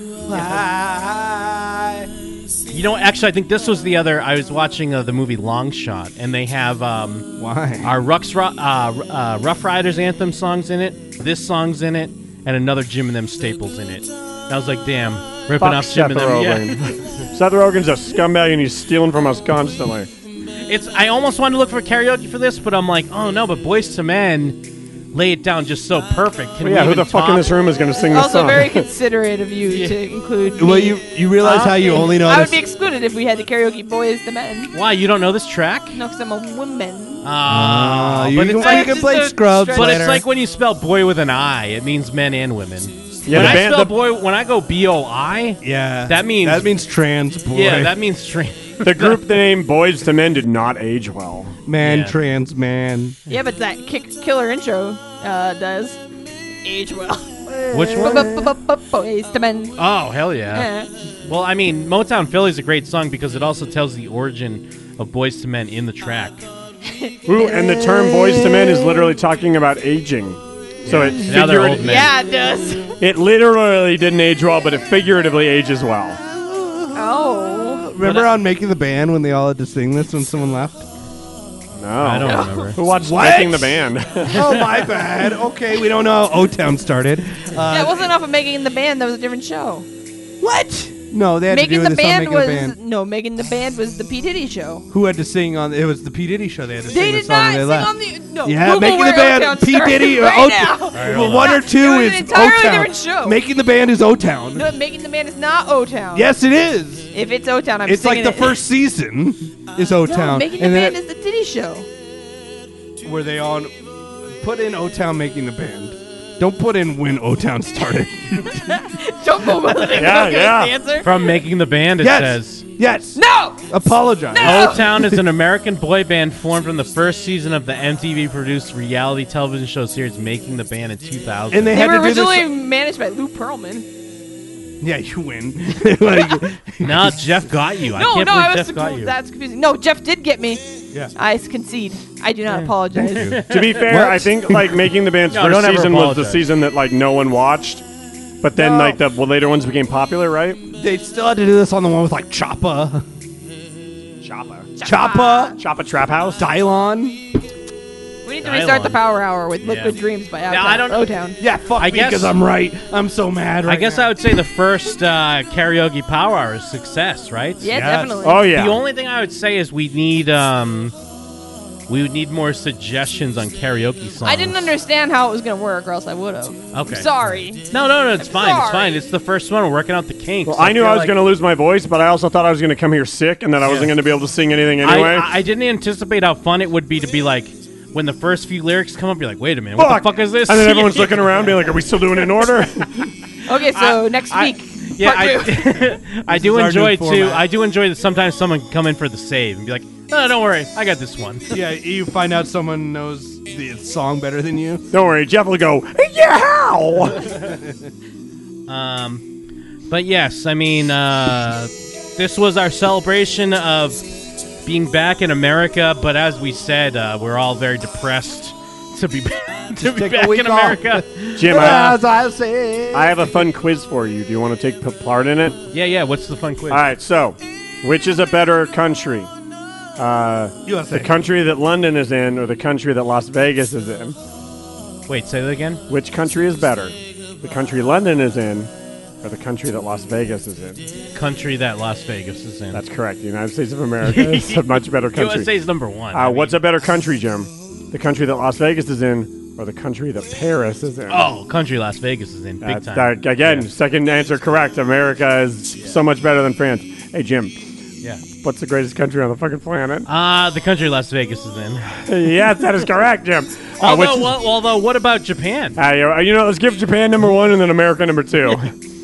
S10: You know, actually, I think this was the other. I was watching uh, the movie Long Shot, and they have um,
S12: Why?
S10: our Rux, Ru- uh, uh, Rough Riders anthem songs in it. This song's in it, and another Jim and Them staples in it. And I was like, damn, ripping
S11: Fuck
S10: off
S11: Seth
S10: Jim and Them.
S11: Rogen.
S10: Yeah.
S11: Seth Rogen's a scumbag and he's stealing from us constantly.
S10: it's. I almost wanted to look for karaoke for this, but I'm like, oh no, but Boys to Men lay it down just so perfect.
S11: Well,
S10: Can we
S11: yeah, who
S10: even
S11: the fuck in
S10: top-
S11: this room is going to sing this
S2: also
S11: song?
S2: very considerate of you to include.
S12: Well,
S2: me.
S12: you you realize how you only know
S2: I
S12: this.
S2: would be excluded if we had the karaoke boys, the men.
S10: Why you don't know this track?
S2: No, because I'm a
S11: Uh,
S2: woman.
S10: Ah,
S12: Ah, you
S10: but
S12: can-
S10: it's
S12: well, you
S10: like-
S12: can play Scrubs
S10: But
S12: later.
S10: it's like when you spell boy with an I, it means men and women.
S11: Yeah,
S10: when
S11: the
S10: I
S11: band-
S10: spell
S11: the-
S10: boy, when I go B O I,
S12: yeah,
S10: that means-
S12: that means trans boy.
S10: yeah, that means tra-
S11: the group name Boys to Men did not age well.
S12: man,
S10: yeah.
S12: trans man.
S2: Yeah, but that kick killer intro uh, does age well.
S10: Which one?
S2: Boys to men.
S10: Oh hell yeah!
S2: Yeah.
S10: Well, I mean, Motown Philly's a great song because it also tells the origin of boys to men in the track.
S11: Ooh, and the term Boys to Men is literally talking about aging. So it
S10: Now they're old
S11: figurative-
S10: men.
S2: Yeah, it does.
S11: It literally didn't age well, but it figuratively ages well.
S2: Oh.
S12: Remember on Making the Band when they all had to sing this when someone left?
S11: No,
S10: I don't remember.
S11: Who watched
S12: What?
S11: Making the Band?
S12: oh my bad. Okay, we don't know. O Town started. Uh,
S2: that wasn't off of Making the Band. That was a different show.
S12: what? No, they had to
S2: Making
S12: do
S2: the
S12: this on
S2: Band
S12: Making
S2: was
S12: the Band.
S2: no. Making the Band was the P Diddy show.
S12: Who had to sing on? It was the P Diddy show. They had to
S2: They
S12: sing the
S2: did
S12: song
S2: not
S12: when they
S2: sing
S12: left.
S2: on the no.
S12: Yeah,
S2: Google
S12: making the
S2: where
S12: band
S2: O-Town
S12: P
S2: started
S12: Diddy or
S2: right
S12: O
S2: now.
S12: Well, one or two
S2: It was
S12: is
S2: an
S12: O
S2: entirely
S12: Town.
S2: different show.
S12: Making the band is O Town.
S2: No, Making the Band is not O Town.
S12: Yes, it is.
S2: If it's O Town, I'm
S12: it's like
S2: singing it.
S12: the first season is O
S2: No,
S12: Town,
S2: Making the
S12: and
S2: Band
S12: then
S2: is the Diddy show.
S12: it- where they all put in O Town making the band. Don't put in when O Town started.
S2: Don't move on.
S11: Yeah, yeah.
S2: Answer.
S10: From making the band, it
S12: yes,
S10: says.
S12: yes.
S2: No.
S12: Apologize.
S2: No!
S10: Old Town is an American boy band formed from the first season of the MTV-produced reality television show series "Making the Band" in 2000.
S12: And they,
S2: They,
S12: had
S2: were
S12: to do this-
S2: originally managed by Lou Pearlman.
S12: Yeah, you win. Like,
S10: no, Jeff got you. I
S2: no,
S10: can't
S2: no,
S10: believe
S2: I was
S10: Jeff got you.
S2: that's confusing. No, Jeff did get me.
S12: Yeah.
S2: I concede. I do not apologize.
S11: to be fair,
S12: What?
S11: I think like Making the Band's
S10: No, don't
S11: first
S10: ever
S11: season was the
S10: apologize.
S11: season that like no one watched, but then
S2: No.
S11: like the well, later ones became popular, right?
S12: they still had to do this on the one with like Choppa,
S11: Choppa,
S12: Choppa,
S11: Choppa Trap House.
S12: Dylon.
S2: we need to restart the
S10: Dialogue.
S2: power hour with Liquid Dreams by Outtown.
S10: I don't-
S2: O-Town.
S12: Yeah, fuck
S10: I
S12: me
S10: guess-
S12: because I'm right. I'm so mad. Right
S10: I guess I would say the first uh, karaoke power hour is success, right?
S2: Yeah, definitely.
S11: Oh yeah.
S10: The only thing I would say is we need um, we would need more suggestions on karaoke songs.
S2: I didn't understand how it was gonna work, or else I would have.
S10: Okay.
S2: Sorry.
S10: No, no, no. It's
S2: I'm
S10: fine. It's
S2: sorry.
S10: fine. It's the first one. We're working out the kinks.
S11: Well, I knew
S10: feel
S11: I was
S10: like-
S11: going to lose my voice, but I also thought I was going to come here sick and that I wasn't going to be able to sing anything
S10: I,
S11: anyway.
S10: I- I didn't anticipate how fun it would be to be like when the first few lyrics come up. You're like, wait a minute, what the fuck is this?
S11: And then everyone's looking around, being like, "Are we still doing it in order?"
S2: Okay, so next
S10: I-
S2: week.
S10: Yeah,
S2: Part
S10: I, I
S2: This
S10: do
S2: is our new
S10: enjoy too.
S2: format.
S10: I do enjoy that sometimes someone can come in for the save and be like, "Oh, don't worry, I got this one."
S12: yeah, you find out someone knows the song better than you.
S11: Don't worry, Jeff will go. Yeah, how?
S10: Um, but yes, I mean, uh, this was our celebration of being back in America. But as we said, uh, we're all very depressed to be to
S12: take
S10: be
S12: a
S10: back
S12: week
S10: in
S12: off.
S10: America.
S11: Jim, I-
S12: As I say,
S11: I have a fun quiz for you. Do you want to take p- part in it?
S10: Yeah, yeah. What's the fun quiz?
S11: All right, so which is a better country? Uh,
S10: USA.
S11: The country that London is in or the country that Las Vegas is in?
S10: Wait, say that again?
S11: Which country is better? The country London is in or the country that Las Vegas is in?
S10: Country that Las Vegas is in.
S11: That's correct. The United States of America is a much better country.
S10: USA is number one.
S11: Uh, what's a better country, Jim? The country that Las Vegas is in or the country that Paris is in?
S10: Oh, country Las Vegas is in big
S11: That's-
S10: time.
S11: that- again, second answer correct. America is so much better than France. Hey, Jim.
S10: Yeah.
S11: What's the greatest country on the fucking planet?
S10: Ah, the country Las Vegas is in.
S11: yes, that is correct, Jim. Uh,
S10: Although,
S11: which is-
S10: well, although, what about Japan?
S11: Uh, you- you know, let's give Japan number one and then America number two.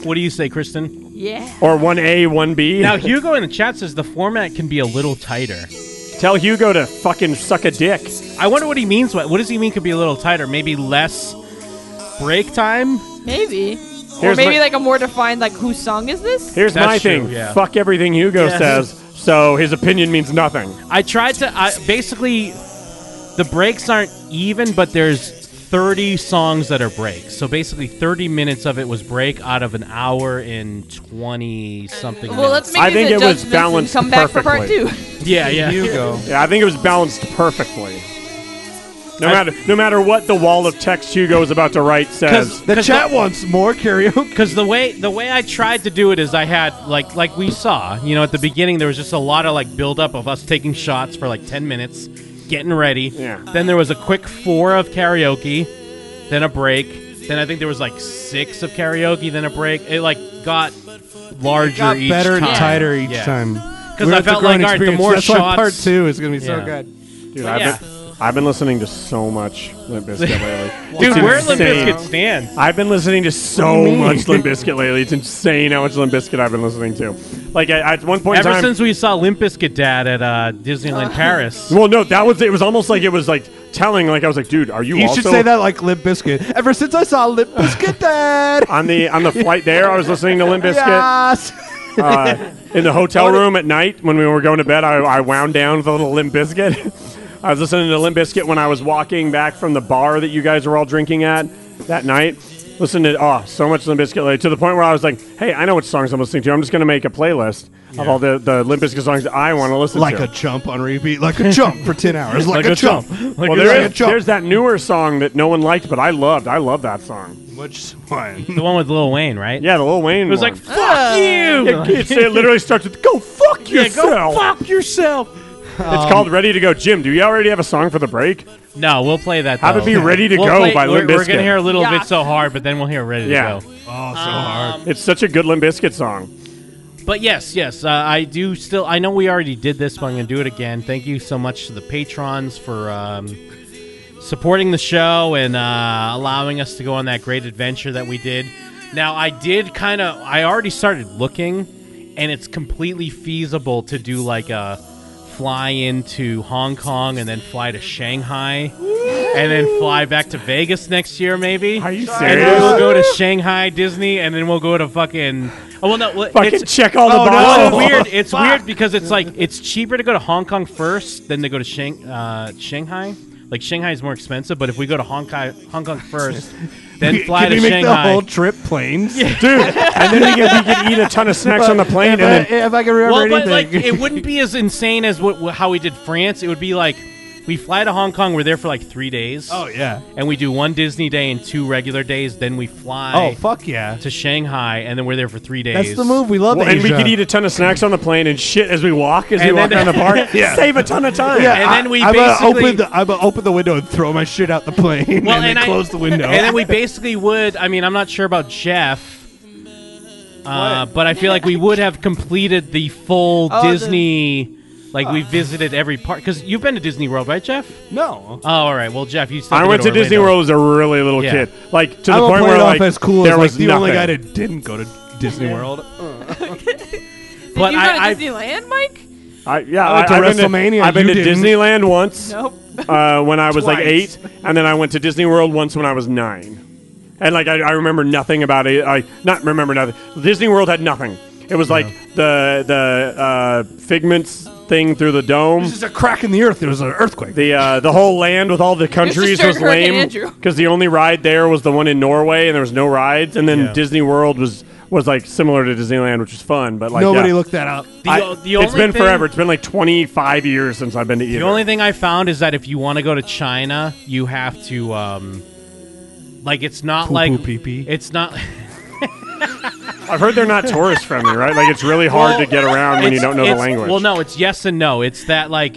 S10: What do you say, Kristen?
S2: Yeah.
S11: or 1A, 1B.
S10: Now, Hugo in the chat says the format can be a little tighter.
S11: Tell Hugo to fucking suck a dick.
S10: I wonder what he means. What, what does he mean could be a little tighter? Maybe less break time?
S2: Maybe. or
S11: Here's
S2: maybe
S11: my-
S2: like a more defined like whose song is this?
S11: Here's my thing fuck everything Hugo
S10: Yeah.
S11: says, so his opinion means nothing.
S10: I tried to. I, basically, the breaks aren't even, but there's 30 songs that are breaks. So basically, 30 minutes of it was break out of an hour and 20 something.
S2: Well, let's make
S11: I
S2: these
S11: think it
S2: adjustments
S11: was
S2: and
S11: balanced
S2: come back for
S11: perfectly.
S2: part two.
S10: Yeah, yeah.
S11: Yeah, I think it was balanced perfectly. No matter no matter what the wall of text Hugo is about to write says,
S10: wants more karaoke. Because the way the way I tried to do it is I had like like we saw, you know, at the beginning there was just a lot of like build up of us taking shots for like ten minutes, getting ready. Yeah. Then there was a quick four of karaoke, then a break. Then I think there was like six of karaoke, then a break. It like got larger,
S12: It got
S10: each
S12: better and
S10: time.
S12: tighter each
S10: Yeah.
S12: time.
S10: 'Cause
S12: We're
S10: I
S12: at the
S10: felt like,
S12: growing
S10: all right, the
S12: experience.
S10: more
S12: That's why
S10: shots,
S12: part two is gonna be so
S10: Yeah.
S12: good.
S11: Dude,
S10: But
S11: I've,
S10: yeah.
S11: been, I've been listening to so much Limp Bizkit lately.
S10: Dude,
S11: It's
S10: where Limp
S11: insane.
S10: Bizkit stand?
S11: I've been listening to
S10: What
S11: so
S10: do you mean?
S11: much Limp Bizkit lately. It's insane how much Limp Bizkit I've been listening to. Like I, at one point in
S10: Ever
S11: time,
S10: since we saw Limp Bizkit Dad at uh, Disneyland Paris.
S11: well, no, that was it. Was almost like it was like telling. Like I was like, dude, are you?
S12: You
S11: also
S12: should say that like Lip Biscuit. Ever since I saw Lip Biscuit, Dad.
S11: on the on the flight there. I was listening to Limp Bizkit.
S12: Yes.
S11: uh, in the hotel room at night when we were going to bed. I, I wound down with a little Limp Bizkit. I was listening to Limp Bizkit when I was walking back from the bar that you guys were all drinking at that night. Listen to oh so much Limp Bizkit like, to the point where I was like, hey, I know what songs I'm listening to. I'm just gonna make a playlist of all the the Limp Bizkit songs that I want to listen
S12: like
S11: to.
S12: a chump on repeat, like a chump for ten hours, like, a, chump.
S11: well,
S12: there is
S11: there is, there's that newer song that no one liked, but I loved. I love that song.
S12: Which one?
S10: The one with Lil Wayne, right?
S11: Yeah, the Lil Wayne.
S10: It was
S11: one.
S10: like, fuck you!
S11: It, it's- it literally starts with "Go fuck
S10: Yeah, go
S11: yourself."
S10: fuck yourself.
S11: It's called Ready to Go. Jim, do you already have a song for the break?
S10: No, we'll play that.
S11: How to
S10: though.
S11: Be Ready to
S10: We'll
S11: Go
S10: play-
S11: by
S10: we're,
S11: Limp
S10: We're gonna
S11: Bizkit.
S10: hear a little
S11: Yeah.
S10: bit so hard, but then we'll hear Ready
S11: Yeah.
S10: to Go.
S12: Oh,
S10: so hard.
S11: It's such a good Limp Bizkit song.
S10: But yes, yes, uh, I do still. I know we already did this, but I'm gonna do it again. Thank you so much to the patrons for um, supporting the show and uh, allowing us to go on that great adventure that we did. Now, I did kind of. I already started looking, and it's completely feasible to do like a fly into Hong Kong and then fly to Shanghai. And then fly back to Vegas next year, maybe. Are
S11: you
S10: And
S11: serious?
S10: then we'll go to Shanghai Disney, and then we'll go to fucking. Oh well, no. well,
S11: Fucking
S10: it's,
S11: check all the
S10: oh, no,
S11: boxes.
S10: it's weird. It's
S11: Fuck.
S10: weird because it's like it's cheaper to go to Hong Kong first than to go to Shang, uh, Shanghai. Like Shanghai is more expensive, but if we go to Hong Kong, Hong Kong first, then fly
S12: Can
S10: to
S12: we make
S10: Shanghai.
S12: the whole trip planes,
S11: dude? And then we could, we could eat a ton of snacks on the plane,
S12: If,
S11: and
S12: I,
S11: then
S12: if I can remember
S10: well,
S12: anything,
S10: but like it wouldn't be as insane as what wh- how we did France. It would be like we fly to Hong Kong. We're there for like three days.
S12: Oh, yeah.
S10: and we do one Disney day and two regular days. Then we fly.
S12: Oh, fuck yeah.
S10: To Shanghai, and then we're there for three days.
S12: that's the move. We love
S11: Well,
S12: Asia.
S11: and we could eat a ton of snacks on the plane and shit as we walk, as
S10: And
S11: we walk
S10: then-
S11: around the park.
S10: Yeah.
S11: Save a ton of time.
S12: Yeah, I- I'm gonna open uh, the, I'm gonna open the window and throw my shit out the plane,
S10: Well,
S12: and,
S10: and
S12: then
S10: I-
S12: close the window.
S11: Oh.
S10: And then we basically would. I mean, I'm not sure about Jeff. Uh, but I feel like we would have completed the full
S12: Oh, the-
S10: Disney. like we visited every part because you've been to Disney World, right, Jeff?
S12: No.
S10: Oh, all right. Well, Jeff, you. Still have
S11: I went to Disney
S10: Orlando.
S11: World as a really little
S10: Yeah.
S11: kid, like to
S12: I
S11: the
S12: won't
S11: point
S12: play
S11: where
S12: it off
S11: like
S12: as cool
S11: there
S12: as, like,
S11: was
S12: the only
S11: nothing.
S12: guy that didn't go to Disney
S2: Yeah.
S12: World.
S2: Did
S11: But
S2: you
S11: I-
S2: go to
S11: I-
S2: Disneyland, Mike?
S11: I, yeah,
S12: I went
S11: I,
S12: to
S11: I've been
S12: WrestleMania,
S11: I've been
S12: you
S11: to
S12: didn't.
S11: Disneyland once
S2: Nope.
S11: uh, when I was like
S2: Twice.
S11: eight, and then I went to Disney World once when I was nine. And like I, I remember nothing about it. I not remember nothing. Disney World had nothing. It was like the the uh, figments thing through the dome. This
S12: is a crack in the earth. There was an earthquake.
S11: The uh, the whole land with all the countries
S12: straight
S11: was
S12: Hurricane
S11: lame
S12: Andrew.
S11: because the only ride there was the one in Norway, and there was no rides. And then
S12: Yeah.
S11: Disney World was was like similar to Disneyland, which was fun. But like
S12: Nobody
S11: yeah.
S12: looked that up.
S10: The
S11: I-
S10: o- the
S11: it's
S10: only
S11: been
S10: thing-
S11: forever. It's been like 25 years since I've been to either.
S10: The only thing I found is that if you want to go to China, you have to um like it's not
S11: Poo-poo
S10: like
S11: pee-pee.
S10: it's not
S11: I've heard they're not tourist friendly, right? Like it's really hard
S10: Well,
S11: to get around when you
S10: it's-
S11: don't know the
S10: it's-
S11: language.
S10: Well, no, it's yes and no. It's that like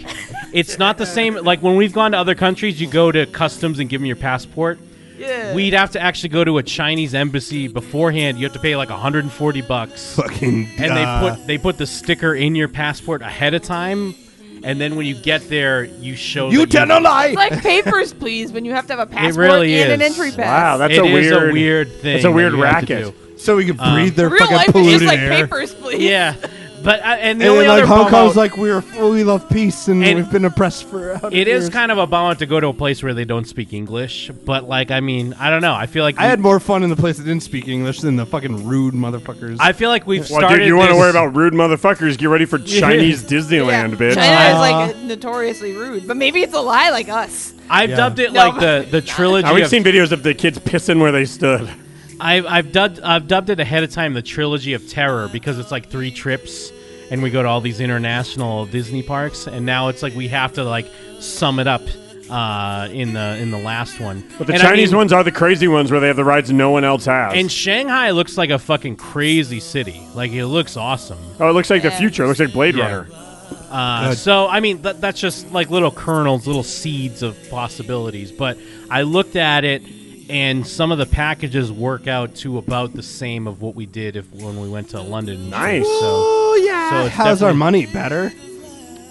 S10: it's not the same like when we've gone to other countries, you go to customs and give them your passport.
S2: Yeah.
S10: We'd have to actually go to a Chinese embassy beforehand. You have to pay like 140 bucks.
S12: Fucking
S10: and
S12: uh,
S10: they put they put the sticker in your passport ahead of time, and then when you get there, you show
S12: You
S10: that
S12: tell no lie.
S2: It's like papers, please, when you have to have a
S10: It
S2: passport
S10: really
S2: and an
S10: is
S2: entry pass.
S11: Wow, that's
S10: It
S11: a
S10: is
S11: weird-
S10: weird
S11: that's
S10: thing.
S11: a weird
S10: that you have to
S11: racket.
S10: do.
S12: So we can
S10: uh,
S12: breathe their
S2: Real
S12: fucking
S2: life is just
S12: polluted
S2: like
S12: air.
S2: papers, please.
S10: Yeah, but uh, and
S12: And,
S10: the only
S12: then, like
S10: other
S12: Hong
S10: bummer-
S12: Kong's like we're we love peace and,
S10: And
S12: we've been oppressed for. a hundred
S10: It is
S12: years.
S10: kind of a bummer to go to a place where they don't speak English, but like I mean, I don't know. I feel like
S12: I
S10: we-
S12: had more fun in the place that didn't speak English than the fucking rude motherfuckers.
S10: I feel like we've
S11: well,
S10: started.
S11: dude, you want to
S10: this-
S11: worry about rude motherfuckers? Get ready for Chinese Disneyland, bitch.
S2: China is like notoriously rude, but maybe it's a lie, like us.
S10: I've
S11: Yeah.
S10: dubbed it
S2: No.
S10: like the the trilogy.
S11: Uh, we've
S10: of,
S11: seen videos of the kids pissing where they stood.
S10: I've I've dubbed I've dubbed it ahead of time the trilogy of terror because it's like three trips, and we go to all these international Disney parks, and now it's like we have to like sum it up uh, in the in the last one.
S11: But the
S10: And I
S11: Chinese
S10: mean-
S11: ones are the crazy ones where they have the rides no one else has.
S10: And Shanghai looks like a fucking crazy city. Like it looks awesome.
S11: oh, it looks like the future. It looks like Blade Runner.
S10: Uh,
S11: Good.
S10: so I mean, th- that's just like little kernels, little seeds of possibilities. But I looked at it, and some of the packages work out to about the same of what we did if when we went to London.
S11: Nice.
S10: So,
S12: Oh, yeah.
S10: So it's
S12: How's our
S10: definitely-
S12: money better?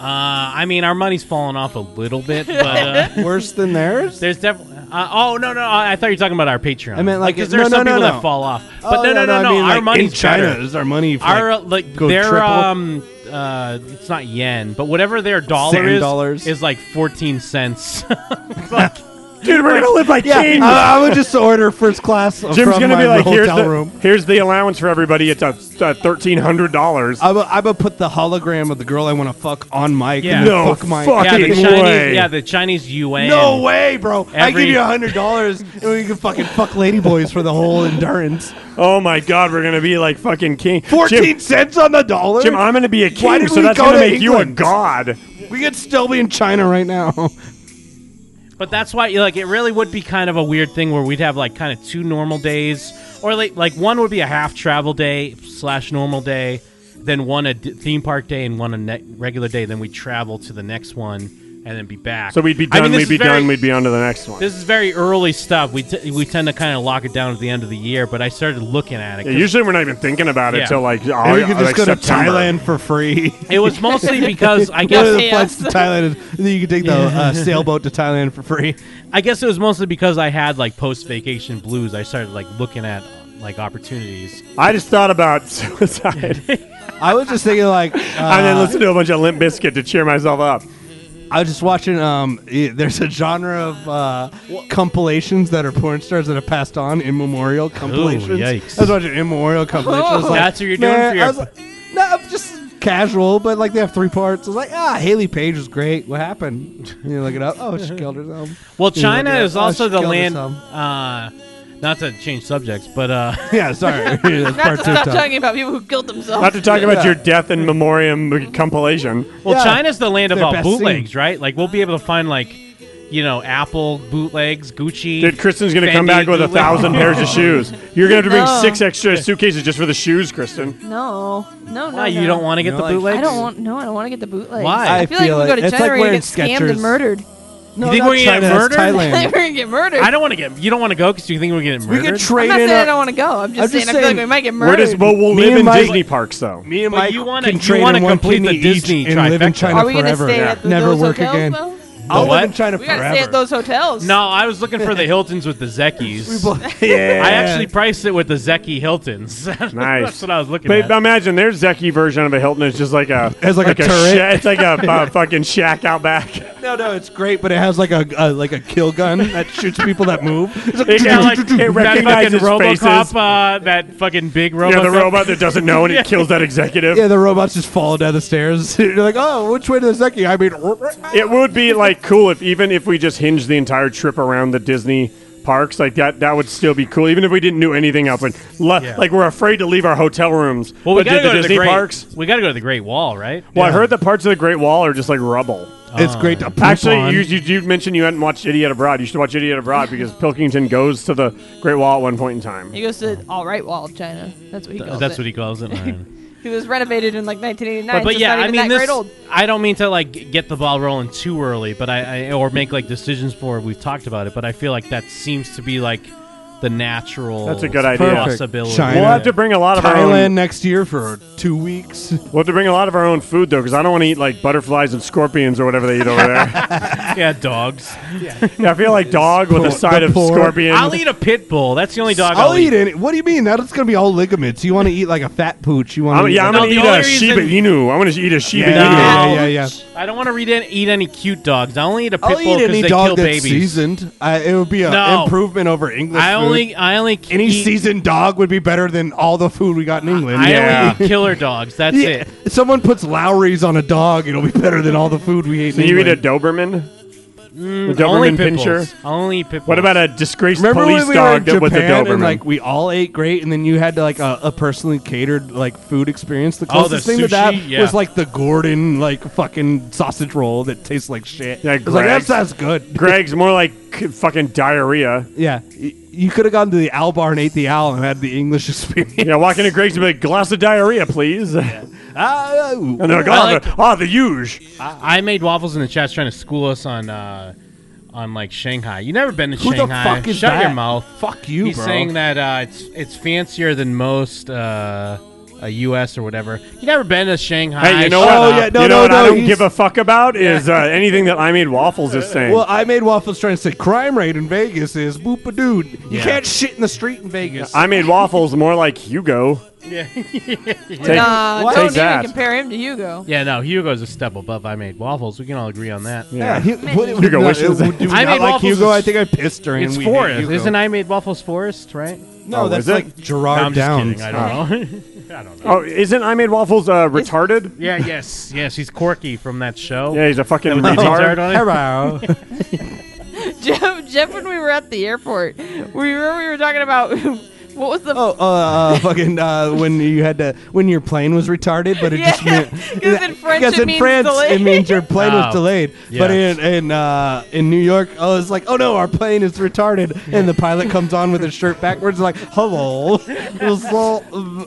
S10: Uh, I mean, our money's fallen off a little bit, but uh,
S12: Worse than theirs?
S10: There's definitely. Uh, oh no, no! I I thought you were talking about our Patreon.
S12: I meant like,
S10: because there's
S12: no, no,
S10: some
S12: no,
S10: people
S12: no.
S10: that fall off.
S12: Oh,
S10: But no,
S12: no,
S10: no,
S12: no, I
S10: no, no!
S12: mean, like,
S10: our
S12: in
S10: money's
S12: China,
S10: better.
S12: is our money, like,
S10: our uh, like
S12: go
S10: their
S12: triple?
S10: um uh, it's not yen, but whatever their dollar
S12: Sand
S10: is
S12: dollars.
S10: is like fourteen cents.
S11: Dude, we're gonna live like
S12: yeah,
S11: kings.
S12: I, I would just order first class.
S11: Uh, Jim's
S12: from
S11: gonna
S12: my
S11: be like, here's
S12: hotel
S11: the,
S12: room.
S11: here's the allowance for everybody. It's a, uh thirteen hundred dollars.
S12: I would, I would put the hologram of the girl I want to fuck on mic.
S10: Yeah.
S12: and then
S10: No
S12: fuck my
S10: yeah, the Chinese, yeah, the Chinese yuan.
S12: No way, bro! I
S10: Every-
S12: give you a hundred dollars, and we can fucking fuck lady boys for the whole endurance.
S11: Oh my God, we're gonna be like fucking king.
S12: Fourteen
S11: Jim,
S12: cents on the dollar,
S11: Jim, I'm gonna be a
S12: Why
S11: king,
S12: did
S11: so
S12: we
S11: that's
S12: go
S11: gonna
S12: to
S11: make you a
S12: England?
S11: god.
S12: We could still be in China right now.
S10: But that's why, like, it really would be kind of a weird thing where we'd have like kind of two normal days, or like like one would be a half travel day slash normal day, then one a d- theme park day and one a ne- regular day. Then we travel to the next one and then be back.
S11: So we'd be
S10: I
S11: done.
S10: mean, this
S11: we'd be
S10: is very-
S11: done. We'd be on to the next one.
S10: This is very early stuff. We t- we tend to kind of lock it down at the end of the year, but I started looking at it.
S11: Yeah,
S10: 'cause
S11: usually, we're not even thinking about it
S10: Yeah.
S11: till like,
S10: Maybe
S11: oh,
S12: Maybe we could just
S11: like
S12: go to
S11: September.
S12: Thailand for free.
S10: It was mostly because I
S12: One of
S10: guess
S12: the flights to Thailand, is, and then you can take the uh,
S10: Yeah.
S12: sailboat to Thailand for free.
S10: I guess it was mostly because I had like post vacation blues. I started like looking at like opportunities.
S11: I just thought about suicide.
S12: I was just thinking like,
S11: and then
S12: uh,
S11: listen to a bunch of Limp Biscuit to cheer myself up.
S12: I was just watching. Um, i- there's a genre of uh, compilations that are porn stars that have passed on. Immemorial compilations.
S10: Oh, yikes.
S12: I
S10: Oh,
S12: was watching immemorial compilations. I was like,
S10: That's what you're doing
S12: "Man,"
S10: for your-
S12: I was like, no, I'm just casual, but like they have three parts. I was like, ah, Haley Page was great. What happened? You look it up. Oh, she killed herself.
S10: Well,
S12: You look
S10: China
S12: it up,
S10: is
S12: "Oh,
S10: also
S12: she
S10: the
S12: killed
S10: land.
S12: herself."
S10: Uh, not to change subjects, but uh,
S12: yeah, sorry. That's
S2: Not to stop talking about people who killed themselves.
S11: Not to talk about your death in memoriam compilation.
S10: Well, China's the land of
S11: Their
S10: all
S11: best
S10: bootlegs, right? Like we'll be able to find like, you know, Apple bootlegs, Gucci.
S11: Dude, Kristen's gonna come
S10: Fendi
S11: back with a
S10: bootleg.
S11: thousand pairs of shoes. You're gonna have to bring
S12: Oh.
S2: No.
S11: six extra suitcases just for the shoes, Kristen.
S2: No, no, no.
S10: Why, you
S2: no.
S10: don't wanna get No, the like- bootlegs?
S2: I don't want. No, I don't want to get the bootlegs.
S10: Why?
S2: I,
S10: I
S2: feel like
S10: feel
S2: when we go
S10: like-
S2: to
S10: it's
S2: China,
S10: like
S2: we're gonna
S10: wearing
S2: get scammed
S10: Skechers.
S2: and murdered.
S10: No, think we're gonna get murdered?
S2: we're gonna get murdered.
S10: I don't want to get. You don't want to go because you think we're gonna get
S12: We
S10: murdered.
S12: could trade
S2: I'm not
S12: in.
S2: saying I
S12: our-
S2: don't want to go. I'm just,
S12: I'm
S2: saying
S12: just
S2: I feel like
S12: saying-
S2: we might get
S11: We're
S2: murdered.
S11: just well, we'll
S12: Me
S11: live
S12: and
S11: in
S12: Mike-
S11: Disney parks though.
S12: Me and
S10: But
S12: Mike
S10: you
S12: you
S10: wanna-
S12: wanna, can
S10: you
S12: trade
S10: wanna
S12: in one
S10: complete
S12: kidney
S10: the Disney
S12: each and live in
S10: trifecta.
S12: China
S2: Are we gonna
S12: forever.
S2: stay at the-
S12: Never
S2: those
S12: work
S2: hotels,
S12: again.
S2: though?
S12: I'll live
S10: what?
S12: in China
S2: We gotta stay at those hotels.
S10: No, I was looking for the Hiltons with the Zekis.
S11: Yeah.
S10: I actually priced it with the Zeki Hiltons.
S11: Nice.
S10: That's what I was looking
S11: But
S10: at.
S11: imagine their Zeki version of a Hilton is just like a
S12: It's like a turret.
S11: sha- it's like a uh, fucking shack out back.
S12: No, no, it's great, but it has like a, a like a kill gun that shoots people that move. It's
S11: It kinda like- it recognizes
S10: that fucking
S11: faces.
S10: RoboCop, uh, that fucking big
S11: yeah,
S10: robot.
S11: the robot that doesn't know and it kills that executive.
S12: yeah, the robots just fall down the stairs. You're like, oh, which way to the Zeki? I mean,
S11: It would be like cool if even if we just hinged the entire trip around the Disney parks, like that that would still be cool. Even if we didn't do anything else, like le-
S10: Yeah.
S11: like we're afraid to leave our hotel rooms.
S10: Well, we
S11: but
S10: gotta
S11: did
S10: go
S11: the
S10: to
S11: Disney
S10: the great,
S11: parks.
S10: We gotta go to the Great Wall, right?
S11: Well, I heard the parts of the Great Wall are just like rubble.
S10: It's great to poop
S11: actually.
S10: on.
S11: You, you you mentioned you hadn't watched Idiot Abroad. You should watch Idiot Abroad because Pilkington goes to the Great Wall at one point in time.
S2: He goes to All Right Wall, China. That's what he
S10: Th-
S2: calls
S10: that's
S2: it.
S10: what he calls it. alright.
S2: He was renovated in like 1989.
S10: but,
S2: so
S10: but
S2: it's
S10: yeah,
S2: not
S10: I
S2: even that
S10: mean, this,
S2: great old.
S10: I don't mean to like g- get the ball rolling too early, but I, I or make like decisions for. it. We've talked about it, but I feel like that seems to be like the natural.
S11: That's a good idea.
S10: Possibility.
S11: We'll have to bring a lot of our
S12: Thailand
S11: own.
S12: next year for two weeks.
S11: We'll have to bring a lot of our own food though, because I don't want to eat like butterflies and scorpions or whatever they eat over there.
S10: yeah, dogs.
S11: yeah, I feel like dog with a side of scorpion.
S10: I'll eat a pit bull. That's the only dog
S12: I'll,
S10: I'll,
S12: eat any. What do you mean? That's gonna be all ligaments. You want to eat like a fat pooch? You want?
S11: I'm,
S12: eat
S11: yeah, I'm
S12: like
S11: gonna eat
S10: only
S11: a Shiba
S10: reason-
S11: Inu. I'm gonna eat a Shiba
S12: Yeah, yeah,
S11: Inu.
S12: yeah, yeah.
S10: I don't want to read any, eat any cute dogs. I only eat a
S12: I'll
S10: pit bull
S12: eat
S10: because
S12: any
S10: they
S12: dog
S10: kill
S12: that's
S10: babies.
S12: seasoned. I, it would be an
S10: No.
S12: improvement over English.
S10: I
S12: food.
S10: only, I only
S12: any
S10: eat,
S12: seasoned dog would be better than all the food we got in England.
S10: I only eat killer dogs. That's
S12: Yeah.
S10: it.
S12: If someone puts Lowry's on a dog, it'll be better than all the food we ate.
S11: So
S12: in
S11: you eat a
S12: England.
S11: Doberman?
S10: Mm,
S11: The
S10: only
S11: Doberman
S10: pit bulls.
S11: pincher?
S10: I only eat pit bulls.
S11: What about a disgraced
S12: Remember
S11: police
S12: when we were
S11: dog
S12: in
S11: that
S12: Japan
S11: was a Doberman?
S12: and like we all ate great, and then you had to like a, a personally catered like food experience. The
S11: Oh, the
S12: closest thing to that
S11: sushi? Yeah.
S12: was like the Gordon like fucking sausage roll that tastes like shit.
S11: yeah,
S12: It's like that
S11: Greg's.
S12: sounds good.
S11: Greg's more like c- fucking diarrhea.
S12: Yeah, Y- you could have gone to the Owl Bar and ate the owl and had the English experience.
S11: Yeah, walk into Greg's and be like, glass of diarrhea, please.
S12: Ah, ooh.
S11: And they're like,
S10: I
S11: oh,
S10: like-
S11: the, oh, the huge.
S10: I, I made waffles in the chat's trying to school us on uh, on like Shanghai. You never been to
S12: Who the
S10: Shanghai?
S12: fuck is
S10: Shut your
S12: that?
S10: mouth.
S12: Fuck you,
S10: He's
S12: bro.
S10: saying that uh, it's it's fancier than most uh, uh, U.S. or whatever. You never been to Shanghai?
S11: Hey, you know
S10: Shut
S11: what?
S10: up.
S12: Oh, yeah, no,
S11: you know
S12: no,
S11: what I
S12: no,
S11: don't
S12: he's-
S11: give a fuck about is uh, anything that I made waffles is saying.
S12: Well, I made waffles trying to say crime rate in Vegas is boop a dude. You can't shit in the street in Vegas.
S11: I made waffles more like Hugo.
S12: Oh,
S10: Yeah.
S2: nah, Uh, don't
S11: What? Take
S2: even
S11: that.
S2: compare him to Hugo.
S10: Yeah, no, Hugo's a step above. I made waffles. We can all agree on that.
S12: yeah, he, what,
S11: Hugo
S12: no,
S11: wishes.
S12: it- do we
S10: I
S12: not like
S10: made waffles
S12: Hugo.
S10: is-
S12: I think I pissed during.
S10: It's
S12: we hate
S10: Forest,
S12: Hugo.
S10: isn't I made waffles Forest? Right?
S12: No,
S11: Oh,
S12: that's
S11: is it?
S12: like Gerard
S10: no, I'm just
S12: Downs.
S10: kidding. I don't know.
S11: Oh, isn't I made waffles uh, retarded?
S10: yeah, yes, yes. He's quirky from that show.
S11: Yeah, he's a fucking
S10: That was
S11: retard.
S10: retard on it?
S12: Hello.
S2: Jeff, Jeff, when we were at the airport, we remember we were talking about what was the
S12: oh, uh, fucking uh, when you had to when your plane was retarded, but it just
S2: Yeah,
S12: meant
S2: 'cause in French
S12: because
S2: it
S12: in
S2: means
S12: France it
S2: delayed.
S12: means your plane
S10: Oh,
S12: was delayed. But
S10: yes.
S12: in in uh, in New York, oh, it's like oh no, our plane is retarded, and the pilot comes on with his shirt backwards, like hello, It was all-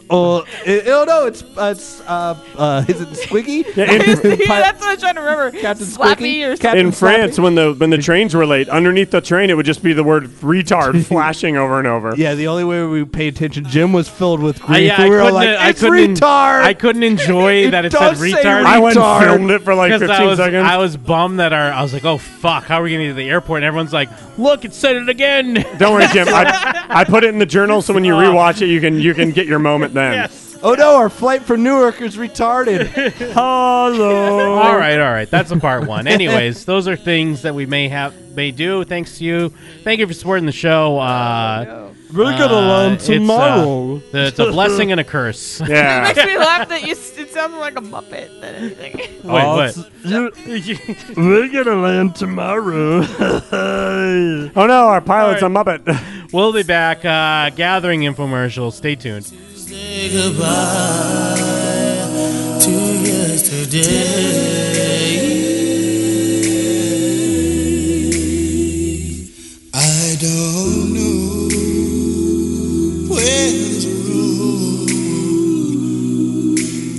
S12: oh, it- oh no, it's uh, it's uh, uh, is it Squiggy?
S2: that's what I'm trying to remember.
S12: Captain
S2: Slappy
S12: Squeaky?
S2: or
S12: Captain
S11: In France,
S12: Slappy?
S11: when the when the trains were late, underneath the train it would just be the word retard flashing over and over.
S12: Yeah, the only way we pay attention, Jim was filled with grief.
S10: I, yeah, I
S12: we were
S10: couldn't,
S12: like,
S10: I
S12: it's
S10: couldn't-
S12: retard.
S10: I couldn't enjoy that it said
S12: does say
S10: retard.
S11: I went and
S12: retard.
S11: filmed it for like 15
S10: Because I was,
S11: seconds.
S10: I was bummed that our I was like, oh fuck, how are we gonna get to the airport? And everyone's like, look, it said it again.
S11: Don't worry, Jim. I, I put it in the journal, so when
S10: Oh.
S11: you rewatch it, you can you can get your moment then.
S12: Oh no, our flight from Newark is retarded. Hello.
S10: all right, all right, that's a part one. Anyways, those are things that we may have may do. Thanks to you. Thank you for supporting the show. Uh,
S12: We're gonna
S10: uh,
S12: learn
S10: it's, uh,
S12: tomorrow.
S10: the- it's a blessing and a curse.
S2: It
S11: Yeah.
S2: makes me laugh that you. s- It sounds more like a Muppet than anything.
S10: Wait, what?
S12: We're gonna land tomorrow.
S11: Oh no, our pilot's a muppet.
S10: We'll be back. Uh, gathering infomercials. Stay tuned.
S13: Say goodbye to yesterday. I don't know where this road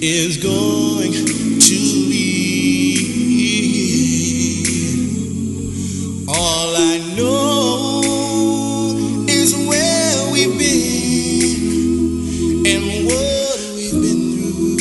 S13: is going to lead. All I know is where we've been and what we've been through.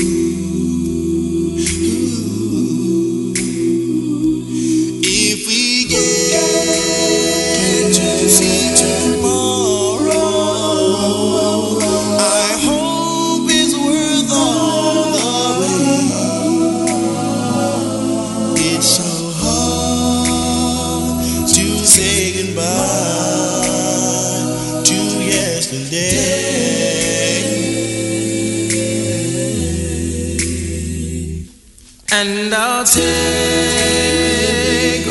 S13: And I'll take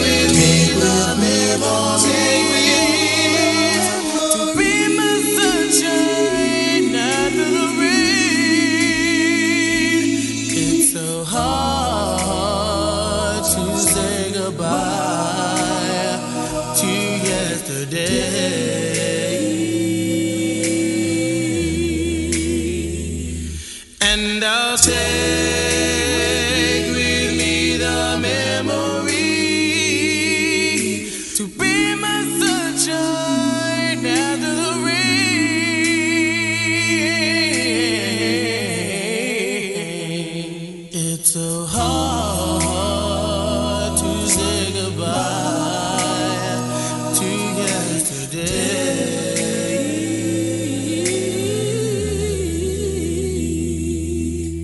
S13: with me the memories. Take with me to be my sunshine after the rain. It's so hard to say goodbye to yesterday. And I'll take with me the memory to be my sunshine after the rain. It's so hard to say goodbye to yesterday.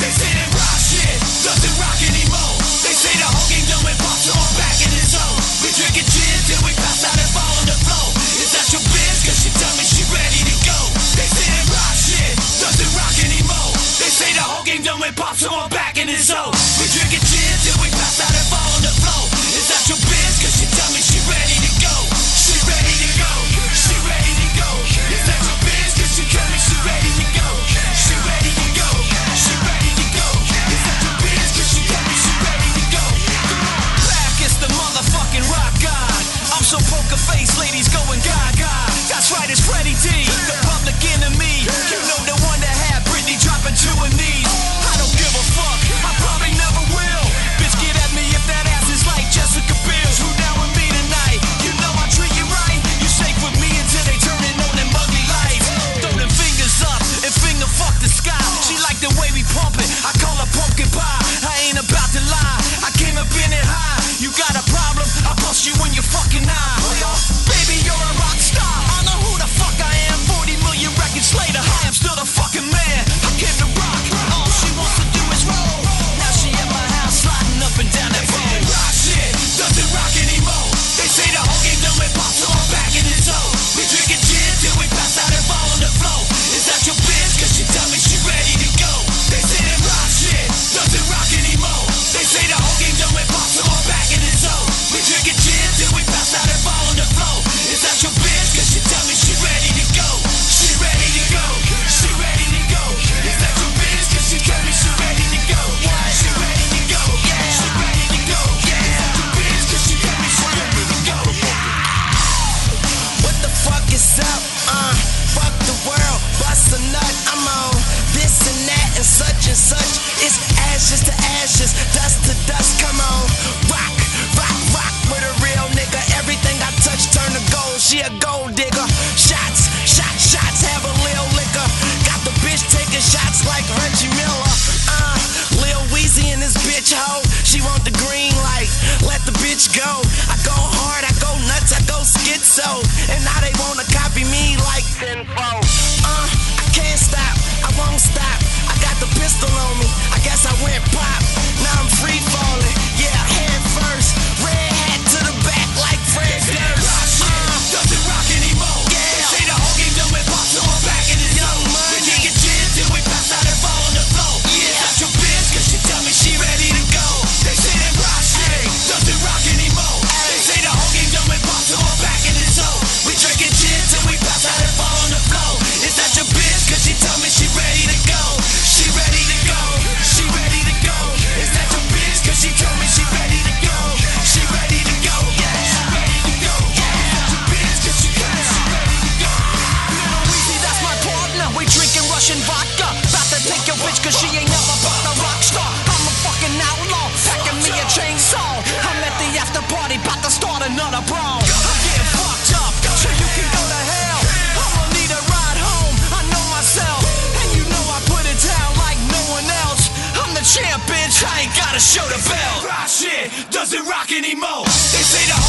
S12: They say that rock shit doesn't rock anymore. They say the whole game done with pop, so I'm back in the zone. We drinking gin till we pass out and fall on the floor. Is that your bitch? Cause she tell me she ready to go. They say that rock shit doesn't rock anymore. They say the whole game done with pop, so I'm back in the zone. We drinking gin till we pass out and fall on the floor. Is that your bitch? Cause she tell me she ready to go. She ready to go. She ready to go. Is that your bitch? Cause she tell me she ready to go. She ready to go. She ready to go. Is that your bitch? Cause she tell me she ready to go. Come on. Back is the motherfucking rock god. I'm so poker face, ladies going gaga. That's right, it's Freddie D, the public enemy. You know the one that had Britney dropping to her knees. I don't give a fuck, I probably never will. Bitch, get at me if that ass is like Jessica Biel. Who down with me tonight? You know I treat you right. You shake with me until they turning on them ugly lights. Throw them fingers up and finger fuck the sky. She like the way we pump it. I call her pumpkin pie. I ain't about to lie. I came up in it high. You got a problem? I bust you in your fucking eye. Baby, you're a rock star. I know who the fuck I am. 40 million records later, I am still the fucking man. I came to rock. All she wants to do is roll. Now she at my house, sliding up and down that road. Rock shit doesn't rock anymore. They say the whole game done with pop, so I'm back in the zone. We drinking gin till we pass out and fall on the floor. Is that your bitch? Cause she tell me she ready to go. They say that rock shit doesn't rock anymore. They say the whole game done with pop, so I'm back in the zone. We drinking gin till we pass out and fall on the floor. Is that your bitch? Cause she tell me she ready to go. She ready to go. She ready to go. Is that your bitch? Cause she tell me she ready to go. She ready to go. She ready to go. Is that your bitch? Cause she tell me she ready to go.
S24: What the fuck is up? Uh, fuck the world, bust a nut. I'm on this and that and such and such. It's ashes to ashes, dust to dust. Come on, rock, rock, rock with a real nigga. Everything I touch turn to gold. She a gold digger. Shots, shots, shots. Have a lil liquor. Got the bitch taking shots like Reggie Miller. Uh, Lil Weezy and this bitch hoe. She want the green light. Let the bitch go. I go hard, I go nuts, I go schizo. And now they wanna copy me like Sinfo. Uh, I can't stop, I won't stop. I got the pistol on me. I guess I went pop. Now I'm free falling. Yeah, head first. Red hat to the back like Fred Durst. Uh,
S12: Doesn't rock anymore. They say the whole game done with pop, so I'm back in the zone. We drinking gin till we pass out and fall on the floor. Is that your bitch? 'Cause she tell me she ready to go. They say that rock shit doesn't rock anymore. They say the whole game done with pop, so I'm back in the zone. We drinking gin till we pass out and fall on the floor. Is that your bitch? 'Cause she tell me she ready to go. She ready to go. She ready to go. Is that your bitch? 'Cause she told me she ready to go. She ready to go. She ready to go. Is that your bitch? 'Cause she tell me she ready to go.
S24: Little Weezy, that's my partner. We drinking Russian vodka. About to take your bitch cause she ain't never fucked a rock star. I'm a fucking outlaw, packing me a chainsaw. I'm at the after party, about to start another brawl. I'm getting fucked up, so you can go to hell. I'ma need a ride home, I know myself. And you know I put it down like no one else. I'm the champ, bitch.
S13: I ain't gotta show the bell. Rock shit doesn't rock anymore. They say the